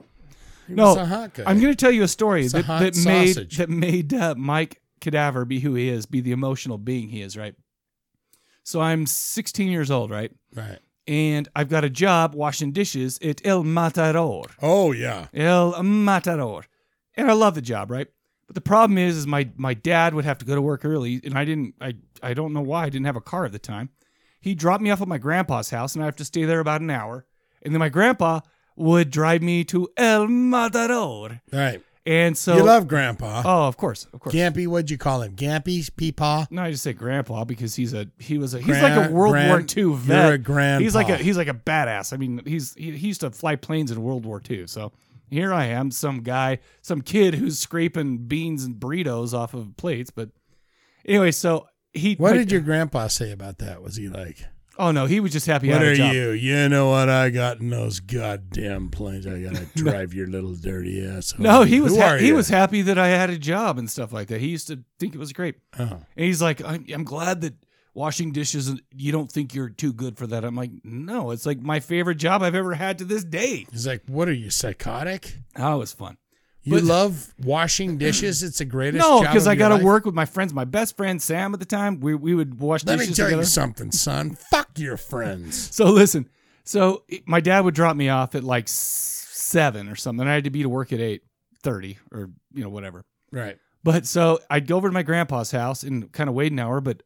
Speaker 2: He
Speaker 1: no,
Speaker 2: was a hot guy.
Speaker 1: I'm going to tell you a story
Speaker 2: It's a
Speaker 1: that,
Speaker 2: hot
Speaker 1: that made
Speaker 2: sausage.
Speaker 1: that made uh, Mike Cadaver be who he is, be the emotional being he is, right? So I'm 16 years old, right?
Speaker 2: Right.
Speaker 1: And I've got a job washing dishes at El Matador.
Speaker 2: Oh yeah.
Speaker 1: El Matador. And I love the job, right? But the problem is, is my my dad would have to go to work early, and I didn't. I I don't know why I didn't have a car at the time. He dropped me off at my grandpa's house, and I have to stay there about an hour. And then my grandpa would drive me to El Matador,
Speaker 2: Right.
Speaker 1: and so
Speaker 2: you love Grandpa.
Speaker 1: Oh, of course, of course.
Speaker 2: Gampy, what'd you call him? Gampy, Peepaw.
Speaker 1: no, I just say grandpa because he's a he was a he's
Speaker 2: Gran-
Speaker 1: like a World
Speaker 2: gran-
Speaker 1: War II vet.
Speaker 2: you're a grandpa.
Speaker 1: He's like a he's like a badass. I mean, he's he, he used to fly planes in World War II. So here I am, some guy, some kid who's scraping beans and burritos off of plates. But anyway, so he
Speaker 2: What
Speaker 1: my-
Speaker 2: did your grandpa say about that? Was he like,
Speaker 1: Oh no, he was just happy. I
Speaker 2: "What
Speaker 1: had a
Speaker 2: are
Speaker 1: job.
Speaker 2: you? You know what I got in those goddamn planes? I gotta drive your little dirty ass." Home.
Speaker 1: No, he was
Speaker 2: Who
Speaker 1: ha-
Speaker 2: are
Speaker 1: he
Speaker 2: you?"
Speaker 1: was happy that I had a job and stuff like that. He used to think it was great.
Speaker 2: Oh.
Speaker 1: And he's like, I'm, I'm glad that washing dishes, you don't think you're too good for that. I'm like, no, it's like my favorite job I've ever had to this day.
Speaker 2: He's like, "What are you psychotic?
Speaker 1: That was fun.
Speaker 2: You
Speaker 1: But-
Speaker 2: love washing dishes? It's the greatest."
Speaker 1: no,
Speaker 2: job
Speaker 1: because
Speaker 2: of
Speaker 1: I
Speaker 2: your
Speaker 1: got to
Speaker 2: life?
Speaker 1: work with my friends. My best friend, Sam, at the time, we, we would wash
Speaker 2: Let me
Speaker 1: dishes
Speaker 2: tell
Speaker 1: together.
Speaker 2: you something, son. Fuck your friends.
Speaker 1: So listen, so it- my dad would drop me off at like s- seven or something. I had to be to work at 8.30 or, you know, whatever.
Speaker 2: Right.
Speaker 1: But so I'd go over to my grandpa's house and kind of wait an hour. But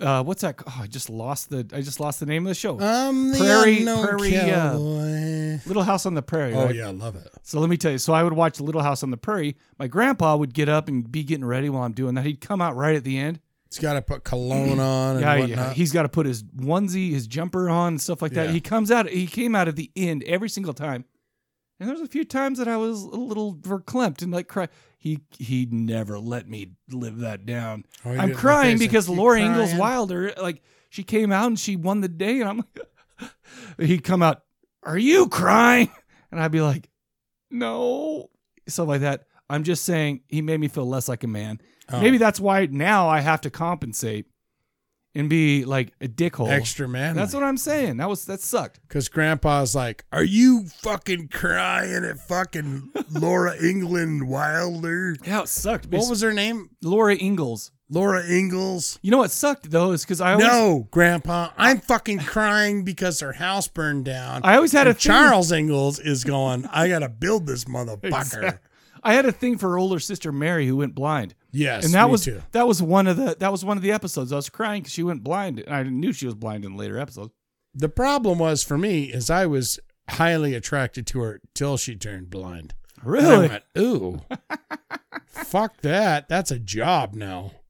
Speaker 1: uh, what's that? Oh, I just lost the I just lost the name of the show.
Speaker 2: I'm the
Speaker 1: Prairie-
Speaker 2: unknown
Speaker 1: prairie, uh,
Speaker 2: cowboy.
Speaker 1: Little House on the Prairie.
Speaker 2: oh
Speaker 1: right?
Speaker 2: yeah, I love it.
Speaker 1: So let me tell you. So I would watch Little House on the Prairie. My grandpa would get up and be getting ready while I'm doing that. He'd come out right at the end.
Speaker 2: It's got to put cologne on and
Speaker 1: Yeah, yeah.
Speaker 2: whatnot.
Speaker 1: He's got to put his onesie, his jumper on, and stuff like that.
Speaker 2: Yeah.
Speaker 1: He comes out. He came out at the end every single time. And there's a few times that I was a little verklempt and like cry. He he never let me live that down.
Speaker 2: Oh, he
Speaker 1: I'm
Speaker 2: didn't
Speaker 1: crying
Speaker 2: like that. He's
Speaker 1: because
Speaker 2: like, "Keep
Speaker 1: Laura Ingalls
Speaker 2: crying."
Speaker 1: Wilder, like she came out and she won the day, and I'm like, he'd come out. Are you crying? And I'd be like, No. Stuff like that. I'm just saying he made me feel less like a man.
Speaker 2: Oh.
Speaker 1: Maybe that's why now I have to compensate and be like a dickhole.
Speaker 2: Extra manly.
Speaker 1: That's what I'm saying. That was that sucked.
Speaker 2: Because grandpa's like, Are you fucking crying at fucking Laura England Wilder?
Speaker 1: Yeah, it sucked.
Speaker 2: What was her name?
Speaker 1: Laura Ingalls.
Speaker 2: Laura Ingalls.
Speaker 1: You know what sucked though is because I always
Speaker 2: No, Grandpa. I'm fucking crying because her house burned down.
Speaker 1: I always had a
Speaker 2: And
Speaker 1: thing-
Speaker 2: Charles Ingalls is going, I gotta build this motherfucker.
Speaker 1: I had a thing for her older sister Mary who went blind.
Speaker 2: Yes,
Speaker 1: and that
Speaker 2: me
Speaker 1: was
Speaker 2: too.
Speaker 1: that was one of the that was one of the episodes. I was crying because she went blind, and I knew she was blind in later episodes.
Speaker 2: The problem was for me is I was highly attracted to her till she turned blind.
Speaker 1: Really?
Speaker 2: And I went, Ooh. Fuck that. That's a job now.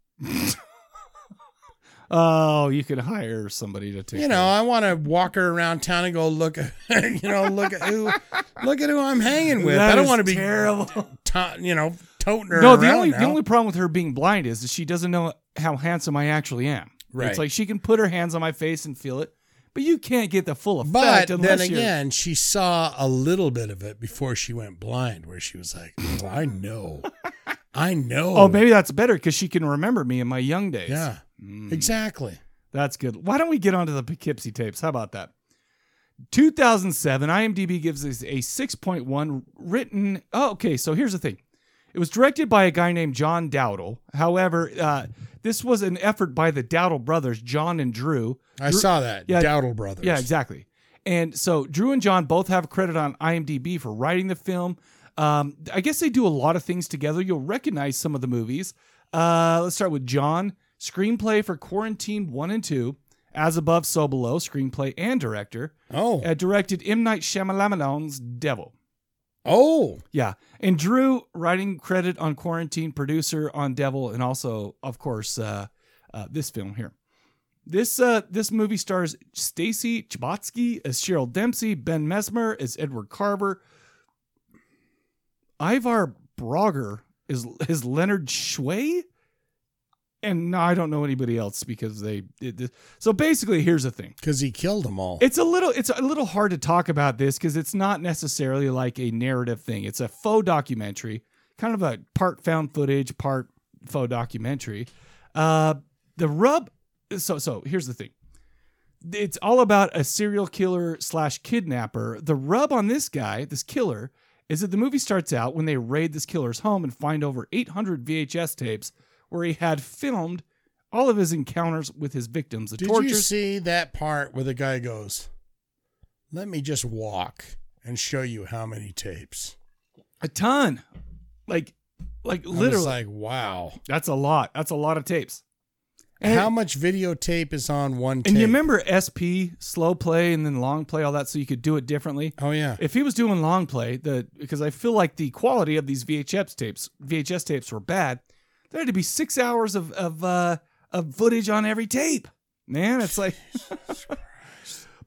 Speaker 1: Oh, you could hire somebody to take.
Speaker 2: You know, I want to walk her around town and go look at, you know, look at who, look at who I'm hanging with.
Speaker 1: That
Speaker 2: I don't
Speaker 1: is
Speaker 2: want to be
Speaker 1: terrible.
Speaker 2: to- you know, toting her
Speaker 1: no,
Speaker 2: around
Speaker 1: the only
Speaker 2: now.
Speaker 1: the only problem with her being blind is that she doesn't know how handsome I actually am.
Speaker 2: Right.
Speaker 1: It's like she can put her hands on my face and feel it, but you can't get the full effect.
Speaker 2: But
Speaker 1: unless
Speaker 2: then
Speaker 1: you're-
Speaker 2: again, she saw a little bit of it before she went blind, where she was like, "Well, I know, I know."
Speaker 1: oh, maybe that's better because she can remember me in my young days.
Speaker 2: Yeah, exactly.
Speaker 1: That's good. Why don't we get onto the Poughkeepsie tapes? How about that? 2007, IMDb gives us a 6.1 written. Oh, okay. So here's the thing it was directed by a guy named John Dowdle. However, uh, this was an effort by the Dowdle brothers, John and Drew.
Speaker 2: I
Speaker 1: Drew-
Speaker 2: saw that, Dowdle brothers.
Speaker 1: Yeah, exactly. And so Drew and John both have credit on IMDb for writing the film. Um, I guess they do a lot of things together. You'll recognize some of the movies. Uh, let's start with John. Screenplay for Quarantine 1 and 2. As Above, So Below. Screenplay and director.
Speaker 2: Oh.
Speaker 1: Uh, directed M. Night Shyamalan's Devil.
Speaker 2: Oh.
Speaker 1: Yeah. And Drew writing credit on Quarantine, producer on Devil, and also, of course, uh, uh, this film here. This uh, this movie stars Stacy Chbosky as Cheryl Dempsey, Ben Mesmer as Edward Carver, Ivar Brogger is is Leonard Shway, and no, I don't know anybody else because they. It, it- so basically, here's the thing:
Speaker 2: because he killed them all.
Speaker 1: It's a little it's a little hard to talk about this because it's not necessarily like a narrative thing. It's a faux documentary, kind of a part found footage, part faux documentary. Uh, the rub. So so here's the thing it's all about a serial killer slash kidnapper. The rub on this guy, this killer, is that the movie starts out when they raid this killer's home and find over 800 VHS tapes where he had filmed all of his encounters with his victims. The
Speaker 2: Did
Speaker 1: tortures.
Speaker 2: you see that part where the guy goes, "Let me just walk and show you how many tapes"?
Speaker 1: A ton, like, like
Speaker 2: I was
Speaker 1: literally.
Speaker 2: like, wow,
Speaker 1: that's a lot. That's a lot of tapes.
Speaker 2: how much videotape is on one tape?
Speaker 1: And you remember SP slow play and then long play all that, so you could do it differently.
Speaker 2: Oh yeah.
Speaker 1: If he was doing long play, the because I feel like the quality of these VHS tapes VHS tapes were bad. There had to be six hours of of uh, of footage on every tape. Man, it's like.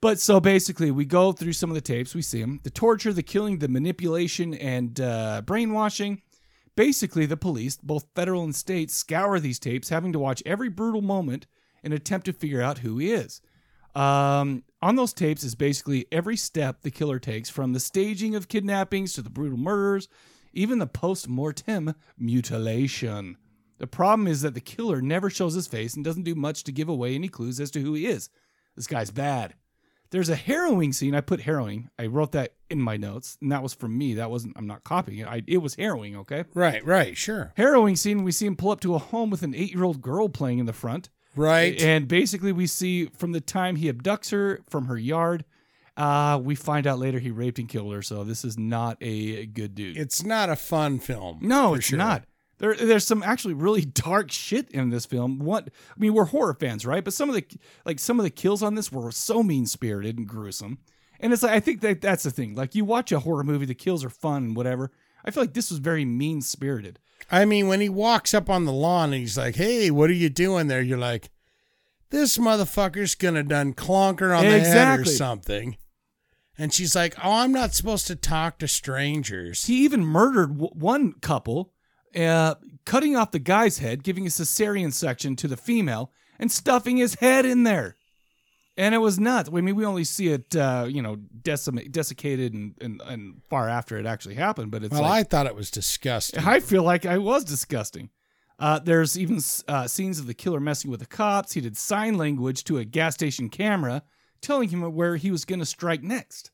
Speaker 1: But so basically, we go through some of the tapes. We see them: the torture, the killing, the manipulation, and uh, brainwashing. Basically, the police, both federal and state, scour these tapes, having to watch every brutal moment and attempt to figure out who he is. Um, on those tapes is basically every step the killer takes, from the staging of kidnappings to the brutal murders, even the post-mortem mutilation. The problem is that the killer never shows his face and doesn't do much to give away any clues as to who he is. This guy's bad. There's a harrowing scene. I put harrowing. I wrote that in my notes, and that was from me. That wasn't. I'm not copying it. I, it was harrowing. Okay.
Speaker 2: Right, right, sure.
Speaker 1: Harrowing scene. We see him pull up to a home with an eight-year-old girl playing in the front.
Speaker 2: Right.
Speaker 1: And basically, we see from the time he abducts her from her yard, uh, we find out later he raped and killed her. So this is not a good dude.
Speaker 2: It's not a fun film.
Speaker 1: No,
Speaker 2: for
Speaker 1: it's
Speaker 2: sure.
Speaker 1: not. There, there's some actually really dark shit in this film. What I mean, we're horror fans, right? But some of the like some of the kills on this were so mean spirited and gruesome. And it's like I think that that's the thing. Like you watch a horror movie, the kills are fun and whatever. I feel like this was very mean spirited.
Speaker 2: I mean, when he walks up on the lawn and he's like, "Hey, what are you doing there?" You're like, "This motherfucker's gonna done clonker on the head or
Speaker 1: Exactly.
Speaker 2: something." And she's like, "Oh, I'm not supposed to talk to strangers."
Speaker 1: He even murdered w- one couple, uh, cutting off the guy's head, giving a cesarean section to the female, and stuffing his head in there. and it was nuts. I mean, we only see it, uh, you know, decim- desiccated and, and and far after it actually happened. But it's
Speaker 2: well,
Speaker 1: like,
Speaker 2: I thought it was disgusting.
Speaker 1: I feel like I was disgusting. Uh, there's even uh, scenes of the killer messing with the cops. He did sign language to a gas station camera, telling him where he was going to strike next.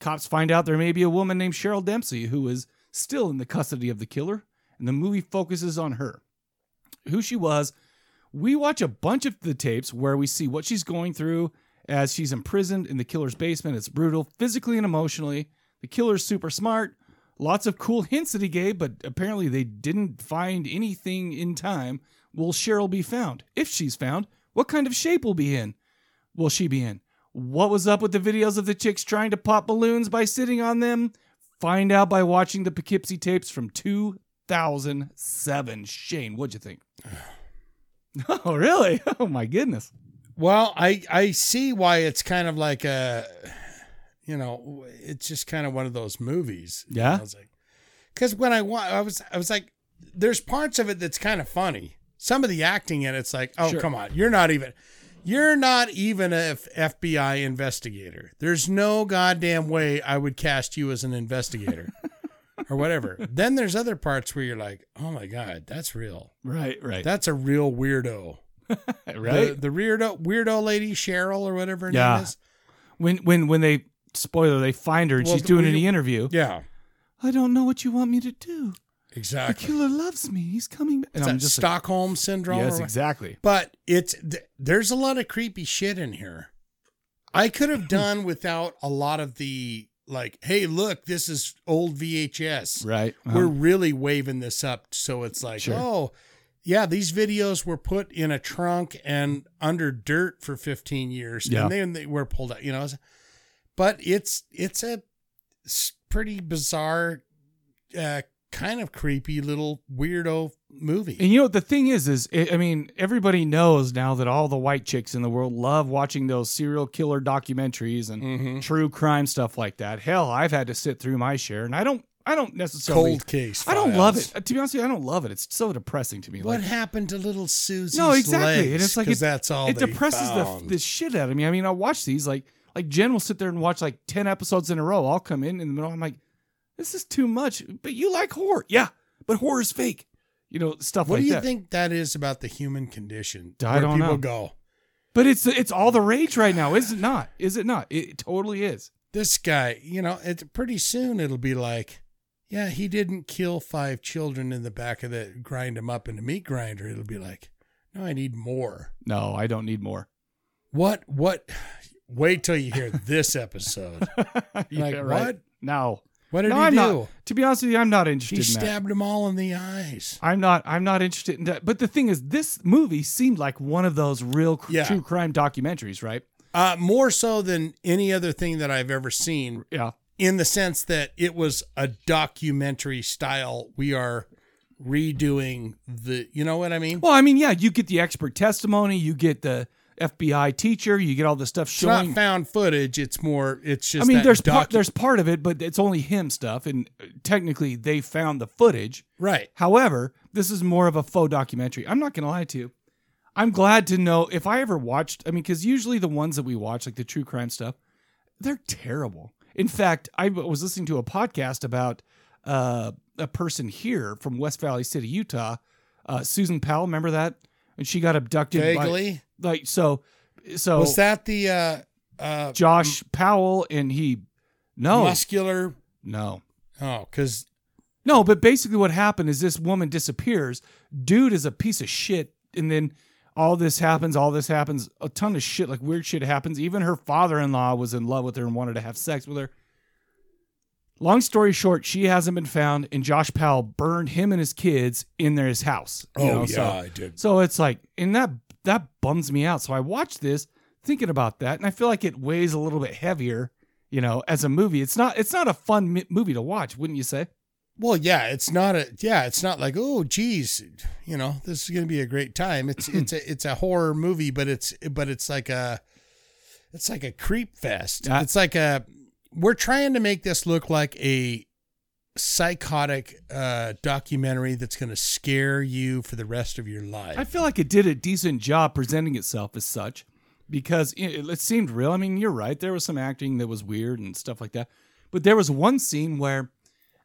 Speaker 1: Cops find out there may be a woman named Cheryl Dempsey who is still in the custody of the killer, and the movie focuses on her, who she was. We watch a bunch of the tapes where we see what she's going through as she's imprisoned in the killer's basement. It's brutal, physically and emotionally. The killer's super smart, lots of cool hints that he gave, but apparently they didn't find anything in time. Will Cheryl be found? If she's found, what kind of shape will be in? Will she be in? What was up with the videos of the chicks trying to pop balloons by sitting on them? Find out by watching the Poughkeepsie tapes from 2007. Shane, what'd you think? oh, really? Oh my goodness.
Speaker 2: Well, I I see why it's kind of like a, you know, it's just kind of one of those movies. You know,
Speaker 1: Yeah?
Speaker 2: I was like, because when I wa- I was I was like, there's parts of it that's kind of funny. Some of the acting in it's like, oh
Speaker 1: Sure.
Speaker 2: come on, you're not even, you're not even a F- FBI investigator. There's no goddamn way I would cast you as an investigator. Or whatever. then there's other parts where you're like, oh my God, that's real.
Speaker 1: Right, right.
Speaker 2: That's a real weirdo.
Speaker 1: Right?
Speaker 2: The, the weirdo weirdo lady Cheryl or whatever her
Speaker 1: Yeah.
Speaker 2: name is.
Speaker 1: When when when they spoiler, they find her and
Speaker 2: Well,
Speaker 1: she's doing
Speaker 2: we-
Speaker 1: an interview.
Speaker 2: Yeah.
Speaker 1: I don't know what you want me to do. The
Speaker 2: Exactly.
Speaker 1: killer loves me. He's coming back.
Speaker 2: It's that Stockholm syndrome. or
Speaker 1: Yes,
Speaker 2: what-
Speaker 1: exactly.
Speaker 2: But it's th- there's a lot of creepy shit in here. I could have done without a lot of the like, hey, look, this is old VHS.
Speaker 1: Right.
Speaker 2: We're
Speaker 1: Uh-huh.
Speaker 2: really waving this up, so it's like,
Speaker 1: Sure.
Speaker 2: oh, yeah, these videos were put in a trunk and under dirt for 15 years,
Speaker 1: Yeah.
Speaker 2: and then they were pulled out. You know, but it's it's a s- pretty bizarre, uh, kind of creepy little weirdo movie.
Speaker 1: And you know what the thing is is i I mean everybody knows now that all the white chicks in the world love watching those serial killer documentaries and
Speaker 2: Mm-hmm.
Speaker 1: true crime stuff like that. Hell, I've had to sit through my share, and I don't I don't necessarily
Speaker 2: Cold case
Speaker 1: I don't love
Speaker 2: files.
Speaker 1: it. Uh, To be honest, with you, I don't love it. It's so depressing to me.
Speaker 2: What
Speaker 1: like,
Speaker 2: happened to little Susie?
Speaker 1: no, exactly. and it's like it,
Speaker 2: that's all.
Speaker 1: it
Speaker 2: they
Speaker 1: depresses
Speaker 2: found.
Speaker 1: the the shit out of me. I mean, I watch these like like Jen will sit there and watch like ten episodes in a row. I'll come in in the middle. I'm like, this is too much. But you like horror, yeah? But horror is fake. You know stuff
Speaker 2: What
Speaker 1: like
Speaker 2: do you
Speaker 1: that.
Speaker 2: think that is about the human condition?
Speaker 1: I
Speaker 2: where
Speaker 1: don't
Speaker 2: people
Speaker 1: know.
Speaker 2: go,
Speaker 1: But it's it's all the rage right now, is it not? Is it not? It, totally is.
Speaker 2: this guy, you know, it, pretty soon it'll be like, yeah, he didn't kill five children in the back of the grind them up in the meat grinder. It'll be like, no, I need more.
Speaker 1: No, I don't need more.
Speaker 2: What? What? Wait till you hear this episode. like what?
Speaker 1: No.
Speaker 2: What did
Speaker 1: no,
Speaker 2: he
Speaker 1: I'm
Speaker 2: do?
Speaker 1: Not, to be honest with you, I'm not interested.
Speaker 2: He
Speaker 1: in that.
Speaker 2: stabbed them all in the eyes.
Speaker 1: I'm not. I'm not interested in that. But the thing is, this movie seemed like one of those real cr-
Speaker 2: Yeah.
Speaker 1: true crime documentaries, right?
Speaker 2: Uh, more so than any other thing that I've ever seen.
Speaker 1: Yeah.
Speaker 2: In the sense that it was a documentary style. We are redoing the, you know what I mean?
Speaker 1: Well, I mean, yeah, you get the expert testimony, you get the FBI teacher, you get all the stuff
Speaker 2: it's not
Speaker 1: showing.
Speaker 2: found footage. It's more, it's just,
Speaker 1: I mean,
Speaker 2: that
Speaker 1: there's
Speaker 2: docu-
Speaker 1: part, there's part of it, but it's only him stuff, and uh, technically they found the footage.
Speaker 2: right.
Speaker 1: However, this is more of a faux documentary. I'm not going to lie to you. I'm glad to know if I ever watched, I mean, because usually the ones that we watch, like the true crime stuff, they're terrible. In fact, I was listening to a podcast about uh, a person here from West Valley City, Utah, uh, Susan Powell. Remember that? And she got abducted by-
Speaker 2: Vaguely.
Speaker 1: like so, so
Speaker 2: was that the, uh, uh,
Speaker 1: Josh Powell? And he, no,
Speaker 2: muscular?
Speaker 1: no,
Speaker 2: Oh, cause
Speaker 1: no, but basically what happened is this woman disappears. Dude is a piece of shit. And then all this happens, all this happens, a ton of shit, like weird shit happens. Even her father in law was in love with her and wanted to have sex with her. Long story short, she hasn't been found, and Josh Powell burned him and his kids in their his house. you
Speaker 2: Oh,
Speaker 1: know,
Speaker 2: yeah,
Speaker 1: so-
Speaker 2: I did.
Speaker 1: So it's like, and that that bums me out. So I watched this thinking about that, and I feel like it weighs a little bit heavier, you know, as a movie. It's not it's not a fun mi- movie to watch, wouldn't you say?
Speaker 2: well, yeah, it's not a, yeah, it's not like, oh, geez, you know, this is going to be a great time. It's, it's a, it's a horror movie, but it's, but it's like a, it's like a creep fest.
Speaker 1: Yeah.
Speaker 2: It's like a we're trying to make this look like a psychotic uh, documentary that's going to scare you for the rest of your life.
Speaker 1: I feel like it did a decent job presenting itself as such because it, it seemed real. I mean, you're right. There was some acting that was weird and stuff like that. But there was one scene where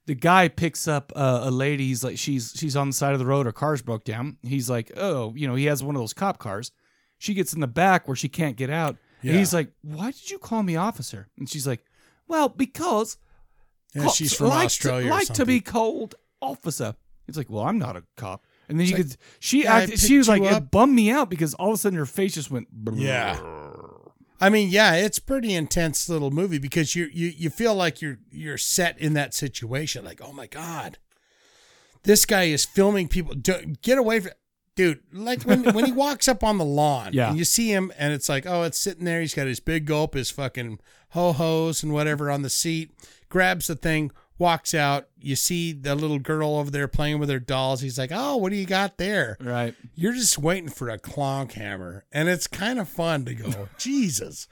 Speaker 1: the guy picks up uh, a lady's like she's she's on the side of the road her car's broke down he's like oh you know he has one of those cop cars she gets in the back where she can't get out and
Speaker 2: Yeah.
Speaker 1: he's like why did you call me officer and she's like well because
Speaker 2: Yeah,
Speaker 1: cops
Speaker 2: she's from
Speaker 1: like
Speaker 2: Australia
Speaker 1: to,
Speaker 2: or
Speaker 1: like to
Speaker 2: something.
Speaker 1: be called officer he's like well i'm not a cop and then
Speaker 2: It's
Speaker 1: you
Speaker 2: like,
Speaker 1: could she
Speaker 2: "Yeah, I
Speaker 1: acted, she was
Speaker 2: picked
Speaker 1: like
Speaker 2: you
Speaker 1: it
Speaker 2: up."
Speaker 1: bummed me out because all of a sudden her face just went brrr.
Speaker 2: Yeah. I mean, yeah, it's pretty intense little movie because you you you feel like you're you're set in that situation. Like, oh my god, this guy is filming people. Do, get away from, dude! Like when when he walks up on the lawn,
Speaker 1: Yeah.
Speaker 2: and you see him, and it's like, oh, it's sitting there. He's got his big gulp, his fucking ho hos and whatever on the seat. Grabs the thing, walks out. You see the little girl over there playing with her dolls. He's like, oh, what do you got there?
Speaker 1: Right.
Speaker 2: You're just waiting for a clonk hammer, and it's kind of fun to go, Jesus.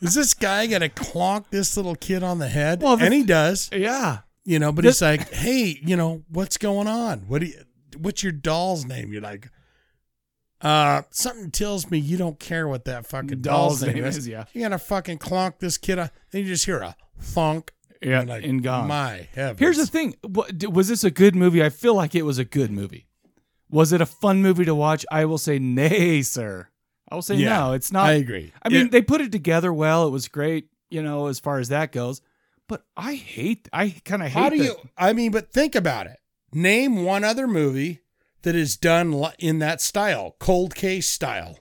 Speaker 2: Is this guy gonna clonk this little kid on the head?
Speaker 1: Well,
Speaker 2: Well,
Speaker 1: the-
Speaker 2: and he does.
Speaker 1: Yeah.
Speaker 2: You know, but
Speaker 1: This-
Speaker 2: he's like, hey, you know, what's going on? What do you, what's your doll's name? You're like, uh, something tells me you don't care what that fucking doll's, name, is.
Speaker 1: yeah.
Speaker 2: You're gonna fucking clonk this kid on. Then you just hear a thunk.
Speaker 1: yeah
Speaker 2: You're like,
Speaker 1: and gone
Speaker 2: My heavens.
Speaker 1: Here's the thing: What- d- was this a good movie? I feel like it was a good movie. Was it a fun movie to watch? I will say nay, sir. I will say
Speaker 2: Yeah,
Speaker 1: no. It's not.
Speaker 2: I agree.
Speaker 1: I mean,
Speaker 2: It-
Speaker 1: they put it together well. It was great, you know, as far as that goes. But I hate. I kind of hate.
Speaker 2: How do
Speaker 1: the-
Speaker 2: you? I mean, but think about it. Name one other movie that is done li- in that style, cold case style.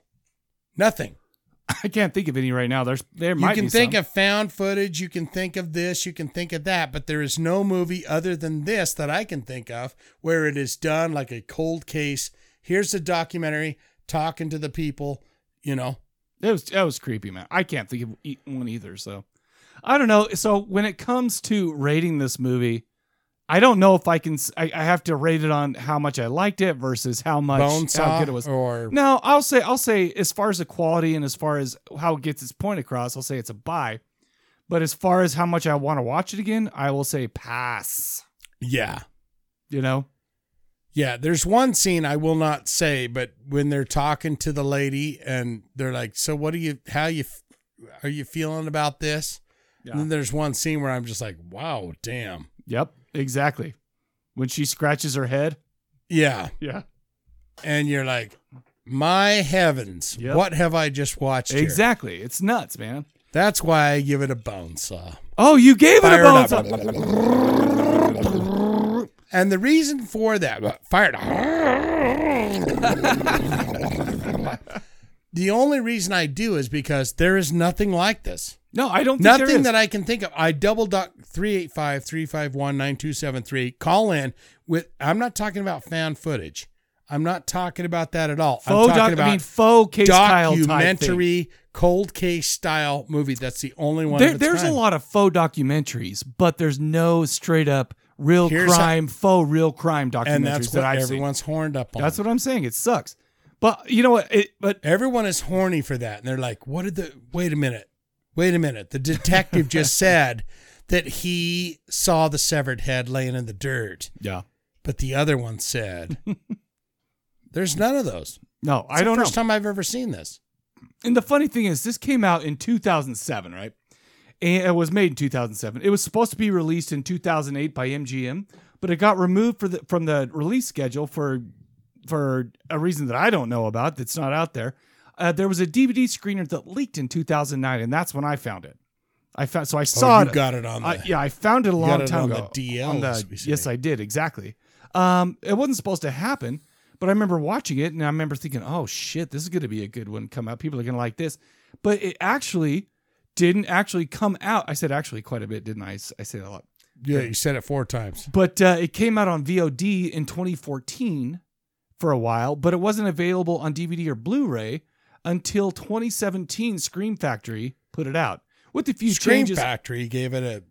Speaker 2: Nothing.
Speaker 1: I can't think of any right now. There's there
Speaker 2: You
Speaker 1: might
Speaker 2: can
Speaker 1: be
Speaker 2: think
Speaker 1: some.
Speaker 2: of found footage. You can think of this. You can think of that. But there is no movie other than this that I can think of where it is done like a cold case. Here's the documentary talking to the people. You know.
Speaker 1: It was that was creepy, man. I can't think of e- one either. So I don't know. So when it comes to rating this movie, I don't know if I can. s- I, I have to rate it on how much I liked it versus how much
Speaker 2: Bone
Speaker 1: how
Speaker 2: saw
Speaker 1: good it was.
Speaker 2: or
Speaker 1: No, I'll say I'll say as far as the quality and as far as how it gets its point across, I'll say it's a buy. But as far as how much I want to watch it again, I will say pass.
Speaker 2: yeah.
Speaker 1: You know,
Speaker 2: Yeah, there's one scene I will not say, but when they're talking to the lady and they're like, "So what are you? How you? f- Are you feeling about this?" And then there's one scene where I'm just like, "Wow, damn."
Speaker 1: Yep, exactly. When she scratches her head,
Speaker 2: Yeah,
Speaker 1: yeah,
Speaker 2: and you're like, "My heavens,
Speaker 1: Yep.
Speaker 2: what have I just watched?" here?"
Speaker 1: exactly. It's nuts, man.
Speaker 2: That's why I give it a bone saw.
Speaker 1: Oh, you gave it a
Speaker 2: Fired
Speaker 1: bone
Speaker 2: up.
Speaker 1: saw.
Speaker 2: And the reason for that, uh, fired. the only reason I do is because there is nothing like this.
Speaker 1: No, I don't. Think there
Speaker 2: Nothing
Speaker 1: is.
Speaker 2: that I can think of. I double duck 385 351 9273. Call in with, I'm not talking about found footage. I'm not talking about that at all.
Speaker 1: Faux
Speaker 2: I'm talking
Speaker 1: doc- I
Speaker 2: about
Speaker 1: mean, faux Case Kyle type thing.
Speaker 2: documentary, cold case style movie. That's the only one.
Speaker 1: There-
Speaker 2: of its
Speaker 1: there's a
Speaker 2: kind.
Speaker 1: lot of faux documentaries, but there's no straight up real
Speaker 2: Here's how-
Speaker 1: crime, faux real crime documentaries
Speaker 2: And that's what
Speaker 1: that I've seen.
Speaker 2: everyone's horned up on.
Speaker 1: That's what I'm saying. It sucks. But you know what? It, but
Speaker 2: Everyone is horny for that. And they're like, what did the, wait a minute, wait a minute. The detective just said that he saw the severed head laying in the dirt.
Speaker 1: yeah,
Speaker 2: But the other one said, there's none of those.
Speaker 1: no,
Speaker 2: It's
Speaker 1: I don't
Speaker 2: the
Speaker 1: know.
Speaker 2: first time I've ever seen this.
Speaker 1: and the funny thing is, this came out in 2007, right? And it was made in 2007. It was supposed to be released in 2008 by MGM, but it got removed for the, from the release schedule for for a reason that I don't know about. That's not out there. Uh, there was a DVD screener that leaked in 2009, and that's when I found it. I found so I saw
Speaker 2: Oh, you
Speaker 1: it.
Speaker 2: got it on
Speaker 1: I-
Speaker 2: the-
Speaker 1: yeah, I found it a
Speaker 2: you got
Speaker 1: long
Speaker 2: it
Speaker 1: time
Speaker 2: on the
Speaker 1: ago.
Speaker 2: DL,
Speaker 1: on the-
Speaker 2: as we say.
Speaker 1: yes, I did exactly. Um, it wasn't supposed to happen, but I remember watching it and I remember thinking, "Oh shit, this is going to be a good one come out. People are going to like this." But it actually didn't actually come out. I said actually quite a bit, didn't I? I s- I say that a lot.
Speaker 2: Yeah, you said it four times.
Speaker 1: But uh, it came out on VOD in 2014 for a while, but it wasn't available on DVD or Blu-ray until 2017. Scream Factory put it out with a few
Speaker 2: Scream
Speaker 1: changes.
Speaker 2: Factory gave it a.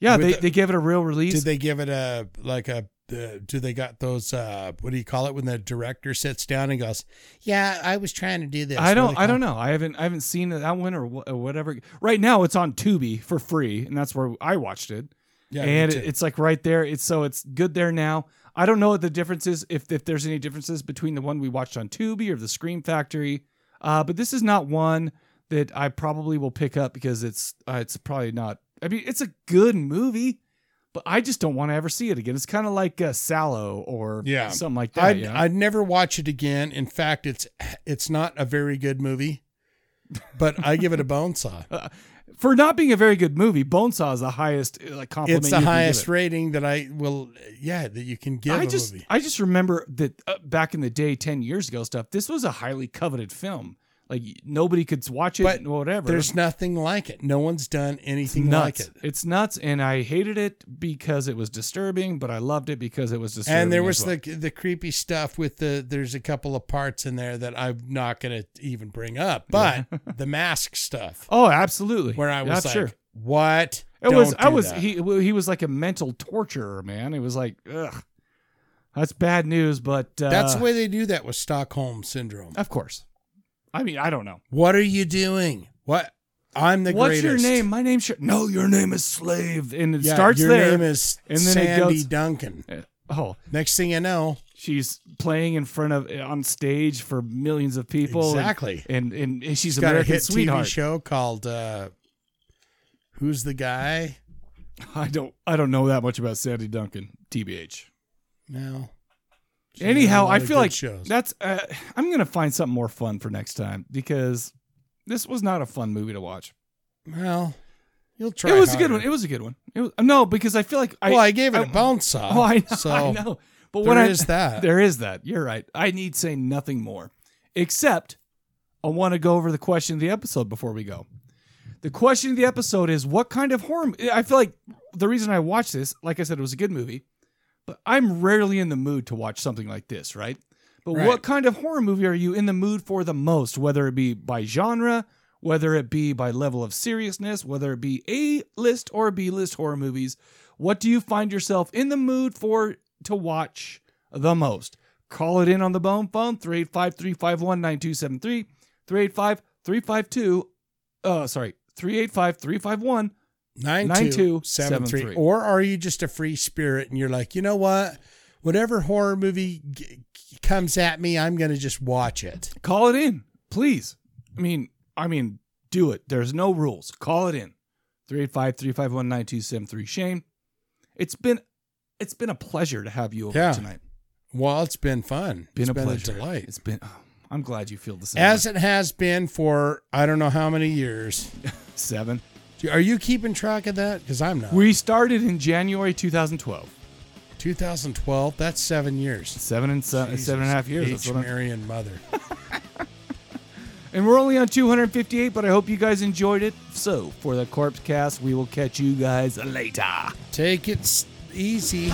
Speaker 1: yeah,
Speaker 2: with
Speaker 1: they,
Speaker 2: the-
Speaker 1: they gave it a real release.
Speaker 2: Did they give it a like a? Uh, do they got those? uh What do you call it when the director sits down and goes, "Yeah, I was trying to do this."
Speaker 1: I don't.
Speaker 2: What
Speaker 1: I
Speaker 2: do they
Speaker 1: don't know. I haven't. I haven't seen that one or, wh- or whatever. Right now, it's on Tubi for free, and that's where I watched it.
Speaker 2: Yeah, me
Speaker 1: and
Speaker 2: too.
Speaker 1: it- it's like right there. It's so it's good there now. I don't know what the difference is. If if there's any differences between the one we watched on Tubi or the Scream Factory, Uh, but this is not one that I probably will pick up because it's uh, it's probably not. I mean, it's a good movie, but I just don't want to ever see it again. It's kind of like uh, Sallow or
Speaker 2: yeah,
Speaker 1: something like that.
Speaker 2: I'd,
Speaker 1: you know?
Speaker 2: I'd never watch it again. In fact, it's it's not a very good movie, but I give it a bone saw.
Speaker 1: For not being a very good movie, Bonesaw is the highest uh, like compliment.
Speaker 2: It's
Speaker 1: you
Speaker 2: the
Speaker 1: can give
Speaker 2: highest
Speaker 1: it.
Speaker 2: rating that I will. Yeah, that you can give.
Speaker 1: I
Speaker 2: a
Speaker 1: just
Speaker 2: movie.
Speaker 1: I just remember that uh, back in the day, ten years ago, stuff. This was a highly coveted film. Like nobody could watch it,
Speaker 2: But
Speaker 1: and whatever.
Speaker 2: There's nothing like it. No one's done anything like
Speaker 1: nuts.
Speaker 2: it.
Speaker 1: It's nuts, and I hated it because it was disturbing, but I loved it because it was disturbing.
Speaker 2: And there was
Speaker 1: as well.
Speaker 2: the the creepy stuff with the there's a couple of parts in there that I'm not going to even bring up, but the mask stuff.
Speaker 1: oh, absolutely.
Speaker 2: Where I
Speaker 1: Yeah,
Speaker 2: was like,
Speaker 1: sure.
Speaker 2: what?
Speaker 1: It was.
Speaker 2: Don't
Speaker 1: I
Speaker 2: do
Speaker 1: was.
Speaker 2: that.
Speaker 1: He well, he was like a mental torturer, man. It was like, ugh, that's bad news. But uh,
Speaker 2: That's the way they do that with Stockholm syndrome.
Speaker 1: Of course. I mean, I don't know.
Speaker 2: What are you doing? What? I'm the
Speaker 1: What's
Speaker 2: greatest.
Speaker 1: your name? My name's Sh- no. Your name is Slave, and it
Speaker 2: Yeah,
Speaker 1: starts
Speaker 2: your
Speaker 1: there.
Speaker 2: name is
Speaker 1: and then
Speaker 2: Sandy
Speaker 1: it goes.
Speaker 2: Duncan.
Speaker 1: Oh,
Speaker 2: Next thing you know,
Speaker 1: she's playing in front of eh, on stage for millions of people. and-
Speaker 2: Exactly.
Speaker 1: and and, and she's
Speaker 2: She's got a
Speaker 1: American
Speaker 2: hit
Speaker 1: sweetheart.
Speaker 2: TV show called uh, "Who's the Guy."
Speaker 1: I don't I don't know that much about Sandy Duncan, tbh.
Speaker 2: No. She's done a
Speaker 1: Anyhow,
Speaker 2: lot
Speaker 1: I
Speaker 2: of
Speaker 1: feel
Speaker 2: good
Speaker 1: like
Speaker 2: shows.
Speaker 1: that's uh, I'm gonna find something more fun for next time because this was not a fun movie to watch.
Speaker 2: well, you'll try.
Speaker 1: it was a good
Speaker 2: harder.
Speaker 1: one. It was a good one. It was, no, because I feel like I
Speaker 2: well, I gave it a bone saw.
Speaker 1: Oh, I know.
Speaker 2: So
Speaker 1: I know. But
Speaker 2: there
Speaker 1: when
Speaker 2: is
Speaker 1: I,
Speaker 2: that.
Speaker 1: there is that. You're right. I need say nothing more, except I want to go over the question of the episode before we go. The question of the episode is what kind of horror? I feel like the reason I watched this, like I said, it was a good movie, but I'm rarely in the mood to watch something like this, right? But
Speaker 2: Right.
Speaker 1: what kind of horror movie are you in the mood for the most? Whether it be by genre, whether it be by level of seriousness, whether it be A list or B list horror movies, what do you find yourself in the mood for to watch the most? Call it in on the bone phone 385 351 9273 385 352 uh sorry 385 351
Speaker 2: 9273. Or are you just a free spirit and you're like, you know what? Whatever horror movie g- comes at me, I'm going to just watch it.
Speaker 1: call it in please i mean i mean do it there's no rules call it in 385-351-9273 shane it's been it's been a pleasure to have you over
Speaker 2: Yeah.
Speaker 1: tonight
Speaker 2: Well, it's been fun.
Speaker 1: been
Speaker 2: It's
Speaker 1: a pleasure
Speaker 2: delight.
Speaker 1: it's been oh, i'm glad you feel the same
Speaker 2: As
Speaker 1: way.
Speaker 2: it has been for I don't know how many years.
Speaker 1: seven
Speaker 2: Are you keeping track of that? Because I'm not.
Speaker 1: we started in january 2012
Speaker 2: 2012, that's seven years.
Speaker 1: seven and se- seven and a half years
Speaker 2: H.
Speaker 1: that's what I'm-
Speaker 2: Mary and mother.
Speaker 1: and we're only on 258 but i hope you guys enjoyed it so for the corpse cast we will catch you guys later
Speaker 2: Take it s- easy.